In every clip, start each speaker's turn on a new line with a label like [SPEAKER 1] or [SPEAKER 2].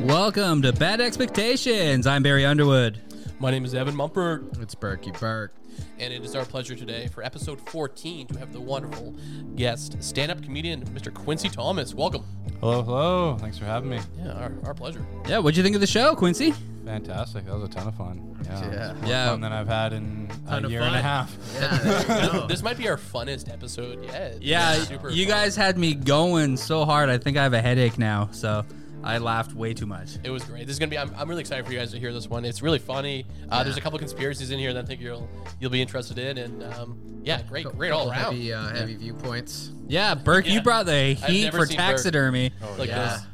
[SPEAKER 1] Welcome to Bad Expectations. I'm Barry Underwood.
[SPEAKER 2] My name is Evan Mumford,
[SPEAKER 3] It's Berkey Burke.
[SPEAKER 2] and it is our pleasure today for episode 14 to have the wonderful guest, stand up comedian Mr. Quincy Thomas. Welcome.
[SPEAKER 4] Hello, hello. Thanks for having me.
[SPEAKER 2] Yeah, our, our pleasure.
[SPEAKER 1] Yeah, what'd you think of the show, Quincy?
[SPEAKER 4] Fantastic. That was a ton of fun. Yeah.
[SPEAKER 3] Yeah.
[SPEAKER 4] More
[SPEAKER 1] Yeah.
[SPEAKER 4] fun than I've had in
[SPEAKER 3] Ton
[SPEAKER 4] a
[SPEAKER 3] of
[SPEAKER 4] year and a
[SPEAKER 3] fun.
[SPEAKER 4] half.
[SPEAKER 3] Yeah, there you go.
[SPEAKER 2] This might be our funnest episode yet.
[SPEAKER 1] Yeah,
[SPEAKER 2] It's super
[SPEAKER 1] you
[SPEAKER 2] fun.
[SPEAKER 1] guys had me going so hard. I think I have a headache now, so I laughed way too much.
[SPEAKER 2] It was great. This is gonna be. I'm, I'm really excited for you guys to hear this one. It's really funny. Uh, There's a couple conspiracies in here that I think you'll you'll be interested in, and um, yeah, great, great all
[SPEAKER 3] Couple
[SPEAKER 2] around.
[SPEAKER 3] Heavy, uh, heavy viewpoints.
[SPEAKER 1] Yeah, Burke,
[SPEAKER 2] Yeah.
[SPEAKER 1] you brought the heat
[SPEAKER 2] never
[SPEAKER 1] for
[SPEAKER 2] seen Burke.
[SPEAKER 1] taxidermy,
[SPEAKER 4] Oh,
[SPEAKER 2] Like
[SPEAKER 3] yeah.
[SPEAKER 2] this.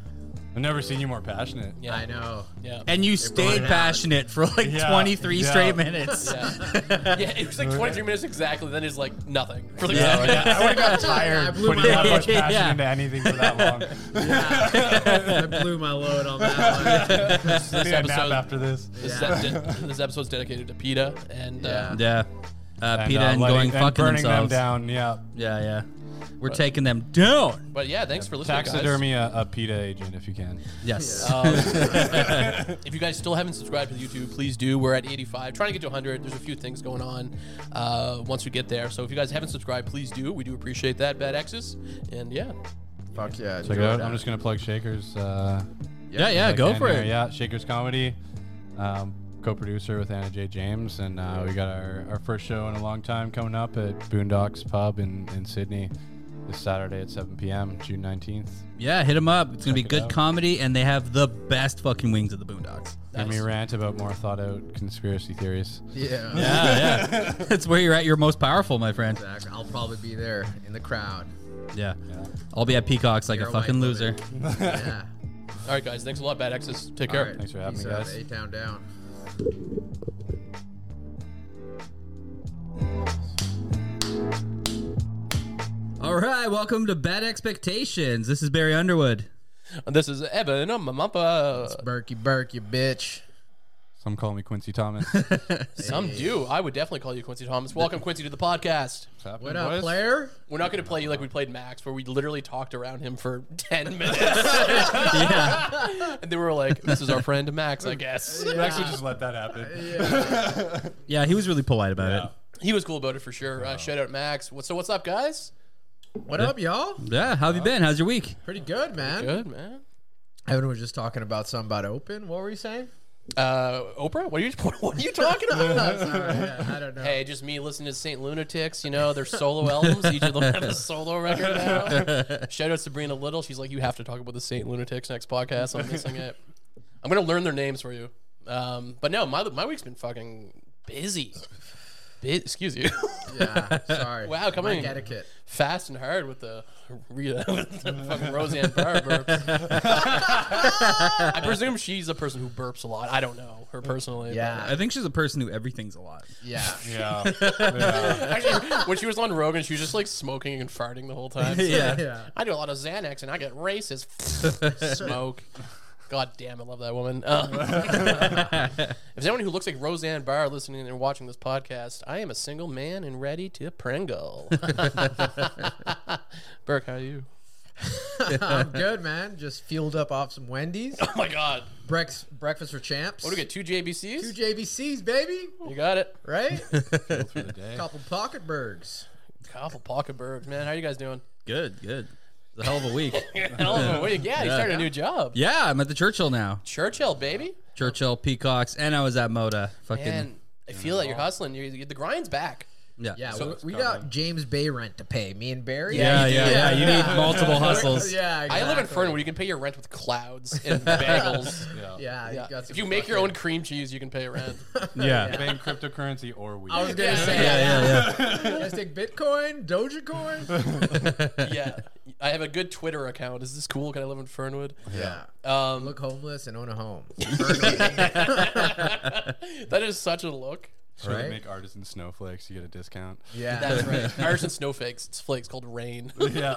[SPEAKER 4] I've never seen you more passionate.
[SPEAKER 2] Yeah,
[SPEAKER 3] I know.
[SPEAKER 2] Yeah.
[SPEAKER 1] and you
[SPEAKER 3] brought
[SPEAKER 1] stayed
[SPEAKER 3] it out.
[SPEAKER 1] passionate for like
[SPEAKER 4] Yeah,
[SPEAKER 1] 23
[SPEAKER 4] yeah.
[SPEAKER 1] straight minutes.
[SPEAKER 2] Yeah. yeah, it was like 23 minutes exactly. Then it's like nothing for the
[SPEAKER 1] Yeah.
[SPEAKER 2] rest of
[SPEAKER 4] Yeah,
[SPEAKER 2] it.
[SPEAKER 4] I would have got
[SPEAKER 3] I
[SPEAKER 4] tired
[SPEAKER 3] blew
[SPEAKER 4] putting
[SPEAKER 3] my-
[SPEAKER 4] that much passion
[SPEAKER 1] Yeah.
[SPEAKER 4] into anything for that long.
[SPEAKER 3] I blew my load on that one.
[SPEAKER 2] This
[SPEAKER 4] Maybe a nap
[SPEAKER 2] episode-
[SPEAKER 4] after this.
[SPEAKER 2] This, is
[SPEAKER 3] Yeah.
[SPEAKER 2] epi- this episode's dedicated to PETA and
[SPEAKER 3] Yeah.
[SPEAKER 2] uh,
[SPEAKER 1] Yeah. Uh, PETA
[SPEAKER 4] uh,
[SPEAKER 1] and
[SPEAKER 4] letting-
[SPEAKER 1] going fucking
[SPEAKER 4] burning
[SPEAKER 1] themselves.
[SPEAKER 4] them down. Yeah.
[SPEAKER 1] Yeah, yeah. We're taking them down.
[SPEAKER 2] but yeah, thanks for listening. guys.
[SPEAKER 4] Taxidermy uh, a, a PETA agent if you can.
[SPEAKER 1] Yes.
[SPEAKER 2] Um, if you guys still haven't subscribed to the YouTube, please do. We're at 85, trying to get to 100. There's a few things going on uh, once we get there. So if you guys haven't subscribed, please do. We do appreciate that, Bad X's. And yeah,
[SPEAKER 3] Fuck yeah.
[SPEAKER 4] Check
[SPEAKER 3] enjoy
[SPEAKER 4] it out.
[SPEAKER 3] that.
[SPEAKER 4] I'm just gonna plug Shakers. Uh,
[SPEAKER 1] yeah, yeah,
[SPEAKER 4] if I
[SPEAKER 1] go
[SPEAKER 4] can
[SPEAKER 1] for
[SPEAKER 4] here.
[SPEAKER 1] it.
[SPEAKER 4] Yeah, Shakers Comedy, um, co-producer with Anna J. James, and uh, we got our, our first show in a long time coming up at Boondocks Pub in, in Sydney this Saturday at 7 p.m. June 19th.
[SPEAKER 1] Yeah, hit them up. It's going to
[SPEAKER 4] Check
[SPEAKER 1] be
[SPEAKER 4] it
[SPEAKER 1] good
[SPEAKER 4] out.
[SPEAKER 1] comedy, and they have the best fucking wings of the Boondocks.
[SPEAKER 4] Hear me
[SPEAKER 2] Nice.
[SPEAKER 4] rant about more thought-out conspiracy theories.
[SPEAKER 3] Yeah.
[SPEAKER 1] Yeah, yeah. That's where you're at your most powerful, my friend.
[SPEAKER 3] Exactly. I'll probably be there in the crowd.
[SPEAKER 1] Yeah. I'll be at Peacocks like
[SPEAKER 3] You're
[SPEAKER 1] a
[SPEAKER 3] a
[SPEAKER 1] fucking
[SPEAKER 3] white
[SPEAKER 1] loser.
[SPEAKER 3] Yeah.
[SPEAKER 2] all right, guys, thanks a lot, Bad X's. Take
[SPEAKER 3] All
[SPEAKER 2] care.
[SPEAKER 3] right.
[SPEAKER 4] Thanks for having
[SPEAKER 3] Peace
[SPEAKER 4] me,
[SPEAKER 3] out.
[SPEAKER 4] guys.
[SPEAKER 3] Eight down down.
[SPEAKER 1] All right, welcome to Bad Expectations. This is Barry Underwood.
[SPEAKER 2] And This is Evan um, um, um, uh,
[SPEAKER 3] Berkey Burke, you bitch.
[SPEAKER 4] Some call me Quincy Thomas.
[SPEAKER 2] Some do. I would definitely call you Quincy Thomas. Welcome, Quincy, to the podcast.
[SPEAKER 3] What up, player?
[SPEAKER 2] We're not going to play you like we played Max, where we literally talked around him for 10 minutes.
[SPEAKER 1] Yeah.
[SPEAKER 2] and they were like, this is our friend Max, I guess.
[SPEAKER 4] Actually, just let that happen.
[SPEAKER 1] yeah, he was really polite about
[SPEAKER 2] He was cool about it for sure. Uh, shout out Max. What, so what's up, guys?
[SPEAKER 3] What up, y'all?
[SPEAKER 1] it. Yeah, how have you been? How's your week?
[SPEAKER 3] Pretty good, man.
[SPEAKER 2] Good man.
[SPEAKER 3] Evan was just talking about something about open. What were you saying?
[SPEAKER 2] Uh, Oprah, what are you what are you talking about?
[SPEAKER 3] Sorry, yeah, I don't know.
[SPEAKER 2] hey, just me listening to Saint Lunatics. You know their solo albums. Each of them have a solo record now. Shout out Sabrina Little. She's like, you have to talk about the Saint Lunatics next podcast. I'm missing it. I'm gonna learn their names for you. Um, but no, my my week's been fucking busy. Bu- excuse you.
[SPEAKER 3] Yeah, sorry.
[SPEAKER 2] Wow, come
[SPEAKER 3] Mike
[SPEAKER 2] on.
[SPEAKER 3] etiquette.
[SPEAKER 2] Fast and hard with the Rita, with the fucking Roseanne Barr burps. I presume she's the person who burps a lot. I don't know her personally. but-
[SPEAKER 3] Yeah,
[SPEAKER 1] I think she's a person who everything's a lot.
[SPEAKER 3] yeah.
[SPEAKER 4] Yeah. yeah.
[SPEAKER 2] Actually, when she was on Rogan, she was just like smoking and farting the whole time.
[SPEAKER 1] Yeah.
[SPEAKER 3] Yeah.
[SPEAKER 2] I do a lot of Xanax and I get racist. Smoke. God damn, I love that woman. Uh, if there's anyone who looks like Roseanne Barr listening and watching this podcast, I am a single man and ready to pringle. Burke, how are you?
[SPEAKER 3] I'm good, man. Just fueled up off some Wendy's.
[SPEAKER 2] Oh my God.
[SPEAKER 3] Brex, breakfast for champs.
[SPEAKER 2] What do Oh, we get? Two JBCs?
[SPEAKER 3] Two JVCs, baby.
[SPEAKER 2] you got it.
[SPEAKER 3] Right?
[SPEAKER 4] Through the day.
[SPEAKER 3] Couple pocket burgers.
[SPEAKER 2] Couple pocket birds, man. How you guys doing?
[SPEAKER 1] Good, good. It's a hell of a week.
[SPEAKER 2] Hell of a week. Yeah, you started a new job.
[SPEAKER 1] yeah, I'm at the Churchill now.
[SPEAKER 2] Churchill, baby.
[SPEAKER 1] Churchill, Peacocks, and I was at Moda. Fucking
[SPEAKER 2] Man, I feel that you're hustling. You're, you the grind's back.
[SPEAKER 1] yeah.
[SPEAKER 3] Yeah,
[SPEAKER 2] So
[SPEAKER 3] we-
[SPEAKER 2] it's
[SPEAKER 3] we,
[SPEAKER 4] coming.
[SPEAKER 3] got James Bay rent to pay. Me and Barry.
[SPEAKER 1] Yeah,
[SPEAKER 2] you
[SPEAKER 1] yeah,
[SPEAKER 2] do.
[SPEAKER 1] yeah. You
[SPEAKER 3] Yeah.
[SPEAKER 1] need multiple hustles.
[SPEAKER 3] Yeah, exactly.
[SPEAKER 2] I live in Fernwood. You can pay your rent with clouds and bagels.
[SPEAKER 3] Yeah,
[SPEAKER 2] Yeah.
[SPEAKER 3] got some
[SPEAKER 2] If you make your own
[SPEAKER 3] fucking-
[SPEAKER 2] cream cheese, you can pay your rent.
[SPEAKER 1] Yeah.
[SPEAKER 4] Paying cryptocurrency or weed.
[SPEAKER 3] I was gonna say,
[SPEAKER 1] Yeah, yeah, yeah.
[SPEAKER 3] you guys take Bitcoin, Dogecoin.
[SPEAKER 2] yeah. I have a good Twitter account. Is this cool? Can I live in Fernwood?
[SPEAKER 3] yeah,
[SPEAKER 2] Um,
[SPEAKER 3] look homeless and own a home.
[SPEAKER 2] that is such a look.
[SPEAKER 4] Sure,
[SPEAKER 3] Right?
[SPEAKER 4] make artisan snowflakes. You get a discount.
[SPEAKER 3] Yeah,
[SPEAKER 2] That's right. Irish and snowflakes. It's flakes called rain.
[SPEAKER 4] Yeah.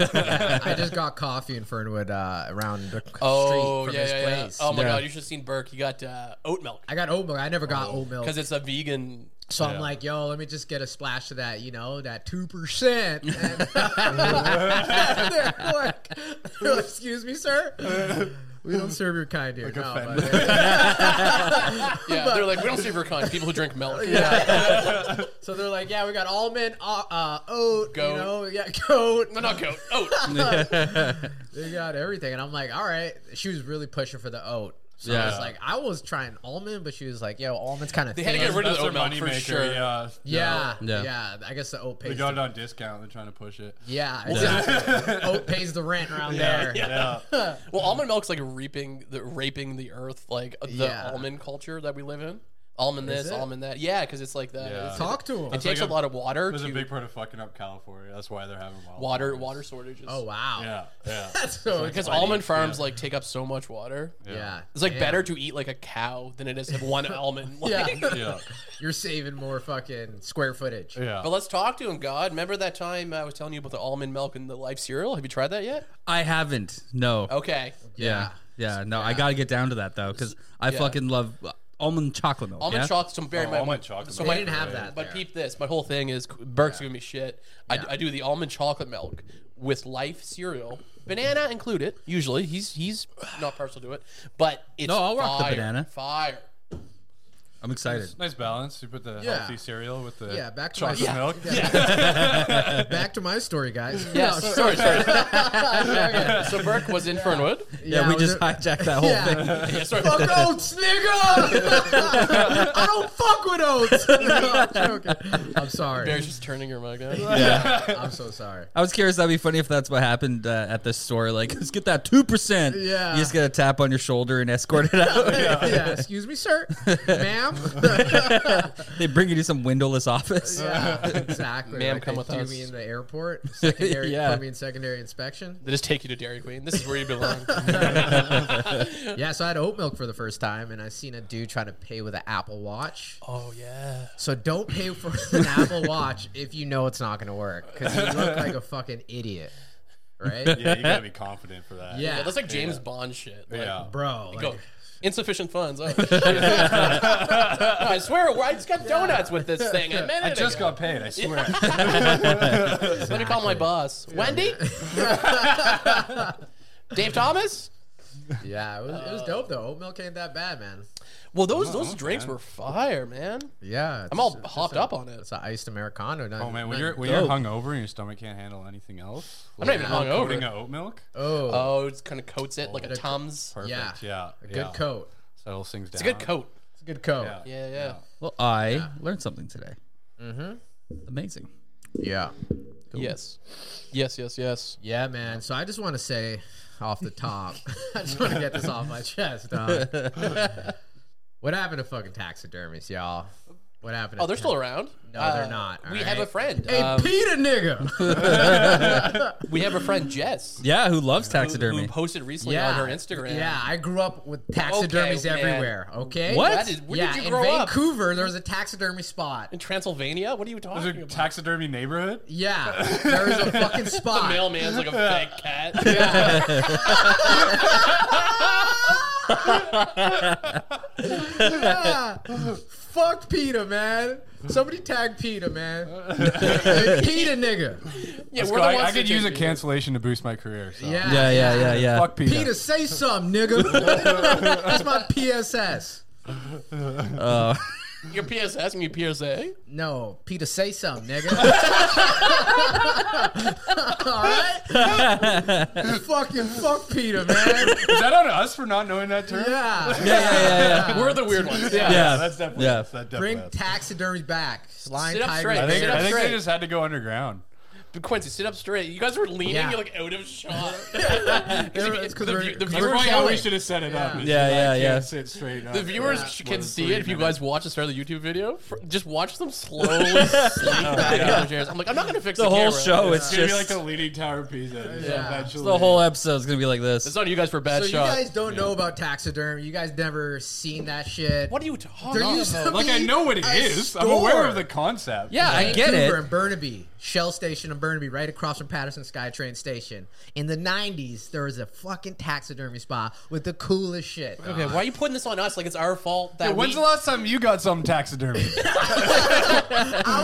[SPEAKER 3] I just got coffee in Fernwood uh, around the
[SPEAKER 2] Oh,
[SPEAKER 3] street from
[SPEAKER 2] yeah,
[SPEAKER 3] his
[SPEAKER 2] yeah, yeah.
[SPEAKER 3] place.
[SPEAKER 2] Oh, my
[SPEAKER 1] Yeah.
[SPEAKER 2] God. You should have seen Burke. He got uh, oat milk
[SPEAKER 3] I got oat milk. I never got oat milk.
[SPEAKER 2] because it's a vegan
[SPEAKER 3] So
[SPEAKER 4] Yeah.
[SPEAKER 3] I'm like, yo, let me just get a splash of that, you know, that two percent. excuse me, sir. We don't serve your kind here. no,
[SPEAKER 4] offend.
[SPEAKER 3] but-
[SPEAKER 2] Yeah, they're like, we don't see kind. people who drink milk.
[SPEAKER 3] so they're like, yeah, we got almond, uh, uh, oat,
[SPEAKER 2] Goat.
[SPEAKER 3] you know, yeah, goat.
[SPEAKER 2] No, not goat. Oh,
[SPEAKER 3] They got everything, and I'm like, all right. She was really pushing for the oat. So
[SPEAKER 2] Yeah.
[SPEAKER 3] I was like, I was trying almond, but she was like, yo, almond's kind of
[SPEAKER 2] They
[SPEAKER 3] thin.
[SPEAKER 2] had to get rid of
[SPEAKER 4] That's
[SPEAKER 2] the
[SPEAKER 4] their
[SPEAKER 2] oat milk
[SPEAKER 4] money
[SPEAKER 2] for
[SPEAKER 4] maker.
[SPEAKER 2] sure.
[SPEAKER 4] Yeah.
[SPEAKER 3] yeah,
[SPEAKER 1] Yeah.
[SPEAKER 3] yeah, I guess the oat
[SPEAKER 4] They
[SPEAKER 3] pays.
[SPEAKER 4] got it
[SPEAKER 3] The,
[SPEAKER 4] on discount. They're trying to push it.
[SPEAKER 3] yeah, exactly. oat pays the rent around there.
[SPEAKER 4] Yeah.
[SPEAKER 2] well, almond milk's like reaping the raping the earth, like the
[SPEAKER 3] Yeah.
[SPEAKER 2] almond culture that we live in. Almond this,
[SPEAKER 3] it?
[SPEAKER 2] almond that. Yeah, because it's like that.
[SPEAKER 4] Yeah.
[SPEAKER 2] it's-
[SPEAKER 3] Talk to him.
[SPEAKER 2] It takes
[SPEAKER 4] like
[SPEAKER 2] a,
[SPEAKER 4] a-
[SPEAKER 2] lot of water
[SPEAKER 4] It was a
[SPEAKER 2] to
[SPEAKER 4] big part of fucking up California. That's why they're having wild
[SPEAKER 2] water
[SPEAKER 4] fires.
[SPEAKER 2] water shortages.
[SPEAKER 3] Oh wow.
[SPEAKER 4] Yeah. Yeah.
[SPEAKER 3] That's so
[SPEAKER 2] because
[SPEAKER 3] funny.
[SPEAKER 2] almond farms like take up so much water.
[SPEAKER 3] Yeah.
[SPEAKER 2] It's like
[SPEAKER 3] Damn.
[SPEAKER 2] better to eat like a cow than it is to have one almond. Like,
[SPEAKER 3] Yeah.
[SPEAKER 4] Yeah.
[SPEAKER 3] You're saving more fucking square footage.
[SPEAKER 4] Yeah.
[SPEAKER 2] But let's talk to him, God. Remember that time I was telling you about the almond milk and the life cereal? Have you tried that yet?
[SPEAKER 1] I haven't. No.
[SPEAKER 2] Okay.
[SPEAKER 1] Yeah. Yeah. No, I gotta get down to that though, because I
[SPEAKER 2] Yeah.
[SPEAKER 1] fucking love uh, almond chocolate milk.
[SPEAKER 2] Almond
[SPEAKER 1] yeah?
[SPEAKER 2] chocolate, some very
[SPEAKER 4] Oh,
[SPEAKER 2] my-
[SPEAKER 4] almond chocolate
[SPEAKER 2] So
[SPEAKER 3] They
[SPEAKER 2] my,
[SPEAKER 3] didn't have that.
[SPEAKER 2] But
[SPEAKER 3] there.
[SPEAKER 2] peep this. My whole thing is Burke's giving me shit. I, I do the almond chocolate milk with life cereal, banana included. Usually, he's he's not partial to it, but it's
[SPEAKER 1] No, I'll rock the
[SPEAKER 2] fire,
[SPEAKER 1] banana.
[SPEAKER 2] Fire.
[SPEAKER 1] I'm excited.
[SPEAKER 4] It's nice balance. You put the
[SPEAKER 3] Yeah.
[SPEAKER 4] healthy cereal with the
[SPEAKER 3] Yeah, back to my-
[SPEAKER 4] chocolate
[SPEAKER 3] Yeah.
[SPEAKER 4] milk.
[SPEAKER 3] Back to my story, guys.
[SPEAKER 2] Yeah.
[SPEAKER 3] No,
[SPEAKER 2] sorry, sorry. so Burke was in Fernwood.
[SPEAKER 1] yeah, we
[SPEAKER 3] was
[SPEAKER 1] just
[SPEAKER 3] it-
[SPEAKER 1] hijacked that whole
[SPEAKER 3] Yeah.
[SPEAKER 1] thing.
[SPEAKER 2] Yeah, sorry.
[SPEAKER 3] Fuck oats, nigga! I don't fuck with oats. No, I'm, joking. I'm sorry.
[SPEAKER 2] Bear's just turning your mic out.
[SPEAKER 3] I'm so sorry.
[SPEAKER 1] I was curious. That'd be funny if that's what happened uh, at the store. Like, let's get that two percent.
[SPEAKER 3] Yeah.
[SPEAKER 1] You just get a tap on your shoulder and escort it out.
[SPEAKER 3] Yeah, excuse me, sir, ma'am.
[SPEAKER 1] they bring you to some windowless office.
[SPEAKER 3] yeah, exactly.
[SPEAKER 2] Ma'am,
[SPEAKER 3] Like
[SPEAKER 2] come
[SPEAKER 3] they
[SPEAKER 2] with
[SPEAKER 3] threw
[SPEAKER 2] us.
[SPEAKER 3] me in the airport. Secondary,
[SPEAKER 1] Yeah.
[SPEAKER 3] yeah. me in secondary inspection.
[SPEAKER 2] They just take you to Dairy Queen. This is where you belong.
[SPEAKER 3] Yeah, so I had oat milk for the first time, and I seen a dude trying to pay with an Apple Watch.
[SPEAKER 2] oh yeah.
[SPEAKER 3] So don't pay for an Apple Watch if you know it's not going to work because you look like a fucking idiot, right?
[SPEAKER 4] Yeah, you gotta be confident for that.
[SPEAKER 3] Yeah,
[SPEAKER 2] Yeah, that's like James Bond shit. Like,
[SPEAKER 4] Yeah.
[SPEAKER 3] bro.
[SPEAKER 2] Go.
[SPEAKER 3] Like,
[SPEAKER 2] Insufficient funds. Oh, shit. I swear, I just got donuts with this thing. A minute
[SPEAKER 4] I just
[SPEAKER 2] ago.
[SPEAKER 4] got paid, I swear.
[SPEAKER 2] Let me call my boss. Wendy? Dave Thomas?
[SPEAKER 3] yeah, it was, it was dope though. Oat milk ain't that bad, man.
[SPEAKER 2] Well, those those drinks were fire, man.
[SPEAKER 3] Yeah,
[SPEAKER 2] I'm all hopped up on it.
[SPEAKER 3] It's an iced americano. Not,
[SPEAKER 4] Oh man, when
[SPEAKER 3] not-
[SPEAKER 4] you're when
[SPEAKER 1] dope.
[SPEAKER 4] you're hungover and your stomach can't handle anything else,
[SPEAKER 2] I'm not even hungover.
[SPEAKER 4] Putting oat milk,
[SPEAKER 3] oh,
[SPEAKER 4] Uh,
[SPEAKER 2] Oh, it kind of coats it like a
[SPEAKER 3] Oh.
[SPEAKER 2] Tums.
[SPEAKER 4] perfect.
[SPEAKER 3] Yeah.
[SPEAKER 4] yeah,
[SPEAKER 3] a good coat.
[SPEAKER 4] Settles things down.
[SPEAKER 2] It's a good coat.
[SPEAKER 3] It's a good coat.
[SPEAKER 4] Yeah.
[SPEAKER 2] Yeah, yeah.
[SPEAKER 1] Well, I learned something today. Mm-hmm. Amazing.
[SPEAKER 3] Yeah.
[SPEAKER 2] Yes. Yes, yes, yes.
[SPEAKER 3] Yeah, man. So I just want to say off the top, I just want to get this off my chest. Dog. what happened to fucking taxidermies, y'all? What happened? To
[SPEAKER 2] Oh, they're still around. Uh,
[SPEAKER 3] No, they're not,
[SPEAKER 2] We
[SPEAKER 3] all
[SPEAKER 2] have a
[SPEAKER 3] right.
[SPEAKER 2] friend.
[SPEAKER 3] Hey,
[SPEAKER 2] Um,
[SPEAKER 3] Peter, nigga.
[SPEAKER 2] we have a friend, Jess.
[SPEAKER 1] Yeah, who loves
[SPEAKER 2] Who,
[SPEAKER 1] taxidermy?
[SPEAKER 2] who posted recently on her Instagram.
[SPEAKER 3] Yeah, I grew up with taxidermies
[SPEAKER 2] Okay, man.
[SPEAKER 3] everywhere. Okay.
[SPEAKER 1] What?
[SPEAKER 2] That is, where
[SPEAKER 3] yeah,
[SPEAKER 2] did you
[SPEAKER 3] in
[SPEAKER 2] grow up?
[SPEAKER 3] Vancouver, there was a taxidermy spot.
[SPEAKER 2] In Transylvania? What are you
[SPEAKER 4] There's a
[SPEAKER 2] talking about?
[SPEAKER 4] taxidermy neighborhood.
[SPEAKER 3] Yeah, there was a fucking
[SPEAKER 2] The
[SPEAKER 3] spot.
[SPEAKER 2] mailman's like a fake cat.
[SPEAKER 3] Yeah. Fuck PETA, man. Somebody tag PETA, man. PETA, nigga.
[SPEAKER 2] Yeah,
[SPEAKER 4] Let's
[SPEAKER 2] we're
[SPEAKER 4] go.
[SPEAKER 2] the
[SPEAKER 4] I,
[SPEAKER 2] ones
[SPEAKER 4] I could
[SPEAKER 2] that
[SPEAKER 4] use a
[SPEAKER 2] take you.
[SPEAKER 4] cancellation to boost my career. So.
[SPEAKER 3] Yeah.
[SPEAKER 1] yeah, yeah, yeah, yeah.
[SPEAKER 4] Fuck Peter.
[SPEAKER 3] PETA, say something, nigga. That's my PSS.
[SPEAKER 1] Uh,
[SPEAKER 2] Your PSS and your PSA?
[SPEAKER 3] No, PETA, say something, nigga. All right? Fucking fuck PETA, man.
[SPEAKER 4] Is that on us for not knowing that term?
[SPEAKER 3] Yeah.
[SPEAKER 1] yeah, yeah, yeah, yeah.
[SPEAKER 2] We're the weird ones.
[SPEAKER 1] Yeah.
[SPEAKER 4] that's definitely.
[SPEAKER 1] Yeah.
[SPEAKER 4] us, That definitely
[SPEAKER 3] Bring
[SPEAKER 4] us.
[SPEAKER 3] taxidermy back. Lion
[SPEAKER 2] Sit up
[SPEAKER 3] tiger.
[SPEAKER 2] straight.
[SPEAKER 4] I think,
[SPEAKER 2] Sit up
[SPEAKER 4] I think
[SPEAKER 2] straight.
[SPEAKER 4] they just had to go underground.
[SPEAKER 2] Quincy, sit up straight. You guys were leaning,
[SPEAKER 3] Yeah.
[SPEAKER 2] you're like out of shot.
[SPEAKER 3] It's 'cause
[SPEAKER 2] The
[SPEAKER 3] we're-
[SPEAKER 2] view- the
[SPEAKER 3] 'cause
[SPEAKER 2] view-
[SPEAKER 3] we're
[SPEAKER 2] That's probably
[SPEAKER 3] showing.
[SPEAKER 4] have set it
[SPEAKER 3] Yeah.
[SPEAKER 1] Yeah, yeah, yeah.
[SPEAKER 4] Sit straight up.
[SPEAKER 2] the viewers
[SPEAKER 4] Yeah.
[SPEAKER 2] sh-
[SPEAKER 4] More
[SPEAKER 2] can
[SPEAKER 4] than
[SPEAKER 2] see
[SPEAKER 4] three
[SPEAKER 2] it if you
[SPEAKER 4] minutes.
[SPEAKER 2] guys watch the start of the YouTube video. Fr- Just watch them slowly sleep back in their chairs. I'm like, I'm not gonna fix the,
[SPEAKER 1] The whole
[SPEAKER 2] camera.
[SPEAKER 1] show
[SPEAKER 4] It's
[SPEAKER 1] is
[SPEAKER 4] gonna be
[SPEAKER 1] Oh, just
[SPEAKER 4] like the leading tower of Pisa.
[SPEAKER 3] Yeah.
[SPEAKER 4] Eventually.
[SPEAKER 1] the whole episode's gonna be like
[SPEAKER 2] It's
[SPEAKER 1] this.
[SPEAKER 2] on you guys for a bad
[SPEAKER 3] So you
[SPEAKER 2] shot.
[SPEAKER 3] guys don't know about taxidermy. You guys never seen that shit.
[SPEAKER 2] what are you talking
[SPEAKER 3] There
[SPEAKER 2] about?
[SPEAKER 3] used to
[SPEAKER 4] Like I know what it
[SPEAKER 3] a
[SPEAKER 4] is. I'm
[SPEAKER 3] store.
[SPEAKER 4] aware of the concept.
[SPEAKER 1] Yeah, I get it.
[SPEAKER 3] Vancouver and Burnaby. Shell Station in Burnaby, right across from Patterson SkyTrain Station. In the '90s, there was a fucking taxidermy spot with the coolest shit.
[SPEAKER 2] Okay, why are you putting this on us like it's our fault? That
[SPEAKER 4] When's the
[SPEAKER 2] we-
[SPEAKER 4] last time you got some taxidermy?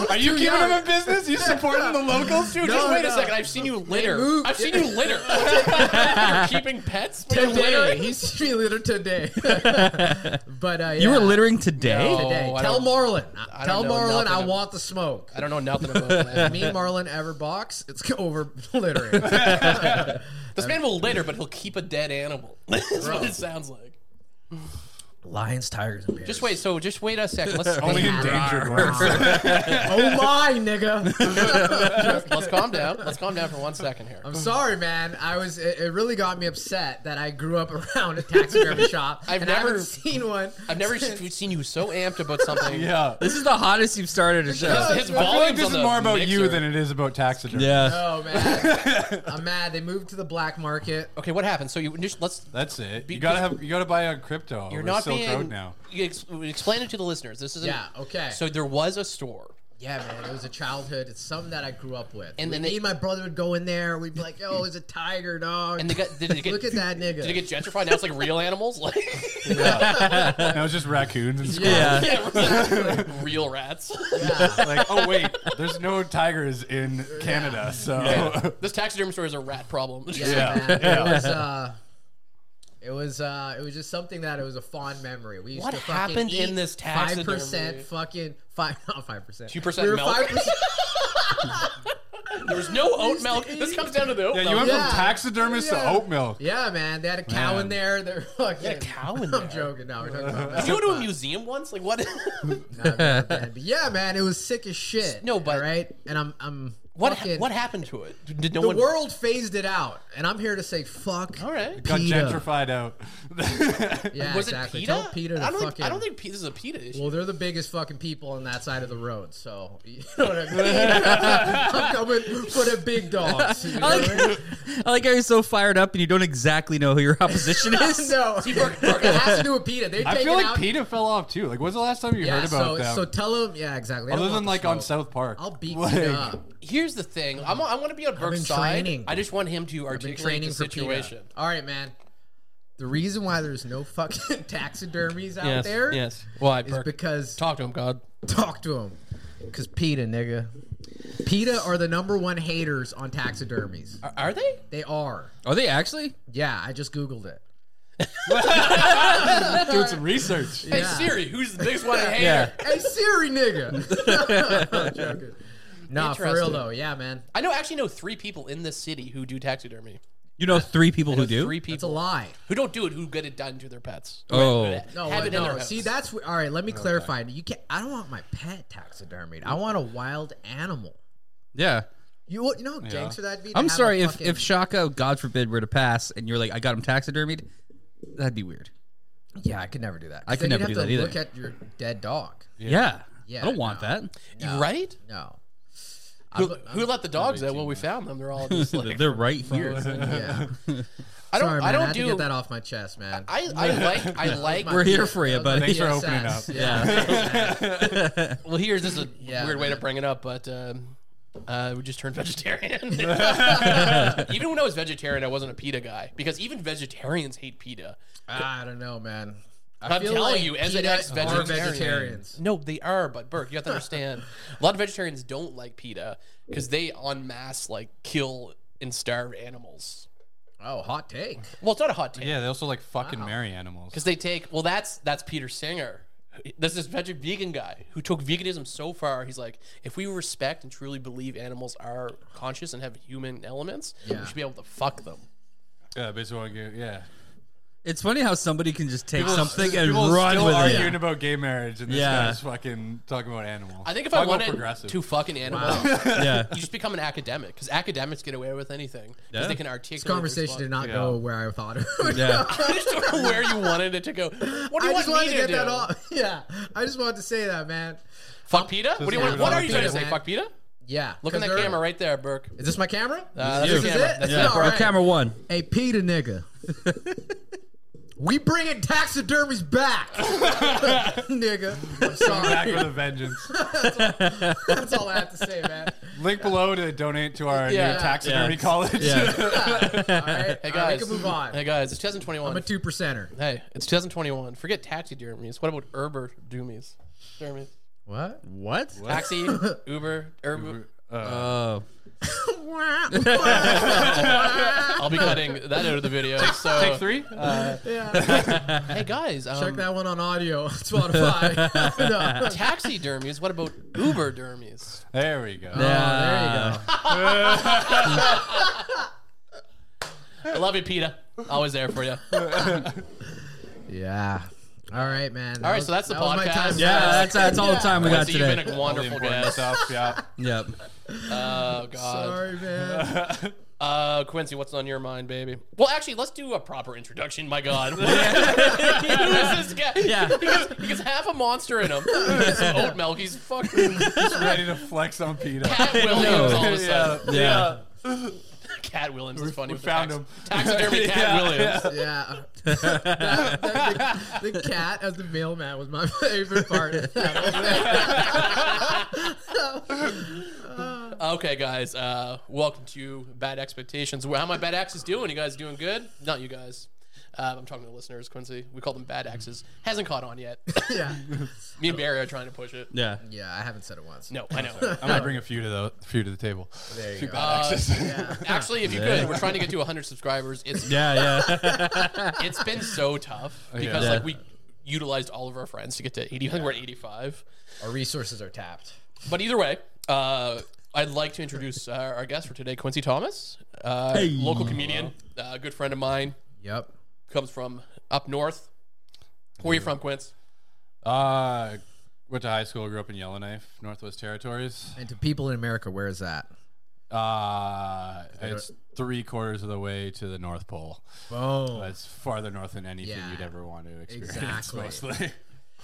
[SPEAKER 4] Are you
[SPEAKER 3] too
[SPEAKER 4] keeping them
[SPEAKER 3] young.
[SPEAKER 4] in business? You supporting the locals?
[SPEAKER 2] Dude, just wait a second. I've seen you litter.
[SPEAKER 3] move-
[SPEAKER 2] I've seen you litter. You're keeping pets? You're
[SPEAKER 3] Today,
[SPEAKER 2] littering?
[SPEAKER 3] he's me litter today. but uh,
[SPEAKER 1] You were
[SPEAKER 3] yeah,
[SPEAKER 1] littering today?
[SPEAKER 2] No.
[SPEAKER 3] today.
[SPEAKER 2] Oh, I
[SPEAKER 3] Tell
[SPEAKER 2] don't-
[SPEAKER 3] Marlon.
[SPEAKER 2] I
[SPEAKER 3] Tell
[SPEAKER 2] don't know
[SPEAKER 3] Marlon
[SPEAKER 2] nothing
[SPEAKER 3] I
[SPEAKER 2] ab-
[SPEAKER 3] want the smoke.
[SPEAKER 2] I don't know nothing about that.
[SPEAKER 3] Me and Marlon ever box, it's over littering.
[SPEAKER 2] This man will litter, but he'll keep a dead animal. That's what it sounds like.
[SPEAKER 3] Lions, tigers, and bears.
[SPEAKER 2] Just wait. So just wait a second. Let's
[SPEAKER 4] Only endangered ones.
[SPEAKER 3] Oh my, nigga.
[SPEAKER 2] let's calm down. Let's calm down for one second here.
[SPEAKER 3] I'm sorry, man. I was. It, it really got me upset that I grew up around a taxidermy shop.
[SPEAKER 2] I've
[SPEAKER 3] and I
[SPEAKER 2] never-
[SPEAKER 3] haven't seen one.
[SPEAKER 2] I've never
[SPEAKER 3] since-
[SPEAKER 2] seen you so amped about something.
[SPEAKER 4] Yeah.
[SPEAKER 1] This is the hottest you've started a show.
[SPEAKER 2] His
[SPEAKER 4] I feel like
[SPEAKER 2] volume's
[SPEAKER 4] this
[SPEAKER 2] on
[SPEAKER 4] is
[SPEAKER 2] the
[SPEAKER 4] more about you
[SPEAKER 2] mixer.
[SPEAKER 4] than it is about taxidermy.
[SPEAKER 1] Yeah.
[SPEAKER 3] Oh man, I'm mad. They moved to the black market.
[SPEAKER 2] Okay, what happened? So you just let's.
[SPEAKER 4] That's it. You
[SPEAKER 2] Because-
[SPEAKER 4] gotta have. You gotta buy on crypto.
[SPEAKER 2] You're
[SPEAKER 4] We're
[SPEAKER 2] not being.
[SPEAKER 4] Silk Road now.
[SPEAKER 2] You ex- explain it to the listeners. This is
[SPEAKER 3] Yeah. Okay.
[SPEAKER 2] So there was a store.
[SPEAKER 3] Yeah, man, it was a childhood. It's something that I grew up with.
[SPEAKER 2] And
[SPEAKER 3] And
[SPEAKER 2] then they-
[SPEAKER 3] then me and my brother would go in there. We'd be like, "Yo, there's a tiger, dog."
[SPEAKER 2] And they got did it get
[SPEAKER 3] look at that nigga.
[SPEAKER 2] Did it get gentrified? Now it's like real animals. Like
[SPEAKER 4] Now it's just raccoons and squirrels.
[SPEAKER 1] Yeah.
[SPEAKER 2] real rats.
[SPEAKER 3] yeah.
[SPEAKER 4] Like, oh wait, there's no tigers in Canada, so
[SPEAKER 2] this taxidermy store is a rat problem.
[SPEAKER 3] Yeah,
[SPEAKER 4] Yeah.
[SPEAKER 3] man.
[SPEAKER 4] Yeah.
[SPEAKER 3] It was uh it was uh it was just something that it was a fond memory. We used
[SPEAKER 2] What
[SPEAKER 3] to
[SPEAKER 2] happened in this
[SPEAKER 3] five
[SPEAKER 2] taxidermy?
[SPEAKER 3] percent fucking five not five percent.
[SPEAKER 2] 2%
[SPEAKER 3] we were
[SPEAKER 2] milk?
[SPEAKER 3] 5%,
[SPEAKER 2] There's no oat milk. This comes down to the oat
[SPEAKER 4] yeah,
[SPEAKER 2] milk.
[SPEAKER 4] you went
[SPEAKER 3] Yeah.
[SPEAKER 4] from taxidermist to
[SPEAKER 3] Yeah.
[SPEAKER 4] oat milk.
[SPEAKER 3] yeah, man. They had a cow in
[SPEAKER 4] Man.
[SPEAKER 3] there. They're fucking
[SPEAKER 2] They had a cow in there.
[SPEAKER 3] I'm joking. No, we're talking about
[SPEAKER 2] Did you go to a museum once? Like what?
[SPEAKER 3] that, man. But yeah, man, it was sick as shit.
[SPEAKER 2] No, but-
[SPEAKER 3] all right? And I'm I'm
[SPEAKER 2] What
[SPEAKER 3] fucking,
[SPEAKER 2] what happened to it? Did no
[SPEAKER 3] the
[SPEAKER 2] one?
[SPEAKER 3] world phased it out, and I'm here to say fuck.
[SPEAKER 2] All right.
[SPEAKER 4] Got
[SPEAKER 3] PETA.
[SPEAKER 4] gentrified out.
[SPEAKER 3] Yeah,
[SPEAKER 2] was
[SPEAKER 3] exactly.
[SPEAKER 2] it PETA?
[SPEAKER 3] Tell Peter to
[SPEAKER 2] I don't,
[SPEAKER 3] fucking.
[SPEAKER 2] think, I don't think PETA is a PETA issue.
[SPEAKER 3] Well, they're the biggest fucking people on that side of the road, so you know what I mean. I'm coming for the big dogs. you know
[SPEAKER 1] I
[SPEAKER 3] what I mean?
[SPEAKER 1] like, I like how you're so fired up and you don't exactly know who your opposition is.
[SPEAKER 3] no, it has to do with PETA. They
[SPEAKER 4] I
[SPEAKER 3] take
[SPEAKER 4] feel
[SPEAKER 3] it
[SPEAKER 4] like
[SPEAKER 3] out.
[SPEAKER 4] PETA fell off too. Like, when's the last time you
[SPEAKER 3] yeah,
[SPEAKER 4] heard about
[SPEAKER 3] so
[SPEAKER 4] them?
[SPEAKER 3] so tell them. Yeah, exactly. I
[SPEAKER 4] Other
[SPEAKER 3] don't want
[SPEAKER 4] than like
[SPEAKER 3] the
[SPEAKER 4] on
[SPEAKER 3] smoke.
[SPEAKER 4] South Park.
[SPEAKER 3] I'll beat
[SPEAKER 4] Like,
[SPEAKER 3] PETA up.
[SPEAKER 2] Here's the thing. I'm, I want to be on Burke's side.
[SPEAKER 3] training.
[SPEAKER 2] I just want him to
[SPEAKER 3] Been
[SPEAKER 2] articulate
[SPEAKER 3] training
[SPEAKER 2] the
[SPEAKER 3] for
[SPEAKER 2] situation.
[SPEAKER 3] PETA. All right, man. The reason why there's no fucking taxidermies out there is
[SPEAKER 2] Why, Burke?
[SPEAKER 3] because
[SPEAKER 2] Talk to him, God.
[SPEAKER 3] Talk to him. Because PETA, nigga. PETA are the number one haters on taxidermies.
[SPEAKER 2] Are, are they?
[SPEAKER 3] They are.
[SPEAKER 1] Are they actually?
[SPEAKER 3] Yeah, I just Googled it.
[SPEAKER 4] doing some research.
[SPEAKER 2] Hey
[SPEAKER 3] Yeah.
[SPEAKER 2] Siri, who's the biggest one? Hater?
[SPEAKER 3] Hey, Siri, nigga. I'm joking. Nah, for real
[SPEAKER 2] Interesting.
[SPEAKER 3] though. Yeah, man.
[SPEAKER 2] I know. Actually, know three people in this city who do taxidermy.
[SPEAKER 1] You know three people who do?
[SPEAKER 2] Three
[SPEAKER 3] It's a
[SPEAKER 2] people
[SPEAKER 3] lie.
[SPEAKER 2] who don't do it who get it done to their pets.
[SPEAKER 1] Oh.
[SPEAKER 3] No,
[SPEAKER 2] Have it in
[SPEAKER 3] no.
[SPEAKER 2] their house.
[SPEAKER 3] See, that's wh- all right. Let me clarify. You can't. I don't want my pet taxidermied. I want a wild animal.
[SPEAKER 1] Yeah.
[SPEAKER 3] You, you know, how gangster that'd be. to
[SPEAKER 1] I'm
[SPEAKER 3] have a
[SPEAKER 1] sorry if,
[SPEAKER 3] fucking-
[SPEAKER 1] if Shaka, God forbid, were to pass and you're like, I got him taxidermied, that'd be weird.
[SPEAKER 3] yeah, I could never do that. 'Cause
[SPEAKER 1] I could
[SPEAKER 3] then
[SPEAKER 1] never
[SPEAKER 3] you'd
[SPEAKER 1] do that
[SPEAKER 3] have to
[SPEAKER 1] either.
[SPEAKER 3] Look at your dead dog.
[SPEAKER 1] Yeah.
[SPEAKER 3] Yeah,
[SPEAKER 1] I don't want
[SPEAKER 3] no.
[SPEAKER 1] that.
[SPEAKER 2] You right?
[SPEAKER 3] No.
[SPEAKER 2] Who, who let the dogs out? Well, we found them. They're all just like.
[SPEAKER 1] They're right here.
[SPEAKER 3] Yeah.
[SPEAKER 2] I don't.
[SPEAKER 3] Sorry, man.
[SPEAKER 2] I
[SPEAKER 3] I,
[SPEAKER 2] don't
[SPEAKER 3] had
[SPEAKER 2] do.
[SPEAKER 3] to get that off my chest, man.
[SPEAKER 2] I, I like I like
[SPEAKER 1] We're here for you,
[SPEAKER 3] That was my
[SPEAKER 1] buddy. Thanks
[SPEAKER 4] for opening
[SPEAKER 3] PSS.
[SPEAKER 4] up.
[SPEAKER 3] Yeah.
[SPEAKER 2] well here's this is a
[SPEAKER 3] Yeah,
[SPEAKER 2] weird way to
[SPEAKER 3] man.
[SPEAKER 2] bring it up but um, uh, we just turned vegetarian even when I was vegetarian I wasn't a pita guy because even vegetarians hate pita
[SPEAKER 3] I don't know, man. I
[SPEAKER 2] I'm
[SPEAKER 3] feel
[SPEAKER 2] telling
[SPEAKER 3] like
[SPEAKER 2] you, as an
[SPEAKER 3] PETA are
[SPEAKER 2] ex-vegetarian-
[SPEAKER 3] vegetarians.
[SPEAKER 2] no they are but Burke you have to understand a lot of vegetarians don't like pita because they en masse like kill and starve animals
[SPEAKER 3] Oh, hot take.
[SPEAKER 2] well it's not a hot take
[SPEAKER 4] Yeah, they also like fucking marry animals.
[SPEAKER 2] Because they take well, that's that's Peter Singer. There's this veg vegan guy who took veganism so far. He's like, if we respect and truly believe animals are conscious and have human elements, we
[SPEAKER 3] Yeah.
[SPEAKER 2] should be able to fuck them.
[SPEAKER 4] Yeah, basically, wanna get- yeah.
[SPEAKER 1] It's funny how somebody can just take something and
[SPEAKER 4] People are
[SPEAKER 1] run
[SPEAKER 4] still
[SPEAKER 1] with it.
[SPEAKER 4] arguing about gay marriage, and this
[SPEAKER 1] Yeah.
[SPEAKER 4] guy's fucking talking about animals.
[SPEAKER 2] I think if
[SPEAKER 4] Talk
[SPEAKER 2] I
[SPEAKER 4] about
[SPEAKER 2] wanted
[SPEAKER 4] progressive.
[SPEAKER 2] to fuck an animal,
[SPEAKER 1] Yeah.
[SPEAKER 2] you just become an academic because academics get away with anything because
[SPEAKER 1] Yeah.
[SPEAKER 2] they can articulate.
[SPEAKER 3] This conversation did
[SPEAKER 2] respond-
[SPEAKER 3] not go where I thought it would.
[SPEAKER 1] Yeah.
[SPEAKER 2] I just don't know where you wanted it to go. What do you
[SPEAKER 3] I
[SPEAKER 2] want
[SPEAKER 3] just
[SPEAKER 2] me
[SPEAKER 3] wanted to
[SPEAKER 2] to
[SPEAKER 3] get
[SPEAKER 2] do?
[SPEAKER 3] that off. Yeah, I just wanted to say that, man.
[SPEAKER 2] Fuck Peta? What do you
[SPEAKER 4] leave
[SPEAKER 2] want?
[SPEAKER 4] it
[SPEAKER 2] What
[SPEAKER 4] on
[SPEAKER 2] are you trying to
[SPEAKER 3] PETA,
[SPEAKER 2] say?
[SPEAKER 3] man.
[SPEAKER 2] Fuck Peta?
[SPEAKER 3] Yeah,
[SPEAKER 2] Look in that camera right there, Burke.
[SPEAKER 3] Is this my camera?
[SPEAKER 2] Uh, that's
[SPEAKER 1] you.
[SPEAKER 2] your
[SPEAKER 1] This
[SPEAKER 3] is
[SPEAKER 2] camera.
[SPEAKER 3] it?
[SPEAKER 2] That's
[SPEAKER 3] Yeah.
[SPEAKER 2] your
[SPEAKER 1] Yeah,
[SPEAKER 3] All
[SPEAKER 1] bro,
[SPEAKER 3] right.
[SPEAKER 1] camera one.
[SPEAKER 3] hey, Peter, nigga. we bringing taxidermies back, nigga. I'm
[SPEAKER 4] back
[SPEAKER 3] sorry.
[SPEAKER 4] with a vengeance.
[SPEAKER 3] That's all I have to say, man.
[SPEAKER 4] Link below to donate to our
[SPEAKER 2] Yeah.
[SPEAKER 4] new taxidermy
[SPEAKER 1] Yeah.
[SPEAKER 4] college.
[SPEAKER 1] Yeah.
[SPEAKER 3] All right,
[SPEAKER 2] Hey
[SPEAKER 3] All right,
[SPEAKER 2] guys,
[SPEAKER 3] we can move on.
[SPEAKER 2] Hey guys, it's
[SPEAKER 3] I'm a
[SPEAKER 2] 2021.
[SPEAKER 3] two percenter.
[SPEAKER 2] hey, it's 2021. Forget taxidermies. What about Uber doomies? Dermies.
[SPEAKER 3] What?
[SPEAKER 1] What?
[SPEAKER 2] Taxi, Uber, Uber.
[SPEAKER 4] Uh,
[SPEAKER 1] Oh.
[SPEAKER 2] I'll be cutting that out of the video. So
[SPEAKER 4] take three. Uh,
[SPEAKER 3] yeah.
[SPEAKER 2] Hey guys, um,
[SPEAKER 3] Check that one on audio on Spotify. No.
[SPEAKER 2] taxidermies. What about Uber dermies?
[SPEAKER 4] there we go.
[SPEAKER 3] Oh,
[SPEAKER 1] Yeah.
[SPEAKER 2] I love you, Peta. Always there for you. All
[SPEAKER 3] Yeah. All right, man. All
[SPEAKER 2] right, so that's the podcast.
[SPEAKER 1] Yeah, that's, that's all the time we got
[SPEAKER 2] so you've been
[SPEAKER 1] today.
[SPEAKER 2] a
[SPEAKER 4] All the
[SPEAKER 2] wonderful
[SPEAKER 4] important
[SPEAKER 2] guest.
[SPEAKER 4] stuff. Yeah.
[SPEAKER 1] Yep.
[SPEAKER 2] Oh god.
[SPEAKER 3] Sorry, man.
[SPEAKER 2] Uh, Quincy, what's on your mind, baby? Well, actually, let's do a proper introduction. My God, who is this guy?
[SPEAKER 1] Yeah.
[SPEAKER 2] he has, he has half a monster in him. He's oat milk. He's fucking
[SPEAKER 4] Just ready to flex on Peter.
[SPEAKER 2] Cat Williams. All of a sudden,
[SPEAKER 1] Yeah. Yeah.
[SPEAKER 2] Cat Williams is funny.
[SPEAKER 4] we
[SPEAKER 2] with the
[SPEAKER 4] found
[SPEAKER 2] tax-
[SPEAKER 4] him.
[SPEAKER 2] Taxidermy Cat
[SPEAKER 4] Yeah,
[SPEAKER 2] Williams.
[SPEAKER 3] Yeah. That- that- the, the cat as the mailman was my favorite part.
[SPEAKER 2] Okay, guys, uh, welcome to Bad Expectations. How my bad axes doing? You guys doing good? Not you guys. Uh, I'm talking to the listeners, Quincy. We call them bad axes. Hasn't caught on yet.
[SPEAKER 3] yeah.
[SPEAKER 2] Me and Barry are trying to push it.
[SPEAKER 1] Yeah.
[SPEAKER 3] Yeah, I haven't said it once.
[SPEAKER 2] No, I know.
[SPEAKER 4] I'm gonna bring a few to the few to the table.
[SPEAKER 3] There you
[SPEAKER 4] Few
[SPEAKER 3] go.
[SPEAKER 4] bad
[SPEAKER 2] Uh,
[SPEAKER 4] axes.
[SPEAKER 2] Actually, if you could, we're trying to get to 100 subscribers. It's
[SPEAKER 1] Yeah. Yeah.
[SPEAKER 2] it's been so tough
[SPEAKER 4] Oh,
[SPEAKER 2] because
[SPEAKER 1] Yeah.
[SPEAKER 2] like we utilized all of our friends to get to 80. I think we're at 85.
[SPEAKER 3] Our resources are tapped.
[SPEAKER 2] But either way, uh, I'd like to introduce uh, our guest for today, Quincy Thomas, uh, local comedian, uh, good friend of mine,
[SPEAKER 3] Yep.
[SPEAKER 2] comes from up north. Where you from, Quince?
[SPEAKER 4] Uh, went to high school. Grew up in Yellowknife, Northwest Territories.
[SPEAKER 3] And to people in America, where is that?
[SPEAKER 4] Uh, it's three quarters of the way to the North Pole.
[SPEAKER 3] Boom.
[SPEAKER 4] It's farther north than anything
[SPEAKER 3] Yeah.
[SPEAKER 4] you'd ever want to experience.
[SPEAKER 3] Exactly.
[SPEAKER 4] Mostly.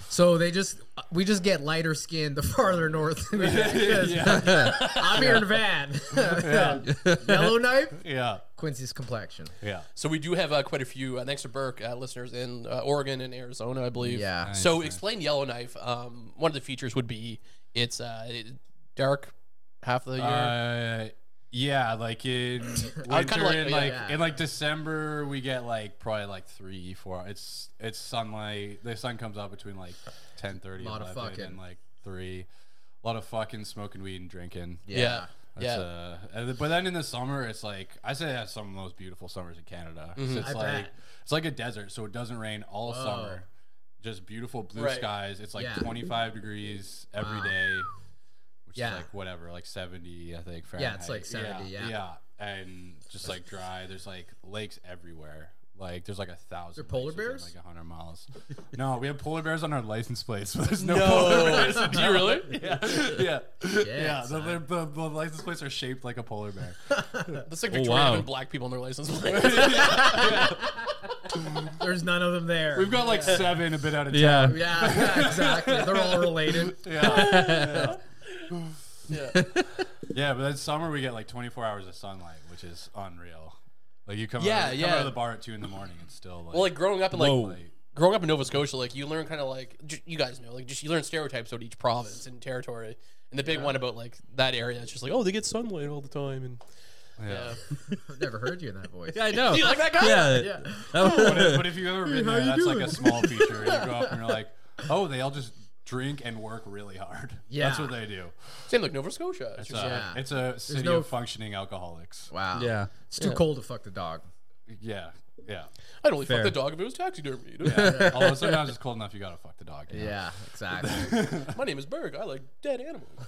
[SPEAKER 3] So they just we just get lighter skin the farther north. we get, 'cause I'm here in Van. Yellow knife.
[SPEAKER 4] yeah.
[SPEAKER 3] Quincy's complexion.
[SPEAKER 4] Yeah.
[SPEAKER 2] So we do have uh, quite a few, uh, thanks to Burke, uh, listeners in uh, Oregon and Arizona, I believe.
[SPEAKER 3] Yeah. Nice,
[SPEAKER 2] so explain Yellowknife. Um, one of the features would be it's uh, dark half of the year.
[SPEAKER 4] Uh, yeah, like in
[SPEAKER 2] like-
[SPEAKER 4] winter, in
[SPEAKER 2] yeah,
[SPEAKER 4] like
[SPEAKER 3] yeah.
[SPEAKER 4] in like December, we get like probably like three, four. It's it's sunlight. The sun comes out between like ten thirty,
[SPEAKER 3] Lot of
[SPEAKER 4] eleven,
[SPEAKER 3] fucking.
[SPEAKER 4] and like three. A lot of fucking smoking weed and drinking.
[SPEAKER 2] yeah.
[SPEAKER 4] That's,
[SPEAKER 2] Yeah.
[SPEAKER 4] uh, and th- but then in the summer, it's like I say that's some of the most beautiful summers in Canada. 'Cause It's
[SPEAKER 3] I
[SPEAKER 4] like
[SPEAKER 3] bet.
[SPEAKER 4] it's like a desert, so it doesn't rain all summer. Just beautiful blue
[SPEAKER 2] Right.
[SPEAKER 4] skies. It's like
[SPEAKER 3] Yeah.
[SPEAKER 4] 25 degrees every day, which
[SPEAKER 3] Yeah.
[SPEAKER 4] is like whatever, like 70, I think.
[SPEAKER 3] Yeah,
[SPEAKER 4] Fahrenheit.
[SPEAKER 3] it's like 70, yeah.
[SPEAKER 4] yeah. and just like dry. There's like lakes everywhere. Like there's like a thousand.
[SPEAKER 3] There polar
[SPEAKER 4] lakes within,
[SPEAKER 3] bears?
[SPEAKER 4] Like a hundred miles. no, we have polar bears on our license plate, so there's no. Polar bears.
[SPEAKER 2] No. Do you really?
[SPEAKER 4] Yeah, yeah, yeah.
[SPEAKER 3] it's
[SPEAKER 4] The, the, the license plates are shaped like a polar bear.
[SPEAKER 2] That's like Victorian
[SPEAKER 1] wow.
[SPEAKER 2] and black people on their license plate.
[SPEAKER 3] There's none of them there.
[SPEAKER 4] We've got like seven a bit out of ten.
[SPEAKER 1] Yeah.
[SPEAKER 3] yeah, yeah, exactly. They're all related.
[SPEAKER 4] Yeah.
[SPEAKER 2] yeah.
[SPEAKER 4] yeah, but then summer we get like 24 hours of sunlight, which is unreal. Like you come,
[SPEAKER 2] Yeah,
[SPEAKER 4] out, you
[SPEAKER 2] yeah.
[SPEAKER 4] come out of the bar at two in the morning and still like,
[SPEAKER 2] Well, like growing up in like
[SPEAKER 1] Whoa.
[SPEAKER 2] growing up in Nova Scotia, like you learn kind of like j- you guys know, like just you learn stereotypes about each province and territory. And the big one about like that area, it's just like, oh, they get sunlight all the time, and
[SPEAKER 4] yeah.
[SPEAKER 3] I've never heard you in that voice.
[SPEAKER 1] I know.
[SPEAKER 2] Do you like that guy?
[SPEAKER 1] Yeah.
[SPEAKER 3] Yeah.
[SPEAKER 4] But, if, but if you've ever been
[SPEAKER 3] how
[SPEAKER 4] there,
[SPEAKER 3] you
[SPEAKER 4] that's like
[SPEAKER 3] doing?
[SPEAKER 4] a small feature. You go up and you're like, oh, they all just drink and work really hard.
[SPEAKER 3] Yeah.
[SPEAKER 4] that's what they do.
[SPEAKER 2] same like Nova Scotia. It's
[SPEAKER 4] It's,
[SPEAKER 2] just-
[SPEAKER 4] a,
[SPEAKER 3] Yeah.
[SPEAKER 4] it's a city
[SPEAKER 3] no-
[SPEAKER 4] of functioning alcoholics.
[SPEAKER 3] Wow.
[SPEAKER 1] Yeah.
[SPEAKER 3] It's too cold to fuck the dog.
[SPEAKER 4] Yeah, yeah.
[SPEAKER 2] I'd only
[SPEAKER 1] Fair.
[SPEAKER 2] fuck the dog if it was taxidermy.
[SPEAKER 4] yeah. Although sometimes it's cold enough, you gotta fuck the dog. you know?
[SPEAKER 3] Yeah, exactly.
[SPEAKER 2] My name is Berg. I like dead animals.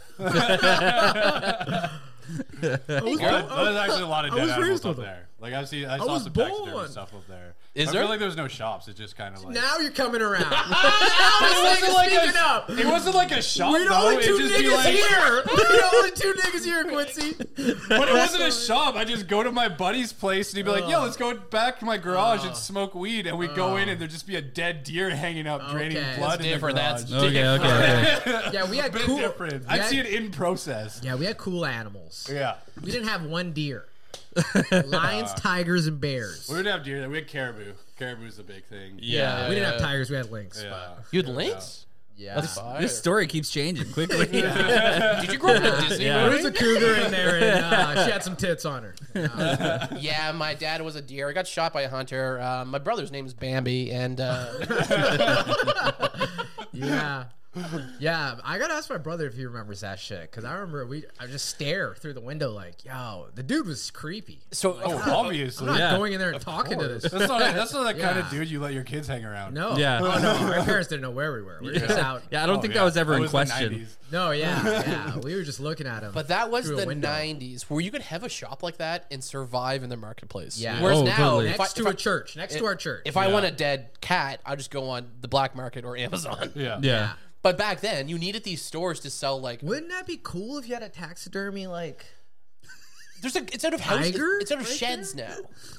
[SPEAKER 4] That- There's actually a lot of
[SPEAKER 3] Oh, I
[SPEAKER 4] dead
[SPEAKER 3] was
[SPEAKER 4] animals
[SPEAKER 3] raised
[SPEAKER 4] up
[SPEAKER 3] with them.
[SPEAKER 4] there. Like I see, I saw
[SPEAKER 3] was
[SPEAKER 4] some
[SPEAKER 3] born.
[SPEAKER 4] taxidermy stuff up there.
[SPEAKER 2] Is
[SPEAKER 4] I
[SPEAKER 2] there?
[SPEAKER 4] feel like there was no shops. It's just kind of like.
[SPEAKER 3] now you're coming around.
[SPEAKER 4] But it
[SPEAKER 3] niggas
[SPEAKER 4] wasn't like
[SPEAKER 3] speaking up.
[SPEAKER 4] a. It wasn't like a shop
[SPEAKER 3] We're the
[SPEAKER 4] though.
[SPEAKER 3] only
[SPEAKER 4] It'd
[SPEAKER 3] two
[SPEAKER 4] Oh, just be
[SPEAKER 3] niggas
[SPEAKER 4] like,
[SPEAKER 3] here. We're the only two niggas here, Quincy.
[SPEAKER 4] But it wasn't a shop. I just go to my buddy's place and he'd be like, "Yo, let's go back to my garage and smoke weed." And we would go in and there'd just be a dead deer hanging up, draining
[SPEAKER 3] Okay.
[SPEAKER 4] blood
[SPEAKER 2] That's
[SPEAKER 4] in the
[SPEAKER 2] different.
[SPEAKER 4] garage.
[SPEAKER 2] That's
[SPEAKER 1] Okay. Okay. okay.
[SPEAKER 3] Yeah, we had
[SPEAKER 4] bit
[SPEAKER 3] cool.
[SPEAKER 4] different.
[SPEAKER 3] we
[SPEAKER 4] I've
[SPEAKER 3] had-
[SPEAKER 4] seen it in process.
[SPEAKER 3] Yeah, we had cool animals.
[SPEAKER 4] Yeah.
[SPEAKER 3] We didn't have one deer. Lions, tigers, and bears. Uh,
[SPEAKER 4] We would have deer. We had caribou. Caribou's the big thing. Uh,
[SPEAKER 3] we didn't have tigers. We had lynx.
[SPEAKER 4] Yeah.
[SPEAKER 2] You had lynx?
[SPEAKER 3] Yeah.
[SPEAKER 2] That's fire.
[SPEAKER 1] This story keeps changing quickly.
[SPEAKER 2] Did you grow up in a Disney
[SPEAKER 1] Yeah.
[SPEAKER 3] There
[SPEAKER 2] movie?
[SPEAKER 3] was a cougar in there, and uh, she had some tits on her.
[SPEAKER 2] Yeah, my dad was a deer. I got shot by a hunter. Uh, my brother's name is Bambi, and uh,
[SPEAKER 3] Yeah. Yeah, I gotta ask my brother if he remembers that shit because I remember we I just stare through the window like, yo, the dude was creepy.
[SPEAKER 2] so
[SPEAKER 4] Oh, obviously.
[SPEAKER 3] I'm not
[SPEAKER 1] Yeah.
[SPEAKER 3] going in there and talking to this.
[SPEAKER 4] That's not, that's not the kind of
[SPEAKER 3] Yeah.
[SPEAKER 4] dude you let your kids hang around.
[SPEAKER 3] No,
[SPEAKER 1] Yeah.
[SPEAKER 3] oh no, our parents didn't know where we were. We were just out.
[SPEAKER 1] yeah, I don't
[SPEAKER 4] Oh,
[SPEAKER 1] think
[SPEAKER 4] yeah.
[SPEAKER 1] that was ever in
[SPEAKER 4] the
[SPEAKER 1] question.
[SPEAKER 4] 90s.
[SPEAKER 3] No, yeah, yeah, we were just looking at him.
[SPEAKER 2] But that was
[SPEAKER 3] Through a
[SPEAKER 2] the
[SPEAKER 3] window.
[SPEAKER 2] '90s, where you could have a shop like that and survive in the marketplace.
[SPEAKER 3] Yeah.
[SPEAKER 2] Whereas
[SPEAKER 1] Oh,
[SPEAKER 2] now,
[SPEAKER 1] totally.
[SPEAKER 2] if I,
[SPEAKER 3] next
[SPEAKER 2] if
[SPEAKER 3] to
[SPEAKER 2] I-
[SPEAKER 3] a church, next to our church.
[SPEAKER 2] if I want a dead cat, I just go on the black market or Amazon.
[SPEAKER 4] Yeah.
[SPEAKER 1] Yeah.
[SPEAKER 2] But back then, you needed these stores to sell like
[SPEAKER 3] Wouldn't that be cool if you had a taxidermy like?
[SPEAKER 2] there's a it's out of house it's,
[SPEAKER 3] Tiger
[SPEAKER 2] it's out of
[SPEAKER 3] right
[SPEAKER 2] sheds now.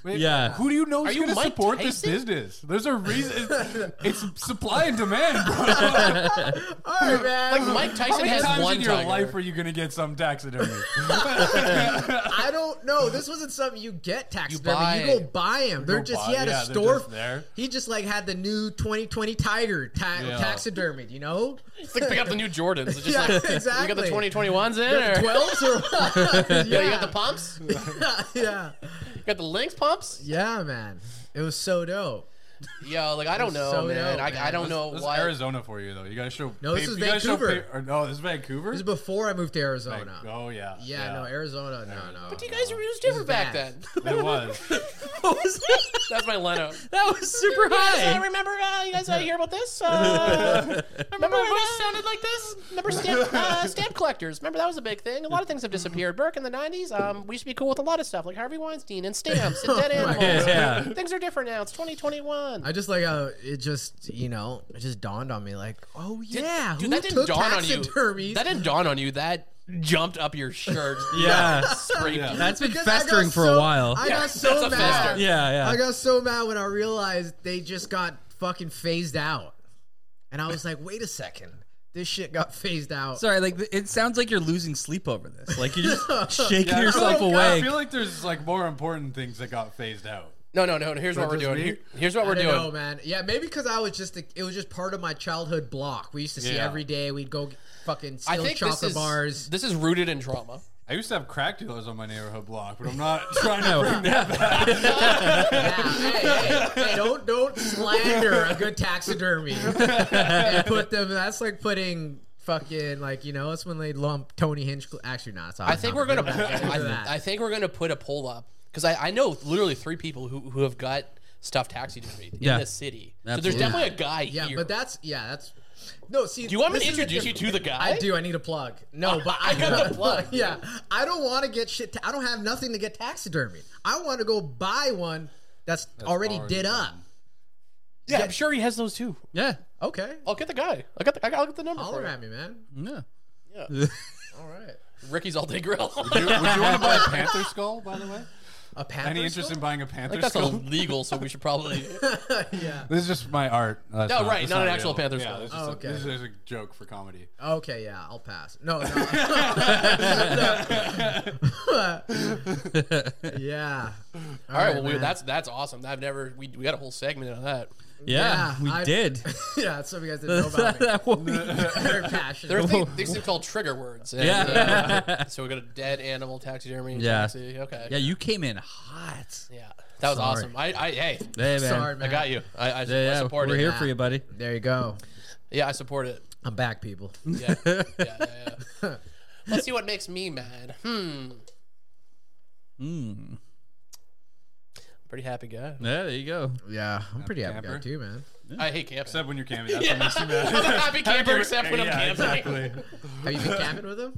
[SPEAKER 4] Wait,
[SPEAKER 1] Yeah.
[SPEAKER 4] Who do you know
[SPEAKER 2] Are
[SPEAKER 4] is
[SPEAKER 2] you
[SPEAKER 4] going to
[SPEAKER 2] Mike
[SPEAKER 4] support this
[SPEAKER 2] Tyson?
[SPEAKER 4] business? There's a reason. It's, it's supply and demand, bro.
[SPEAKER 3] All right, man.
[SPEAKER 2] Like Mike
[SPEAKER 4] How
[SPEAKER 2] Tyson
[SPEAKER 4] many
[SPEAKER 2] has
[SPEAKER 4] times
[SPEAKER 2] one
[SPEAKER 4] in your
[SPEAKER 2] tiger.
[SPEAKER 4] life are you going to get some taxidermy?
[SPEAKER 3] I don't know. This wasn't something you get taxidermy.
[SPEAKER 2] buy
[SPEAKER 3] You,
[SPEAKER 2] it.
[SPEAKER 3] go buy them. They're
[SPEAKER 4] go
[SPEAKER 3] just
[SPEAKER 4] buy-
[SPEAKER 3] he had
[SPEAKER 4] yeah,
[SPEAKER 3] a
[SPEAKER 4] they're
[SPEAKER 3] store.
[SPEAKER 4] just there.
[SPEAKER 3] He just like had the new 2020 Tiger ta-
[SPEAKER 4] Yeah.
[SPEAKER 3] taxidermied. You know,
[SPEAKER 2] It's like pick up the new Jordans. It's just
[SPEAKER 3] Yeah,
[SPEAKER 2] like you got the
[SPEAKER 3] exactly.
[SPEAKER 2] 2021s in or
[SPEAKER 3] twelves or yeah,
[SPEAKER 2] yeah, you got the pumps? You
[SPEAKER 3] yeah,
[SPEAKER 2] got the Lynx pumps?
[SPEAKER 3] yeah, man. It was so dope.
[SPEAKER 2] Yo, like I don't know,
[SPEAKER 3] so
[SPEAKER 2] man.
[SPEAKER 3] dope,
[SPEAKER 2] I,
[SPEAKER 3] man.
[SPEAKER 2] I don't know
[SPEAKER 4] This is
[SPEAKER 2] why
[SPEAKER 4] Arizona for you, though. You got to show.
[SPEAKER 3] No, this
[SPEAKER 4] pa-
[SPEAKER 3] is
[SPEAKER 4] you gotta show
[SPEAKER 3] Vancouver.
[SPEAKER 4] pa- or, no, this is Vancouver?
[SPEAKER 3] This is before I moved to Arizona.
[SPEAKER 4] Oh, yeah.
[SPEAKER 3] yeah, no, Arizona. No, no.
[SPEAKER 2] But you guys were just different back
[SPEAKER 3] bad.
[SPEAKER 2] then.
[SPEAKER 4] It was.
[SPEAKER 1] What was that?
[SPEAKER 2] That's my Leno.
[SPEAKER 1] That was super
[SPEAKER 2] I
[SPEAKER 1] high.
[SPEAKER 2] remember uh, you guys uh, hear about this. Uh, remember when this sounded like this? Remember stamp, uh, stamp collectors? Remember that was a big thing. A lot of things have disappeared. Burke in the '90s, um, we used to be cool with a lot of stuff like Harvey Weinstein and stamps and dead
[SPEAKER 3] Oh my
[SPEAKER 2] animals.
[SPEAKER 1] Yeah.
[SPEAKER 2] Things are different now. It's 2021.
[SPEAKER 3] I just like uh, it just you know it just dawned on me like oh yeah
[SPEAKER 2] Dude,
[SPEAKER 3] who
[SPEAKER 2] that
[SPEAKER 3] took
[SPEAKER 2] didn't dawn on you.
[SPEAKER 3] taxidermies?
[SPEAKER 2] That didn't dawn on you. That jumped up your shirt.
[SPEAKER 1] Yeah.
[SPEAKER 2] Scraped
[SPEAKER 4] Yeah.
[SPEAKER 2] you.
[SPEAKER 1] That's been
[SPEAKER 3] Because I got
[SPEAKER 1] festering for a
[SPEAKER 3] so-
[SPEAKER 1] while.
[SPEAKER 3] I
[SPEAKER 2] Yeah,
[SPEAKER 3] got so
[SPEAKER 2] that's a
[SPEAKER 3] mad.
[SPEAKER 2] fester.
[SPEAKER 1] yeah, yeah.
[SPEAKER 3] I got so mad when I realized they just got fucking phased out. And I was like, wait a second. This shit got phased out.
[SPEAKER 1] Sorry, like th- it sounds like you're losing sleep over this. Like you're just shaking
[SPEAKER 4] Yeah, Oh, I feel
[SPEAKER 1] yourself
[SPEAKER 4] like- I
[SPEAKER 1] awake.
[SPEAKER 4] feel like there's like more important things that got phased out.
[SPEAKER 2] No, no, no. Here's what we're
[SPEAKER 4] just
[SPEAKER 2] doing.
[SPEAKER 4] me?
[SPEAKER 2] Here- here's what
[SPEAKER 3] I
[SPEAKER 2] we're
[SPEAKER 3] don't
[SPEAKER 2] doing.
[SPEAKER 3] know, man. Yeah, maybe because I was just, it was just part of my childhood block. We used to see
[SPEAKER 4] Yeah.
[SPEAKER 3] every day. We'd go get fucking
[SPEAKER 2] I
[SPEAKER 3] steal
[SPEAKER 2] think this
[SPEAKER 3] chocolate
[SPEAKER 2] is
[SPEAKER 3] bars.
[SPEAKER 2] this is rooted in trauma.
[SPEAKER 4] I used to have crack dealers on my neighborhood block, but I'm not trying to
[SPEAKER 1] No.
[SPEAKER 4] bring that back.
[SPEAKER 3] Yeah, hey, hey, hey, don't don't slander a good taxidermy and put them. That's like putting fucking like you know. That's when they lump Tony Hinch. Actually, not.
[SPEAKER 2] I think we're gonna.
[SPEAKER 3] that.
[SPEAKER 2] I, I think we're gonna put a poll up because I, I know literally three people who, who have got stuffed taxidermy in
[SPEAKER 1] Yeah.
[SPEAKER 2] this city. So there's
[SPEAKER 1] Absolutely.
[SPEAKER 2] definitely a guy
[SPEAKER 3] Yeah,
[SPEAKER 2] here.
[SPEAKER 3] but that's yeah, that's no. See,
[SPEAKER 2] Do you want me to introduce you to the guy?
[SPEAKER 3] I do. I need a plug. No, but I
[SPEAKER 2] got the plug.
[SPEAKER 3] Yeah, I don't want to get shit. ta- I don't have nothing to get taxidermy. I want to go buy one that's, already,
[SPEAKER 4] already
[SPEAKER 3] did up.
[SPEAKER 2] Yeah, I'm sure he has those too.
[SPEAKER 1] yeah,
[SPEAKER 3] Okay,
[SPEAKER 2] I'll get the guy. I'll get the, I'll get the number.
[SPEAKER 3] holler
[SPEAKER 2] for you.
[SPEAKER 3] at me, man.
[SPEAKER 4] Mm-hmm.
[SPEAKER 1] yeah.
[SPEAKER 3] All right,
[SPEAKER 2] Ricky's all day grill.
[SPEAKER 4] Would you want to buy a panther skull, by the way?
[SPEAKER 3] a panther.
[SPEAKER 4] Any interest in
[SPEAKER 3] skull?
[SPEAKER 4] buying a panther
[SPEAKER 2] That's
[SPEAKER 4] skull?
[SPEAKER 2] illegal, so we should probably.
[SPEAKER 3] Yeah.
[SPEAKER 4] This is just my art. That's
[SPEAKER 2] No, right,
[SPEAKER 4] that's
[SPEAKER 2] not an actual
[SPEAKER 4] real.
[SPEAKER 2] panther
[SPEAKER 4] yeah,
[SPEAKER 2] skull.
[SPEAKER 4] This is,
[SPEAKER 3] Oh,
[SPEAKER 4] okay.
[SPEAKER 3] okay.
[SPEAKER 4] this is a joke for comedy.
[SPEAKER 3] Okay, yeah, I'll pass. No, no. yeah.
[SPEAKER 2] all right, well, we,
[SPEAKER 3] man.
[SPEAKER 2] that's that's awesome. I've never we, we got a whole segment on that.
[SPEAKER 1] Yeah,
[SPEAKER 3] Yeah,
[SPEAKER 1] we
[SPEAKER 3] I-
[SPEAKER 1] did.
[SPEAKER 3] yeah. That's what you guys didn't know about me.
[SPEAKER 1] That one-
[SPEAKER 3] Very passionate.
[SPEAKER 2] There are things, these things called trigger words. and,
[SPEAKER 1] Yeah.
[SPEAKER 2] uh, so we got a dead animal taxidermy.
[SPEAKER 1] Yeah.
[SPEAKER 2] Taxi. Okay.
[SPEAKER 1] yeah, you came in hot.
[SPEAKER 2] Yeah. That was
[SPEAKER 1] Sorry.
[SPEAKER 2] awesome. I, I
[SPEAKER 1] Hey
[SPEAKER 2] hey,
[SPEAKER 1] man,
[SPEAKER 3] Sorry, man.
[SPEAKER 2] I got you. I, I,
[SPEAKER 1] Yeah,
[SPEAKER 2] I
[SPEAKER 1] yeah,
[SPEAKER 2] support
[SPEAKER 1] we're
[SPEAKER 2] it.
[SPEAKER 1] here
[SPEAKER 3] Yeah.
[SPEAKER 1] for you, buddy.
[SPEAKER 3] There you go.
[SPEAKER 2] Yeah, I support it.
[SPEAKER 3] I'm back, people.
[SPEAKER 2] Yeah. yeah, yeah, yeah. Let's see what makes me mad. Hmm.
[SPEAKER 1] Mm.
[SPEAKER 2] Pretty happy guy.
[SPEAKER 1] Yeah, there you go.
[SPEAKER 3] Yeah, I'm pretty happy guy
[SPEAKER 4] Camper.
[SPEAKER 3] too, man.
[SPEAKER 2] I hate camping.
[SPEAKER 4] Except when you're camping. That's
[SPEAKER 2] Yeah.
[SPEAKER 4] what makes you
[SPEAKER 2] I'm
[SPEAKER 4] mad.
[SPEAKER 2] a happy camper except when I'm
[SPEAKER 4] Yeah,
[SPEAKER 2] camping.
[SPEAKER 4] Exactly.
[SPEAKER 3] Have you been camping with him?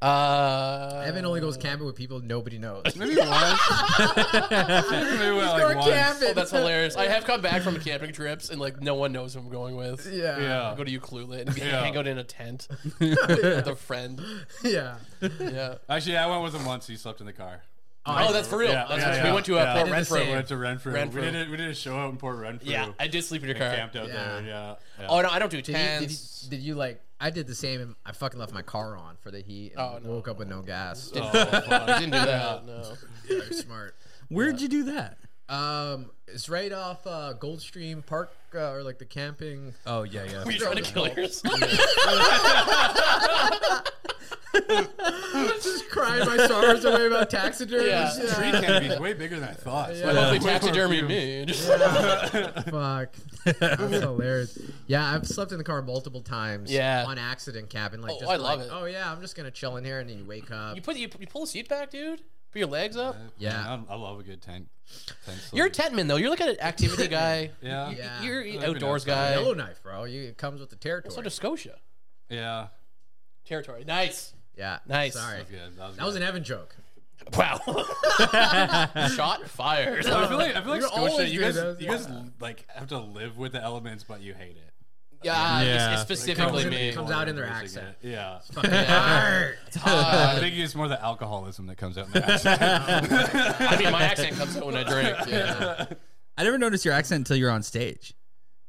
[SPEAKER 2] Uh,
[SPEAKER 3] Evan only goes camping with people nobody knows.
[SPEAKER 4] Maybe once. Maybe we went, like once.
[SPEAKER 2] Oh, that's hilarious. I have come back from camping trips and like no one knows who I'm going with.
[SPEAKER 3] Yeah.
[SPEAKER 4] Yeah.
[SPEAKER 2] I go to Ucluelet and
[SPEAKER 4] Yeah.
[SPEAKER 2] hang out in a tent with a friend.
[SPEAKER 3] Yeah.
[SPEAKER 2] Yeah.
[SPEAKER 4] Actually, I went with him once. He slept in the car.
[SPEAKER 2] Oh, that's for real.
[SPEAKER 4] Yeah,
[SPEAKER 2] that's
[SPEAKER 4] yeah,
[SPEAKER 2] what-
[SPEAKER 4] yeah.
[SPEAKER 2] we went to uh,
[SPEAKER 4] Yeah.
[SPEAKER 2] Port
[SPEAKER 3] I did the
[SPEAKER 2] Renfrew.
[SPEAKER 3] same.
[SPEAKER 4] We went to Renfrew.
[SPEAKER 2] Renfrew.
[SPEAKER 4] We did a, we did a show out in Port Renfrew.
[SPEAKER 2] Yeah, I did sleep in your car.
[SPEAKER 4] camped out
[SPEAKER 3] Yeah.
[SPEAKER 4] there. Yeah. yeah.
[SPEAKER 2] Oh no, I don't do
[SPEAKER 3] Did you, did, you,
[SPEAKER 2] tents.
[SPEAKER 3] did you like? I did the same. and I fucking left my car on for the heat. And
[SPEAKER 2] Oh, no.
[SPEAKER 3] Woke up with no gas.
[SPEAKER 4] Oh, fuck.
[SPEAKER 2] didn't do that. No.
[SPEAKER 3] Very smart.
[SPEAKER 1] Where'd you do that?
[SPEAKER 3] Um, it's right off uh, Goldstream Park uh, or like the camping.
[SPEAKER 1] Oh yeah, yeah.
[SPEAKER 2] Were you trying to kill yourself?
[SPEAKER 3] Just crying my sorrows away about taxidermy.
[SPEAKER 2] Yeah.
[SPEAKER 4] Tree canopy is way bigger than I thought.
[SPEAKER 3] Yeah.
[SPEAKER 4] so-
[SPEAKER 2] Hopefully taxidermy me. Just-
[SPEAKER 3] Fuck. That's hilarious. Yeah, I've slept in the car multiple times.
[SPEAKER 2] Yeah.
[SPEAKER 3] On accident cabin. Like,
[SPEAKER 2] Oh,
[SPEAKER 3] just
[SPEAKER 2] I love
[SPEAKER 3] like,
[SPEAKER 2] it.
[SPEAKER 3] Oh, yeah, I'm just going to chill in here and then you wake up.
[SPEAKER 2] You put you, you pull the seat back, dude. Put your legs up.
[SPEAKER 3] Yeah.
[SPEAKER 4] Man, I, I love a good tent. tent sleep.
[SPEAKER 2] You're a tent man though. You're like an activity guy.
[SPEAKER 4] Yeah.
[SPEAKER 3] Yeah.
[SPEAKER 2] You're
[SPEAKER 4] I've
[SPEAKER 2] an
[SPEAKER 4] been
[SPEAKER 2] outdoors
[SPEAKER 4] outside.
[SPEAKER 2] guy.
[SPEAKER 3] Yellowknife, bro. You, it comes with the territory.
[SPEAKER 2] So does Scotia.
[SPEAKER 4] Yeah.
[SPEAKER 2] Territory. Nice.
[SPEAKER 3] yeah.
[SPEAKER 2] Nice.
[SPEAKER 3] Sorry.
[SPEAKER 4] That's good.
[SPEAKER 3] That was
[SPEAKER 4] good.
[SPEAKER 3] an Evan joke.
[SPEAKER 2] Wow. Shot fired.
[SPEAKER 4] I feel like I feel like
[SPEAKER 3] You're
[SPEAKER 4] Scotia,
[SPEAKER 3] always
[SPEAKER 4] you
[SPEAKER 3] doing
[SPEAKER 4] guys,
[SPEAKER 3] those.
[SPEAKER 4] you guys like have to live with the elements, but you hate it.
[SPEAKER 2] Yeah, it's-
[SPEAKER 1] Yeah.
[SPEAKER 2] It's specifically
[SPEAKER 3] It
[SPEAKER 2] me.
[SPEAKER 3] comes out in their
[SPEAKER 4] Basically,
[SPEAKER 3] accent.
[SPEAKER 4] Yeah.
[SPEAKER 3] Arr!
[SPEAKER 2] Uh,
[SPEAKER 4] I think it's more the alcoholism that comes out in their accent.
[SPEAKER 2] I mean, my accent comes out when I drink. Yeah.
[SPEAKER 1] I never noticed your accent until you're on stage.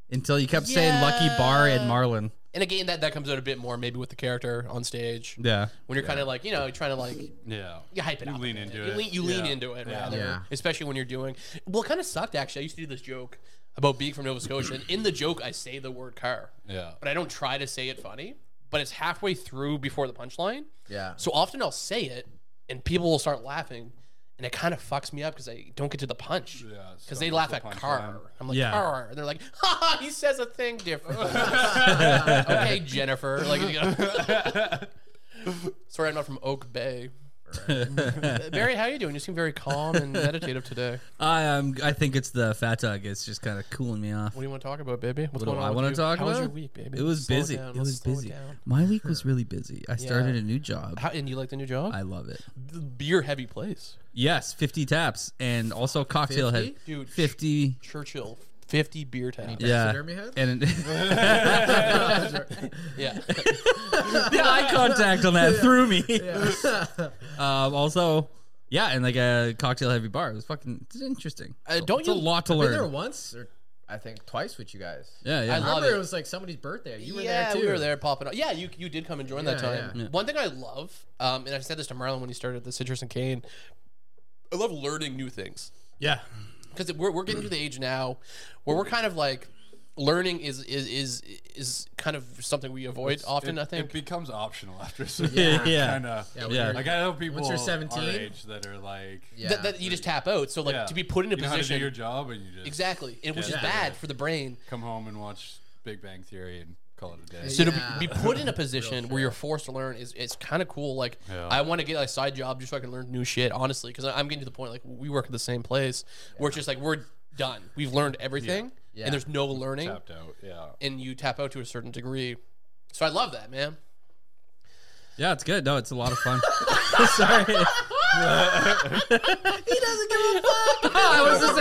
[SPEAKER 1] Until you kept saying Lucky Bar and Marlin.
[SPEAKER 2] And again, that, that comes out a bit more maybe with the character on stage.
[SPEAKER 1] Yeah.
[SPEAKER 2] When you're kind of like, you know, trying to like
[SPEAKER 4] yeah.
[SPEAKER 2] you hype it
[SPEAKER 4] You
[SPEAKER 2] up. a
[SPEAKER 4] lean
[SPEAKER 2] bit.
[SPEAKER 4] into
[SPEAKER 2] You
[SPEAKER 4] it.
[SPEAKER 2] lean, you lean
[SPEAKER 4] Yeah.
[SPEAKER 2] into it,
[SPEAKER 4] Yeah.
[SPEAKER 2] rather.
[SPEAKER 3] Yeah.
[SPEAKER 2] Especially when you're doing. Well, it kind of sucked, actually. I used to do this joke about being from Nova Scotia. And in the joke, I say the word car,
[SPEAKER 4] Yeah.
[SPEAKER 2] but I don't try to say it funny. But it's halfway through before the punchline.
[SPEAKER 3] Yeah.
[SPEAKER 2] So often I'll say it and people will start laughing. And it kind of fucks me up because I don't get to the punch.
[SPEAKER 4] Yeah, so
[SPEAKER 2] Because they
[SPEAKER 4] what's
[SPEAKER 2] laugh
[SPEAKER 4] the
[SPEAKER 2] at
[SPEAKER 4] punchline?
[SPEAKER 2] car. I'm like,
[SPEAKER 1] Yeah.
[SPEAKER 2] car. And they're like, ha ha, he says a thing different. okay, Jennifer. Like, you know. Sorry, I'm not from Oak Bay. Barry, how you doing? You seem very calm and meditative today.
[SPEAKER 1] I um I think it's the fat tug. It's just kind of cooling me off.
[SPEAKER 2] What do you want to talk about, baby? What's
[SPEAKER 1] What do
[SPEAKER 2] going on
[SPEAKER 1] I
[SPEAKER 2] with
[SPEAKER 1] want to
[SPEAKER 2] you?
[SPEAKER 1] talk
[SPEAKER 2] how
[SPEAKER 1] about?
[SPEAKER 2] was your week, baby?
[SPEAKER 1] It was
[SPEAKER 2] Slow
[SPEAKER 1] busy.
[SPEAKER 2] down.
[SPEAKER 1] it
[SPEAKER 2] Let's
[SPEAKER 1] was
[SPEAKER 2] slow
[SPEAKER 1] busy.
[SPEAKER 2] down.
[SPEAKER 1] My week was really busy. I started a new job.
[SPEAKER 2] How, and you like the new job?
[SPEAKER 1] I love it.
[SPEAKER 2] Beer heavy place.
[SPEAKER 1] Yes, 50 taps and also cocktail head.
[SPEAKER 3] 50?
[SPEAKER 2] Dude,
[SPEAKER 1] 50.
[SPEAKER 2] Churchill, 50 beer taps.
[SPEAKER 1] Yeah.
[SPEAKER 3] Taxidermy head?
[SPEAKER 1] And
[SPEAKER 2] Yeah.
[SPEAKER 1] the eye contact on that threw me.
[SPEAKER 3] Yeah.
[SPEAKER 1] Um, also, yeah, and like a cocktail heavy bar. It was fucking it's interesting.
[SPEAKER 2] Uh, don't
[SPEAKER 1] it's
[SPEAKER 2] you
[SPEAKER 1] a lot to
[SPEAKER 3] I've been there
[SPEAKER 1] learn.
[SPEAKER 3] once or I think twice with you guys.
[SPEAKER 1] Yeah, yeah.
[SPEAKER 2] I
[SPEAKER 3] I
[SPEAKER 2] love
[SPEAKER 3] remember
[SPEAKER 2] it.
[SPEAKER 3] it was like somebody's birthday. You were
[SPEAKER 2] yeah,
[SPEAKER 3] there too.
[SPEAKER 2] we were there popping up. Yeah, you you did come and join that
[SPEAKER 3] Yeah,
[SPEAKER 2] time.
[SPEAKER 3] yeah.
[SPEAKER 2] One thing I love, um, and I said this to Marlon when he started the Citrus and Cane, I love learning new things
[SPEAKER 1] yeah.
[SPEAKER 2] because we're, we're getting to the age now where we're kind of like learning is is is is kind of something we avoid often.
[SPEAKER 4] it,
[SPEAKER 2] I think
[SPEAKER 4] it becomes optional after a certain
[SPEAKER 1] Yeah. Yeah.
[SPEAKER 4] kind of.
[SPEAKER 3] Yeah,
[SPEAKER 1] Yeah.
[SPEAKER 4] Like I know people
[SPEAKER 3] you're
[SPEAKER 4] our
[SPEAKER 3] 17.
[SPEAKER 4] age that are like
[SPEAKER 3] Yeah.
[SPEAKER 2] that, that you just tap out. So like
[SPEAKER 4] yeah.
[SPEAKER 2] to be put in a
[SPEAKER 4] you know how to do
[SPEAKER 2] position
[SPEAKER 4] your job and you just
[SPEAKER 2] exactly, and which is
[SPEAKER 4] Yeah.
[SPEAKER 2] bad for the brain.
[SPEAKER 4] come home and watch Big Bang Theory and call it a day.
[SPEAKER 2] So
[SPEAKER 3] Yeah.
[SPEAKER 2] to be- be put in a position where you're forced to learn is it's kind of cool. Like
[SPEAKER 4] Yeah.
[SPEAKER 2] I want to get a side job just so I can learn new shit. Honestly, because I'm getting to the point like we work at the same place where it's just like we're done. We've learned everything,
[SPEAKER 3] Yeah.
[SPEAKER 2] and there's no learning,
[SPEAKER 4] Tapped out. Yeah.
[SPEAKER 2] and you tap out to a certain degree. So I love that, man.
[SPEAKER 1] Yeah, it's good. No, it's a lot of fun. Sorry. he doesn't give a fuck. I was just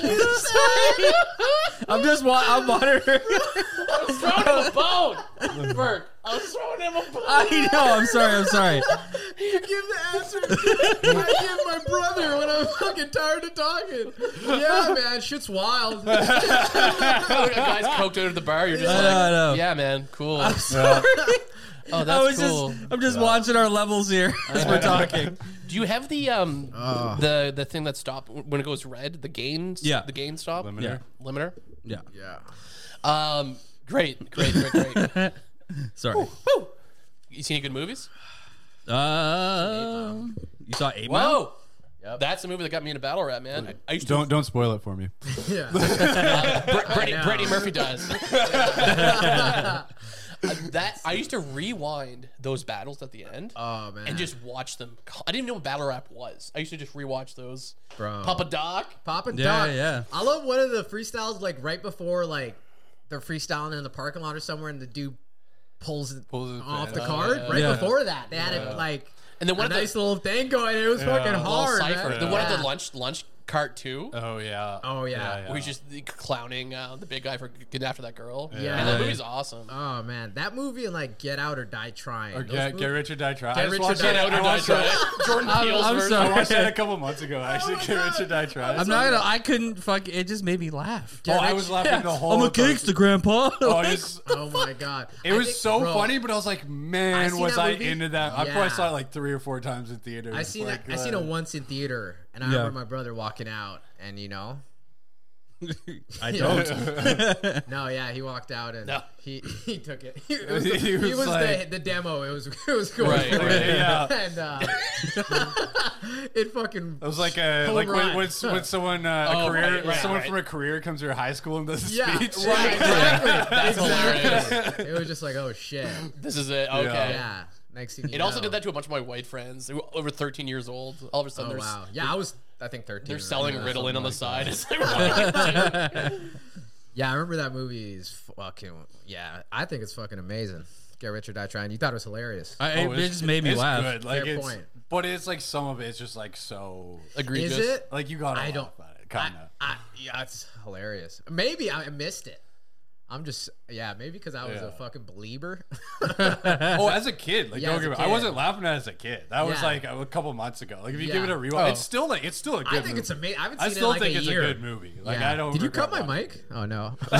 [SPEAKER 1] saying. Sorry. I'm just wa- I'm monitoring.
[SPEAKER 2] Throwing him a bone, Bert. I was throwing him a bone.
[SPEAKER 1] I know. I'm sorry. I'm sorry.
[SPEAKER 3] You give the answer. I give my brother when I'm fucking tired of talking. Yeah, man, shit's wild.
[SPEAKER 2] a guy's coked out of the bar. You're just
[SPEAKER 1] I
[SPEAKER 2] like,
[SPEAKER 1] know. I know.
[SPEAKER 2] yeah, man, cool.
[SPEAKER 1] Sorry.
[SPEAKER 2] oh,
[SPEAKER 1] I was
[SPEAKER 2] that's cool.
[SPEAKER 1] just. I'm just watching our levels here as we're talking.
[SPEAKER 2] Do you have the um the the thing that stop when it goes red? The gains.
[SPEAKER 1] Yeah.
[SPEAKER 2] The gain stop.
[SPEAKER 4] Limiter.
[SPEAKER 1] Yeah.
[SPEAKER 2] limiter.
[SPEAKER 1] Yeah.
[SPEAKER 3] Yeah.
[SPEAKER 2] Um, great, great, great, great.
[SPEAKER 1] Sorry.
[SPEAKER 2] Woo. You seen any good movies?
[SPEAKER 1] Uh, you saw eight Mile?
[SPEAKER 2] Whoa. That's the movie that got me into battle rap, man. I, I used to.
[SPEAKER 4] Don't don't spoil it for me.
[SPEAKER 3] Yeah.
[SPEAKER 2] Br- Brittany,
[SPEAKER 3] know.
[SPEAKER 2] Brittany Murphy does. Uh, that I used to rewind those battles at the end
[SPEAKER 3] Oh man.
[SPEAKER 2] and just watch them. I didn't even know what battle rap was. I used to just rewatch those.
[SPEAKER 3] Bro.
[SPEAKER 2] Papa Doc.
[SPEAKER 3] Pop and
[SPEAKER 1] Yeah,
[SPEAKER 3] Doc.
[SPEAKER 1] yeah.
[SPEAKER 3] I love one of the freestyles like right before like they're freestyling in the parking lot or somewhere, and the dude pulls it
[SPEAKER 4] Pulls it
[SPEAKER 3] off the
[SPEAKER 4] back.
[SPEAKER 3] card right
[SPEAKER 1] Yeah.
[SPEAKER 3] before that. They had it like
[SPEAKER 2] And then
[SPEAKER 3] a
[SPEAKER 2] one of
[SPEAKER 3] nice
[SPEAKER 2] the
[SPEAKER 3] little thing going. It was fucking
[SPEAKER 4] Little
[SPEAKER 2] little
[SPEAKER 3] hard.
[SPEAKER 2] cipher.
[SPEAKER 3] man.
[SPEAKER 2] The one at
[SPEAKER 3] Yeah.
[SPEAKER 2] the lunch lunch cart too.
[SPEAKER 4] Oh yeah.
[SPEAKER 3] Oh, yeah.
[SPEAKER 2] where he's just the- clowning uh, the big guy for getting after that girl.
[SPEAKER 4] Yeah.
[SPEAKER 2] And that movie's awesome.
[SPEAKER 3] Oh man, that movie and like Get Out or Die Trying.
[SPEAKER 4] Or
[SPEAKER 3] Those
[SPEAKER 4] get,
[SPEAKER 3] movies-
[SPEAKER 4] get rich or die trying.
[SPEAKER 3] Get
[SPEAKER 4] I just
[SPEAKER 3] Rich or
[SPEAKER 4] watched
[SPEAKER 3] Die
[SPEAKER 2] Get
[SPEAKER 4] that-
[SPEAKER 2] out
[SPEAKER 4] I
[SPEAKER 2] or die
[SPEAKER 4] watched that-
[SPEAKER 2] trying. Jordan Peele's
[SPEAKER 1] I'm
[SPEAKER 2] version.
[SPEAKER 1] sorry.
[SPEAKER 4] I watched that a couple months ago. Actually,
[SPEAKER 3] my
[SPEAKER 4] get rich
[SPEAKER 3] God.
[SPEAKER 4] or die trying.
[SPEAKER 1] I'm not gonna. I couldn't fuck. It just made me laugh.
[SPEAKER 4] Oh, I was laughing the whole.
[SPEAKER 1] I'm a
[SPEAKER 4] time.
[SPEAKER 1] gangster, Grandpa.
[SPEAKER 4] Oh, I just-
[SPEAKER 3] Oh my god,
[SPEAKER 4] it
[SPEAKER 3] I
[SPEAKER 4] was
[SPEAKER 3] think-
[SPEAKER 4] so
[SPEAKER 3] bro,
[SPEAKER 4] funny, but I was like,
[SPEAKER 3] I
[SPEAKER 4] man,
[SPEAKER 3] seen
[SPEAKER 4] was
[SPEAKER 3] that
[SPEAKER 4] I
[SPEAKER 3] movie.
[SPEAKER 4] into that? I
[SPEAKER 3] Yeah.
[SPEAKER 4] probably saw it like three or four times in theaters.
[SPEAKER 3] I seen
[SPEAKER 4] like, uh,
[SPEAKER 2] uh,
[SPEAKER 3] that. I seen it once in theater, And I
[SPEAKER 1] Yeah.
[SPEAKER 3] remember my brother walking out, and you know,
[SPEAKER 1] I
[SPEAKER 3] Yeah.
[SPEAKER 1] don't.
[SPEAKER 3] no, yeah, he walked out and
[SPEAKER 2] No.
[SPEAKER 3] he, he took it. He, it was, the,
[SPEAKER 4] He
[SPEAKER 3] he
[SPEAKER 4] was
[SPEAKER 3] was
[SPEAKER 4] like-
[SPEAKER 3] the, the demo. It was it was going
[SPEAKER 2] Right,
[SPEAKER 3] for it.
[SPEAKER 2] right,
[SPEAKER 4] yeah.
[SPEAKER 3] and uh, it fucking.
[SPEAKER 4] It was like a
[SPEAKER 3] Home
[SPEAKER 4] like when,
[SPEAKER 3] run.
[SPEAKER 4] when, s- when someone uh, a
[SPEAKER 2] Oh,
[SPEAKER 4] career
[SPEAKER 2] right, right,
[SPEAKER 4] someone
[SPEAKER 2] right.
[SPEAKER 4] from a career comes through high school and does a
[SPEAKER 3] yeah,
[SPEAKER 4] speech.
[SPEAKER 3] right, exactly.
[SPEAKER 2] That's hilarious.
[SPEAKER 3] Exactly. It was just like, oh shit,
[SPEAKER 2] This is it. Okay.
[SPEAKER 3] yeah. Next thing you
[SPEAKER 2] It also
[SPEAKER 3] know-
[SPEAKER 2] did that to a bunch of my white friends who were over 13 years old. All of a sudden,
[SPEAKER 3] Oh
[SPEAKER 2] they're,
[SPEAKER 3] wow, yeah, I was I think thirteen.
[SPEAKER 2] they're
[SPEAKER 3] or
[SPEAKER 2] selling
[SPEAKER 3] something.
[SPEAKER 2] Ritalin on the side. It's like, what?
[SPEAKER 3] Yeah, I remember that movie is fucking. Yeah, I think it's fucking amazing. Get Rich or Die Trying. You thought it was hilarious.
[SPEAKER 1] I,
[SPEAKER 4] Oh,
[SPEAKER 1] it,
[SPEAKER 4] it's-
[SPEAKER 1] just made me
[SPEAKER 4] it's
[SPEAKER 1] laugh.
[SPEAKER 4] good, Like
[SPEAKER 3] Fair
[SPEAKER 4] it's,
[SPEAKER 3] point.
[SPEAKER 4] but it's like some of it's just like so.
[SPEAKER 2] Egregious.
[SPEAKER 3] is it?
[SPEAKER 4] Like you got.
[SPEAKER 3] I don't.
[SPEAKER 4] About it,
[SPEAKER 3] I,
[SPEAKER 4] kind of.
[SPEAKER 3] I, yeah, it's hilarious. Maybe I missed it. I'm just yeah, maybe because I was
[SPEAKER 4] Yeah.
[SPEAKER 3] a fucking believer.
[SPEAKER 4] Oh, as a kid, like
[SPEAKER 3] Yeah,
[SPEAKER 4] don't
[SPEAKER 3] as a
[SPEAKER 4] get me- I
[SPEAKER 3] kid.
[SPEAKER 4] wasn't laughing at it as a kid. That was
[SPEAKER 3] Yeah.
[SPEAKER 4] like a couple months ago. Like if you
[SPEAKER 3] Yeah.
[SPEAKER 4] give it a rewatch,
[SPEAKER 2] Oh.
[SPEAKER 4] it's still like it's still a good.
[SPEAKER 3] I think
[SPEAKER 4] movie.
[SPEAKER 3] it's amazing. I haven't
[SPEAKER 4] I
[SPEAKER 3] seen
[SPEAKER 4] still
[SPEAKER 3] it in like
[SPEAKER 4] think
[SPEAKER 3] a
[SPEAKER 4] it's
[SPEAKER 3] year.
[SPEAKER 4] a good movie. Like
[SPEAKER 3] Yeah.
[SPEAKER 4] I don't.
[SPEAKER 3] Did you cut
[SPEAKER 4] regret
[SPEAKER 3] my
[SPEAKER 4] watching it.
[SPEAKER 3] mic? Oh no.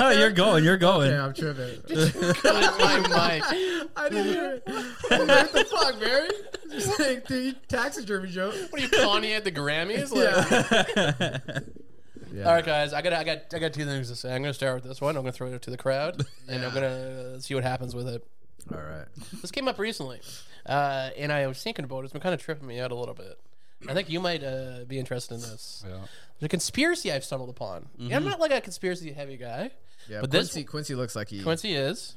[SPEAKER 1] Oh, you're going. You're going.
[SPEAKER 3] yeah, I'm tripping.
[SPEAKER 2] my mic.
[SPEAKER 3] I didn't hear it. what the fuck, Barry? Just like the taxidermy joke.
[SPEAKER 2] What are you, Kanye at the Grammys? Like,
[SPEAKER 3] Yeah. yeah.
[SPEAKER 2] All right, guys, I got I got I got two things to say. I'm gonna start with this one. I'm gonna throw it to the crowd, and I'm
[SPEAKER 3] Yeah.
[SPEAKER 2] gonna see what happens with it.
[SPEAKER 3] All right.
[SPEAKER 2] This came up recently, uh, and I was thinking about it. It's been kind of tripping me out a little bit. I think you might uh, be interested in this.
[SPEAKER 4] Yeah.
[SPEAKER 2] The conspiracy I've stumbled upon. And
[SPEAKER 3] Mm-hmm.
[SPEAKER 2] I'm not like a conspiracy heavy guy.
[SPEAKER 3] Yeah,
[SPEAKER 2] But this-
[SPEAKER 3] Quincy, Quincy looks like he.
[SPEAKER 2] Quincy is.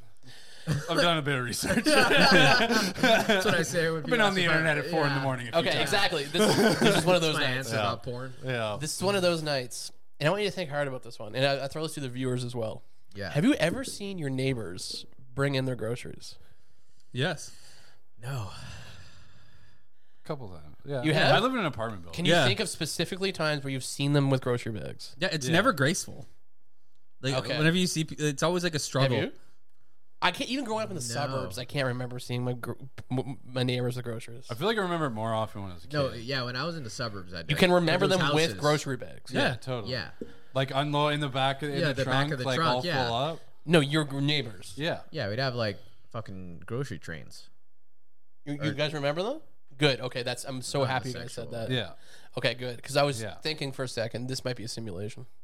[SPEAKER 4] I've done a bit of research.
[SPEAKER 3] That's what I say. I've
[SPEAKER 4] I've been on the internet at four in the morning. A few
[SPEAKER 2] Okay,
[SPEAKER 4] times.
[SPEAKER 2] exactly. This, this is one of those
[SPEAKER 3] My
[SPEAKER 2] nights.
[SPEAKER 3] answer about porn.
[SPEAKER 4] Yeah.
[SPEAKER 2] This is one of those nights, and I want you to think hard about this one. And I, I throw this to the viewers as well.
[SPEAKER 3] Yeah.
[SPEAKER 2] Have you ever seen your neighbors bring in their groceries?
[SPEAKER 1] Yes.
[SPEAKER 3] no.
[SPEAKER 4] couple times. Yeah.
[SPEAKER 2] You
[SPEAKER 4] Yeah,
[SPEAKER 2] have?
[SPEAKER 4] I live in an apartment building.
[SPEAKER 2] Can you
[SPEAKER 1] Yeah.
[SPEAKER 2] think of specifically times where you've seen them with grocery bags?
[SPEAKER 1] Yeah, it's
[SPEAKER 4] Yeah.
[SPEAKER 1] never graceful. Like
[SPEAKER 2] Okay.
[SPEAKER 1] whenever you see, pe- it's always like a
[SPEAKER 2] Have
[SPEAKER 1] struggle.
[SPEAKER 2] you? I can't even growing up in the suburbs. I can't remember seeing my gr- m- my neighbors with groceries.
[SPEAKER 4] I feel like I remember it more often when I was a kid.
[SPEAKER 3] No, yeah, when I was in the suburbs, I did.
[SPEAKER 2] You can remember
[SPEAKER 3] Those
[SPEAKER 2] them with
[SPEAKER 3] houses.
[SPEAKER 2] grocery bags.
[SPEAKER 4] yeah, totally.
[SPEAKER 3] Yeah.
[SPEAKER 4] Like unload in the back of in
[SPEAKER 3] Yeah,
[SPEAKER 4] the,
[SPEAKER 3] the back
[SPEAKER 4] trunk,
[SPEAKER 3] of the
[SPEAKER 4] like
[SPEAKER 3] trunk,
[SPEAKER 4] all
[SPEAKER 3] yeah.
[SPEAKER 4] full up.
[SPEAKER 2] No, your gr- neighbors.
[SPEAKER 4] Yeah.
[SPEAKER 3] Yeah, we'd have like fucking grocery trains.
[SPEAKER 2] You, you guys remember them? Good. Okay, that's. I'm so happy you guys said that.
[SPEAKER 3] Homosexual.
[SPEAKER 4] Yeah.
[SPEAKER 2] Okay, good. Because I was
[SPEAKER 4] Yeah.
[SPEAKER 2] thinking for a second, this might be a simulation.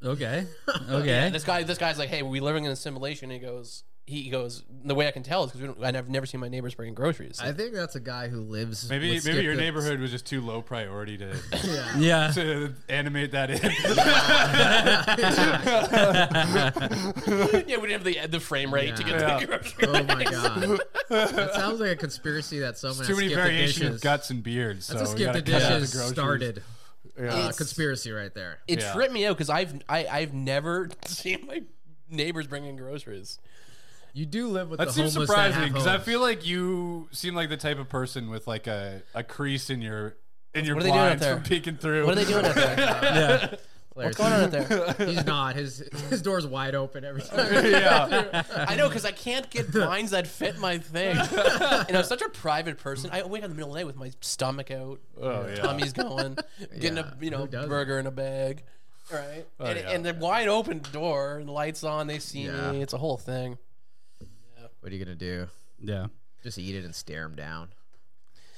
[SPEAKER 1] Okay. Okay.
[SPEAKER 2] This guy, this guy's like, hey, we're living in a simulation. And he goes, he he goes. The way I can tell is because I've never seen my neighbors bringing groceries.
[SPEAKER 3] I think that's a guy who lives.
[SPEAKER 4] Maybe
[SPEAKER 3] with
[SPEAKER 4] maybe
[SPEAKER 3] Skip
[SPEAKER 4] your
[SPEAKER 3] the-
[SPEAKER 4] neighborhood was just too low priority to
[SPEAKER 3] Yeah.
[SPEAKER 1] yeah.
[SPEAKER 4] to animate that in.
[SPEAKER 2] yeah, we didn't have the the frame rate to get
[SPEAKER 4] Yeah.
[SPEAKER 2] to the grocery.
[SPEAKER 3] Oh my god. That sounds like a conspiracy that someone
[SPEAKER 4] Too
[SPEAKER 3] has
[SPEAKER 4] many
[SPEAKER 3] skipped the
[SPEAKER 4] variations of
[SPEAKER 3] dishes.
[SPEAKER 4] guts and beards. So
[SPEAKER 3] That's a
[SPEAKER 4] we
[SPEAKER 3] skip
[SPEAKER 4] gotta
[SPEAKER 3] the
[SPEAKER 4] cut out the
[SPEAKER 3] dishes
[SPEAKER 4] groceries.
[SPEAKER 3] started. Uh,
[SPEAKER 2] It's-
[SPEAKER 3] conspiracy right there.
[SPEAKER 2] It
[SPEAKER 4] Yeah.
[SPEAKER 2] tripped me out because I've I, I've never seen my neighbors bringing groceries.
[SPEAKER 3] You do live with
[SPEAKER 4] That
[SPEAKER 3] the
[SPEAKER 4] seems
[SPEAKER 3] homeless
[SPEAKER 4] surprising
[SPEAKER 3] because
[SPEAKER 4] because I feel like you seem like the type of person with like a, a crease in your in your
[SPEAKER 2] What are they doing out
[SPEAKER 4] blinds
[SPEAKER 2] there?
[SPEAKER 4] from peeking through.
[SPEAKER 2] What are they doing out there?
[SPEAKER 1] Yeah.
[SPEAKER 2] What's going on out there?
[SPEAKER 3] He's not. His his door's wide open every time.
[SPEAKER 4] yeah,
[SPEAKER 2] I know because I can't get blinds that fit my thing. and I'm such a private person. I wake up in the middle of the night with my stomach out,
[SPEAKER 4] oh yeah.
[SPEAKER 2] tummy's going, getting a
[SPEAKER 3] Yeah,
[SPEAKER 2] you know
[SPEAKER 3] who doesn't? Oh,
[SPEAKER 2] burger in a bag, right? and,
[SPEAKER 4] yeah.
[SPEAKER 2] and the wide open door, and lights on, they see
[SPEAKER 3] Yeah.
[SPEAKER 2] me. It's a whole thing.
[SPEAKER 3] What are you gonna do?
[SPEAKER 1] Yeah.
[SPEAKER 3] Just eat it and stare him down.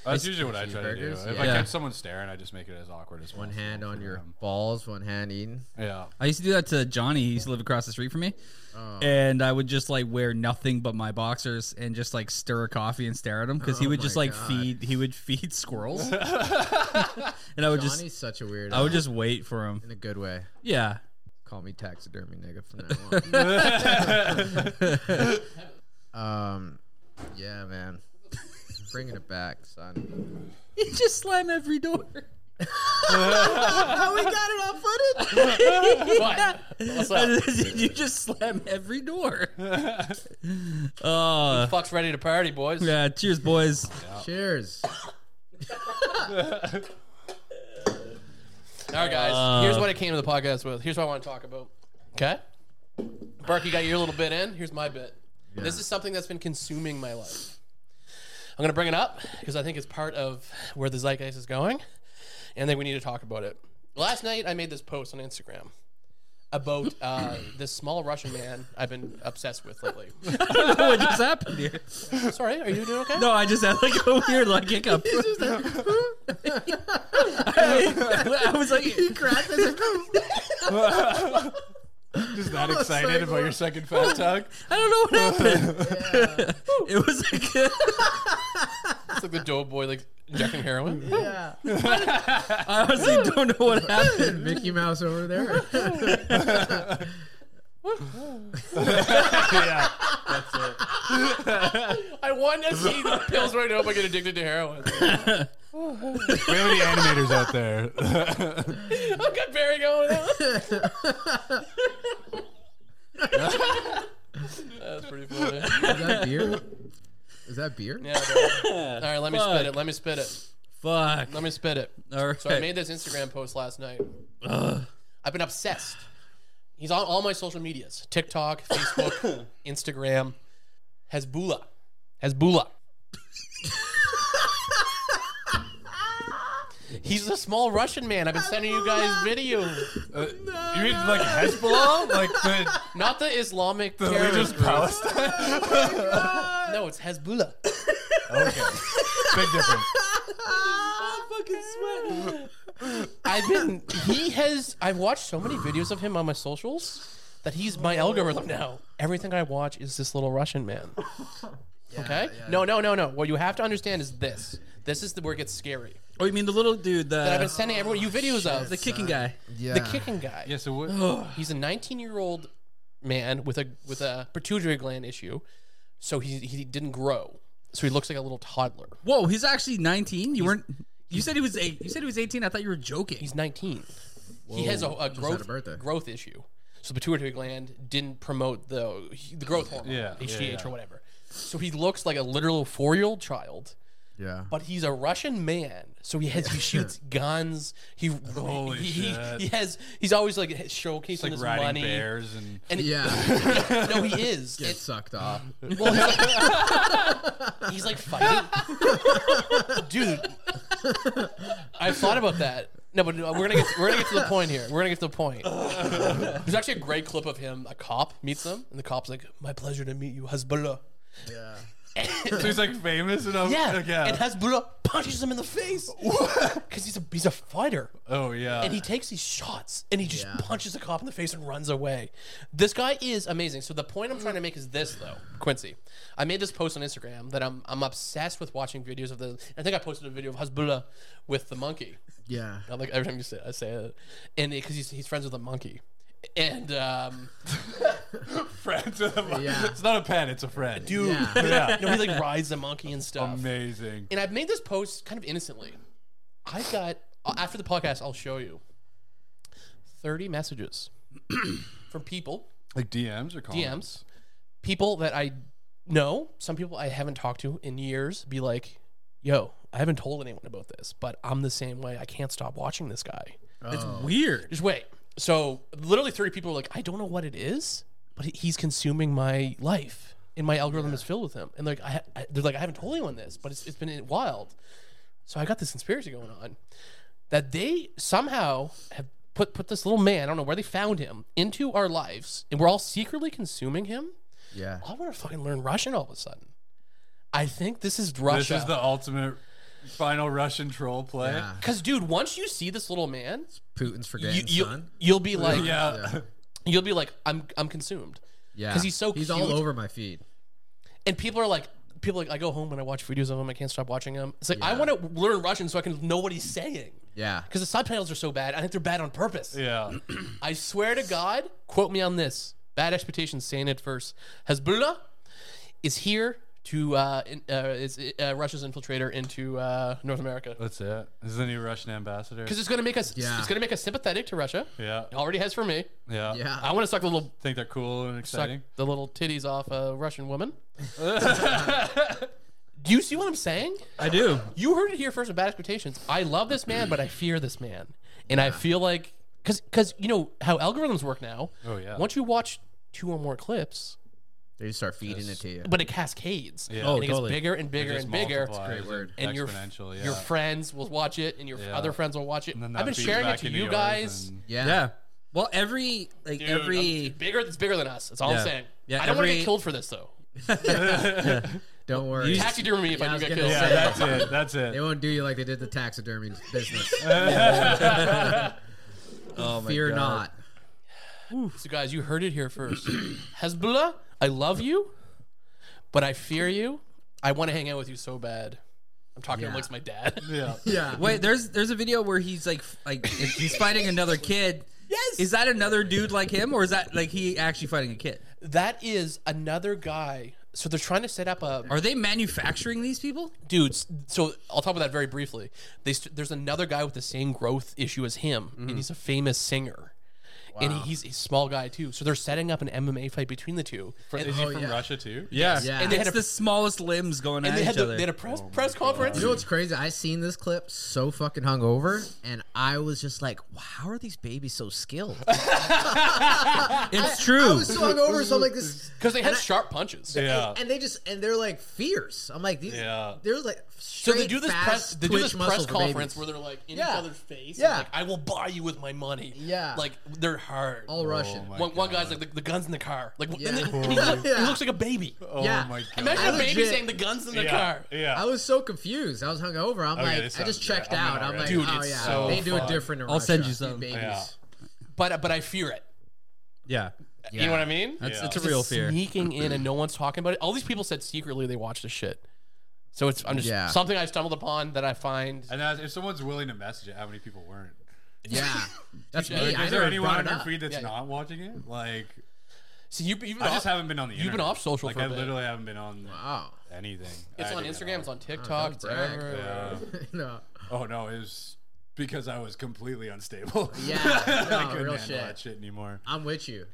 [SPEAKER 4] That's usually what I try to do.
[SPEAKER 3] Cheeseburgers?
[SPEAKER 4] If I
[SPEAKER 1] Yeah.
[SPEAKER 4] catch someone staring, I just make it as awkward as
[SPEAKER 3] One
[SPEAKER 4] possible
[SPEAKER 3] hand on
[SPEAKER 4] for
[SPEAKER 3] your
[SPEAKER 4] them.
[SPEAKER 3] balls, one hand eating.
[SPEAKER 4] Yeah.
[SPEAKER 1] I used to do that to Johnny. He used to live across the street from me.
[SPEAKER 3] Oh.
[SPEAKER 1] And I would just like wear nothing but my boxers and just like stir a coffee and stare at him because he
[SPEAKER 3] Oh
[SPEAKER 1] would
[SPEAKER 3] my
[SPEAKER 1] just like
[SPEAKER 3] God.
[SPEAKER 1] feed, he would feed squirrels. and I would
[SPEAKER 3] Johnny's
[SPEAKER 1] just,
[SPEAKER 3] such a weirdo.
[SPEAKER 1] I would just wait for him.
[SPEAKER 3] in a good way.
[SPEAKER 1] Yeah.
[SPEAKER 3] Call me taxidermy nigga from now on. um, yeah, man. Bringing it back, son.
[SPEAKER 1] He just slam every door.
[SPEAKER 3] Oh, we got it on footage.
[SPEAKER 2] But what's up?
[SPEAKER 1] you just slam every door. Oh,
[SPEAKER 2] Fuck's ready to party, boys.
[SPEAKER 1] yeah. Cheers, boys.
[SPEAKER 3] Cheers.
[SPEAKER 2] All right, guys. here's what I came to the podcast with. Here's what I want to talk about. Okay. Burke, you got your little bit in. Here's my bit. This is something that's been consuming my life. I'm going to bring it up because I think it's part of where the zeitgeist is going. And then we need to talk about it. Last night, I made this post on Instagram about uh, this small Russian man I've been obsessed with lately.
[SPEAKER 1] I don't know what just happened here.
[SPEAKER 2] Sorry, are you doing okay?
[SPEAKER 1] No, I just had like a weird like hiccup. I was like,
[SPEAKER 3] he cracked his
[SPEAKER 4] Just that excited about your second fat talk.
[SPEAKER 1] I don't know what happened. It was like
[SPEAKER 2] It's like the doughboy like injecting heroin.
[SPEAKER 3] yeah.
[SPEAKER 1] I honestly don't know what happened.
[SPEAKER 3] Mickey Mouse over there.
[SPEAKER 4] yeah.
[SPEAKER 2] I want to see the pills right now. If I get addicted to heroin,
[SPEAKER 4] We have any animators out there?
[SPEAKER 2] I've got Barry going on. That's pretty funny.
[SPEAKER 3] Is that beer? Is that beer?
[SPEAKER 2] Yeah, dude. All right, let me spit it. Let me spit it.
[SPEAKER 1] Fuck.
[SPEAKER 2] Let me spit it.
[SPEAKER 1] All right.
[SPEAKER 2] So I made this Instagram post last night. I've been obsessed. He's on all my social medias: TikTok, Facebook, Instagram. Hezbollah, Hezbollah. He's a small Russian man. I've been sending you guys videos.
[SPEAKER 4] Uh, you mean like Hezbollah? Like the,
[SPEAKER 2] Not the Islamic
[SPEAKER 4] the religious
[SPEAKER 2] terrorist group.
[SPEAKER 4] Palestine?
[SPEAKER 2] No, it's Hezbollah.
[SPEAKER 4] okay. Big difference.
[SPEAKER 2] I've been. He has. I've watched so many videos of him on my socials that he's my algorithm now. Everything I watch is this little Russian man. okay. No, no, no, no. What you have to understand is this. This is the where it gets scary.
[SPEAKER 1] Oh, you mean the little dude,
[SPEAKER 2] That I've been
[SPEAKER 1] the,
[SPEAKER 2] sending everyone you videos of
[SPEAKER 1] the
[SPEAKER 2] the,
[SPEAKER 1] kicking guy?
[SPEAKER 3] Yeah.
[SPEAKER 2] kicking guy.
[SPEAKER 4] Yeah, so what?
[SPEAKER 2] He's a 19 year old man with a with a pituitary gland issue, so he he didn't grow. So he looks like a little toddler.
[SPEAKER 1] Whoa, he's actually 19. You weren't. You said he was eight. You said he was 18. I thought you were joking.
[SPEAKER 2] He's 19. He has a, a growth
[SPEAKER 3] birthday.
[SPEAKER 2] growth issue. So the pituitary gland didn't promote the the growth hormone,
[SPEAKER 4] Yeah, yeah,
[SPEAKER 2] HGH
[SPEAKER 4] yeah.
[SPEAKER 2] or whatever. So he looks like a literal four year old child,
[SPEAKER 3] Yeah.
[SPEAKER 2] but he's a Russian man. So he has he shoots guns. He
[SPEAKER 4] Holy
[SPEAKER 2] he, he-
[SPEAKER 4] shit.
[SPEAKER 2] he has he's always like showcasing
[SPEAKER 4] It's like
[SPEAKER 2] his
[SPEAKER 4] riding
[SPEAKER 2] money.
[SPEAKER 4] bears and
[SPEAKER 2] And
[SPEAKER 3] Yeah.
[SPEAKER 2] no, he is.
[SPEAKER 3] Get
[SPEAKER 2] It's-
[SPEAKER 3] sucked off.
[SPEAKER 2] well, he's- he's like fighting, dude. I thought about that. No, but we're gonna get we're gonna get to the point here. We're gonna get to the point. There's actually a great clip of him. A cop meets him, and the cop's like, "My pleasure to meet you, Hezbollah."
[SPEAKER 3] Yeah.
[SPEAKER 4] so he's like famous and I'm
[SPEAKER 2] Yeah,
[SPEAKER 4] like, yeah.
[SPEAKER 2] and Hezbollah punches him in the face because he's a he's a fighter,
[SPEAKER 4] oh yeah.
[SPEAKER 2] and he takes these shots, and he just
[SPEAKER 3] Yeah.
[SPEAKER 2] punches the cop in the face and runs away. This guy is amazing. So the point I'm trying to make is this, though, Quincy. I made this post on Instagram that I'm I'm obsessed with watching videos of the. I think I posted a video of Hezbollah with the monkey.
[SPEAKER 3] Yeah.
[SPEAKER 2] I like every time you say I say it, and because he's he's friends with a monkey, and um,
[SPEAKER 4] friends with a mon-
[SPEAKER 3] Yeah.
[SPEAKER 4] It's not a pen, it's a friend.
[SPEAKER 2] dude,
[SPEAKER 3] Yeah.
[SPEAKER 4] Yeah.
[SPEAKER 2] you know, he like rides the monkey and stuff.
[SPEAKER 4] Amazing.
[SPEAKER 2] and I've made this post kind of innocently. I've got uh, after the podcast, I'll show you thirty messages from people,
[SPEAKER 4] Like DMs or comments?
[SPEAKER 2] DMs, people that I know, some people I haven't talked to in years, be like, "Yo, I haven't told anyone about this, but I'm the same way. I can't stop watching this guy."
[SPEAKER 1] That's weird.
[SPEAKER 2] Just wait. So literally, three people are like, "I don't know what it is, but he- he's consuming my life." And my algorithm is filled with him, and like I, ha- I, they're like, I haven't told anyone this, but it's, it's been wild. So I got this conspiracy going on that they somehow have put put this little man, I don't know where they found him, into our lives, and we're all secretly consuming him.
[SPEAKER 3] Yeah.
[SPEAKER 2] I want to fucking learn Russian all of a sudden. I think this is Russia.
[SPEAKER 4] This is the ultimate final Russian troll play.
[SPEAKER 3] Yeah.
[SPEAKER 2] Cause, dude, once you see this little man,
[SPEAKER 3] Putin's forgetting
[SPEAKER 2] you, you
[SPEAKER 3] son.
[SPEAKER 2] you'll be like,
[SPEAKER 4] Yeah.
[SPEAKER 2] you'll be like, I'm I'm consumed.
[SPEAKER 3] Yeah.
[SPEAKER 2] 'Cause he's so
[SPEAKER 3] He's all
[SPEAKER 2] cute.
[SPEAKER 3] over my feed.
[SPEAKER 2] and people are like people are like i go home and i watch videos of him i can't stop watching him it's like i want to learn russian so i can know what he's saying
[SPEAKER 3] Yeah.
[SPEAKER 2] because the subtitles are so bad i think they're bad on purpose
[SPEAKER 4] Yeah.
[SPEAKER 2] i swear to god quote me on this bad expectations saying it first hezbollah is here to uh, in, uh is uh, russia's infiltrator into uh north america
[SPEAKER 4] That's it. This is the new Russian ambassador.
[SPEAKER 2] because it's gonna make us
[SPEAKER 3] Yeah.
[SPEAKER 2] it's gonna make us sympathetic to russia
[SPEAKER 4] Yeah.
[SPEAKER 2] it already has for me
[SPEAKER 4] Yeah.
[SPEAKER 3] Yeah.
[SPEAKER 2] i want to suck the little
[SPEAKER 4] Think they're cool and
[SPEAKER 2] suck
[SPEAKER 4] exciting.
[SPEAKER 2] the little titties off a russian woman do you see what i'm saying
[SPEAKER 1] I do.
[SPEAKER 2] You heard it here first with bad expectations. I love this man, but I fear this man, and I feel like because because you know how algorithms work now.
[SPEAKER 4] Oh, yeah.
[SPEAKER 2] Once you watch two or more clips,
[SPEAKER 3] They start feeding it to you.
[SPEAKER 2] but it cascades.
[SPEAKER 4] Yeah.
[SPEAKER 2] and
[SPEAKER 4] Oh,
[SPEAKER 2] it
[SPEAKER 1] totally.
[SPEAKER 2] gets bigger and bigger
[SPEAKER 4] Just
[SPEAKER 2] and bigger.
[SPEAKER 4] multiplies
[SPEAKER 3] Great word.
[SPEAKER 2] And your
[SPEAKER 4] exponential. yeah.
[SPEAKER 2] your friends will watch it, and your
[SPEAKER 4] Yeah.
[SPEAKER 2] other friends will watch it.
[SPEAKER 4] And then
[SPEAKER 2] I've
[SPEAKER 4] that
[SPEAKER 2] been
[SPEAKER 4] feeds
[SPEAKER 2] sharing it
[SPEAKER 4] back
[SPEAKER 2] to
[SPEAKER 4] into
[SPEAKER 2] you
[SPEAKER 4] yours
[SPEAKER 2] guys.
[SPEAKER 4] and-
[SPEAKER 3] yeah.
[SPEAKER 1] Yeah. Well, every like
[SPEAKER 2] Dude,
[SPEAKER 1] every
[SPEAKER 2] I'm- bigger, it's bigger than us. That's all
[SPEAKER 1] Yeah.
[SPEAKER 2] I'm saying.
[SPEAKER 1] Yeah,
[SPEAKER 2] I don't want to
[SPEAKER 1] every-
[SPEAKER 2] get killed for this though.
[SPEAKER 3] Don't worry.
[SPEAKER 2] Taxidermy me if
[SPEAKER 3] Yeah, I
[SPEAKER 2] I
[SPEAKER 3] was
[SPEAKER 2] do get
[SPEAKER 3] gonna
[SPEAKER 2] killed.
[SPEAKER 3] say.
[SPEAKER 4] Yeah, that's it. That's
[SPEAKER 3] They
[SPEAKER 4] it.
[SPEAKER 3] won't do you like they did the taxidermy business.
[SPEAKER 1] oh my
[SPEAKER 3] Fear
[SPEAKER 1] God.
[SPEAKER 3] not.
[SPEAKER 2] So guys, you heard it here first. Hezbollah, I love you, but I fear you. I want to hang out with you so bad. I'm talking
[SPEAKER 3] Yeah.
[SPEAKER 2] amongst my dad.
[SPEAKER 4] Yeah.
[SPEAKER 3] Yeah.
[SPEAKER 1] Wait, there's there's a video where he's like f- like if he's fighting another kid. Yes. Is that another dude like him, or is that like he actually fighting a kid?
[SPEAKER 2] That is another guy. So they're trying to set up a
[SPEAKER 1] Are they manufacturing these people?
[SPEAKER 2] dudes. So I'll talk about that very briefly. They st- there's another guy with the same growth issue as him, and he's a famous singer. And he's a small guy too, so they're setting up an MMA fight between the two. And,
[SPEAKER 4] Is he
[SPEAKER 3] Oh,
[SPEAKER 4] from
[SPEAKER 3] yeah.
[SPEAKER 4] Russia too?
[SPEAKER 1] Yeah.
[SPEAKER 3] Yeah.
[SPEAKER 2] and they had
[SPEAKER 1] It's
[SPEAKER 2] a,
[SPEAKER 1] the smallest limbs going
[SPEAKER 2] and
[SPEAKER 1] at
[SPEAKER 2] they had,
[SPEAKER 1] each
[SPEAKER 2] the,
[SPEAKER 1] other.
[SPEAKER 2] they had a
[SPEAKER 3] Oh
[SPEAKER 2] press press conference.
[SPEAKER 3] You know what's crazy? I seen this clip so fucking hungover, and I was just like, wow, "How are these babies so skilled?"
[SPEAKER 1] it's
[SPEAKER 3] I
[SPEAKER 1] true.
[SPEAKER 3] was so hungover, so I'm like, "This."
[SPEAKER 2] Because they had sharp punches.
[SPEAKER 4] Yeah.
[SPEAKER 3] And they just and they're like fierce. I'm like, these,
[SPEAKER 4] Yeah.
[SPEAKER 3] They're like
[SPEAKER 2] So
[SPEAKER 3] straight
[SPEAKER 2] they do this
[SPEAKER 3] fast
[SPEAKER 2] press, they do
[SPEAKER 3] twitch
[SPEAKER 2] this
[SPEAKER 3] muscle
[SPEAKER 2] press
[SPEAKER 3] for
[SPEAKER 2] conference
[SPEAKER 3] babies.
[SPEAKER 2] where they're like in
[SPEAKER 3] Yeah.
[SPEAKER 2] each other's face. and
[SPEAKER 3] Yeah.
[SPEAKER 2] like, I will buy you with my money.
[SPEAKER 3] Yeah.
[SPEAKER 2] like they're hard.
[SPEAKER 3] all Russian.
[SPEAKER 4] Oh my
[SPEAKER 2] one, one guy's like the, the guns in the car. Like
[SPEAKER 3] Yeah.
[SPEAKER 2] and then he,
[SPEAKER 3] Yeah.
[SPEAKER 2] look- he looks like a baby.
[SPEAKER 4] Oh
[SPEAKER 3] Yeah.
[SPEAKER 4] my god.
[SPEAKER 2] Imagine a baby
[SPEAKER 3] legit-
[SPEAKER 2] saying the guns in the
[SPEAKER 4] yeah.
[SPEAKER 2] car.
[SPEAKER 4] Yeah.
[SPEAKER 3] I was so confused. I was hungover. I'm
[SPEAKER 4] Okay,
[SPEAKER 3] like,
[SPEAKER 4] this
[SPEAKER 3] I just
[SPEAKER 4] sounds great.
[SPEAKER 3] checked
[SPEAKER 4] I'm in
[SPEAKER 3] out. I'm like,
[SPEAKER 4] already.
[SPEAKER 2] Dude,
[SPEAKER 3] oh
[SPEAKER 2] it's
[SPEAKER 3] yeah,
[SPEAKER 2] so
[SPEAKER 3] they do it
[SPEAKER 2] fun.
[SPEAKER 3] different. In
[SPEAKER 1] I'll
[SPEAKER 3] Russia.
[SPEAKER 1] send you
[SPEAKER 3] These
[SPEAKER 1] some.
[SPEAKER 3] babies.
[SPEAKER 4] Yeah.
[SPEAKER 2] But but I fear it.
[SPEAKER 1] yeah.
[SPEAKER 2] You know what I mean?
[SPEAKER 1] That's,
[SPEAKER 4] Yeah.
[SPEAKER 1] It's a
[SPEAKER 2] It's
[SPEAKER 1] real fear.
[SPEAKER 2] Sneaking in and no one's talking about it. All these people said secretly they watched this shit. So it's I'm just
[SPEAKER 3] Yeah.
[SPEAKER 2] something I stumbled upon that I find.
[SPEAKER 4] And as, if someone's willing to message it, how many people weren't?
[SPEAKER 3] Yeah, that's me.
[SPEAKER 2] Like,
[SPEAKER 3] I
[SPEAKER 4] Is there
[SPEAKER 3] never
[SPEAKER 4] anyone
[SPEAKER 3] brought
[SPEAKER 4] on
[SPEAKER 3] it
[SPEAKER 4] your
[SPEAKER 3] up.
[SPEAKER 4] feed that's
[SPEAKER 2] Yeah, yeah.
[SPEAKER 4] not watching it? Like,
[SPEAKER 2] See, you, you've been
[SPEAKER 4] I
[SPEAKER 2] off-
[SPEAKER 4] just haven't been on the.
[SPEAKER 2] you've been
[SPEAKER 4] internet.
[SPEAKER 2] off social
[SPEAKER 4] Like,
[SPEAKER 2] for a
[SPEAKER 4] I
[SPEAKER 2] bit.
[SPEAKER 4] literally haven't been on
[SPEAKER 3] Wow.
[SPEAKER 4] anything.
[SPEAKER 2] It's
[SPEAKER 4] I
[SPEAKER 2] on
[SPEAKER 4] didn't
[SPEAKER 2] Instagram. It's on TikTok. It's
[SPEAKER 3] brag.
[SPEAKER 2] everywhere.
[SPEAKER 4] know. Yeah.
[SPEAKER 3] no.
[SPEAKER 4] Oh no, it was because I was completely unstable.
[SPEAKER 3] Yeah, no,
[SPEAKER 4] I couldn't
[SPEAKER 3] real
[SPEAKER 4] handle
[SPEAKER 3] shit.
[SPEAKER 4] that shit anymore.
[SPEAKER 3] I'm with you.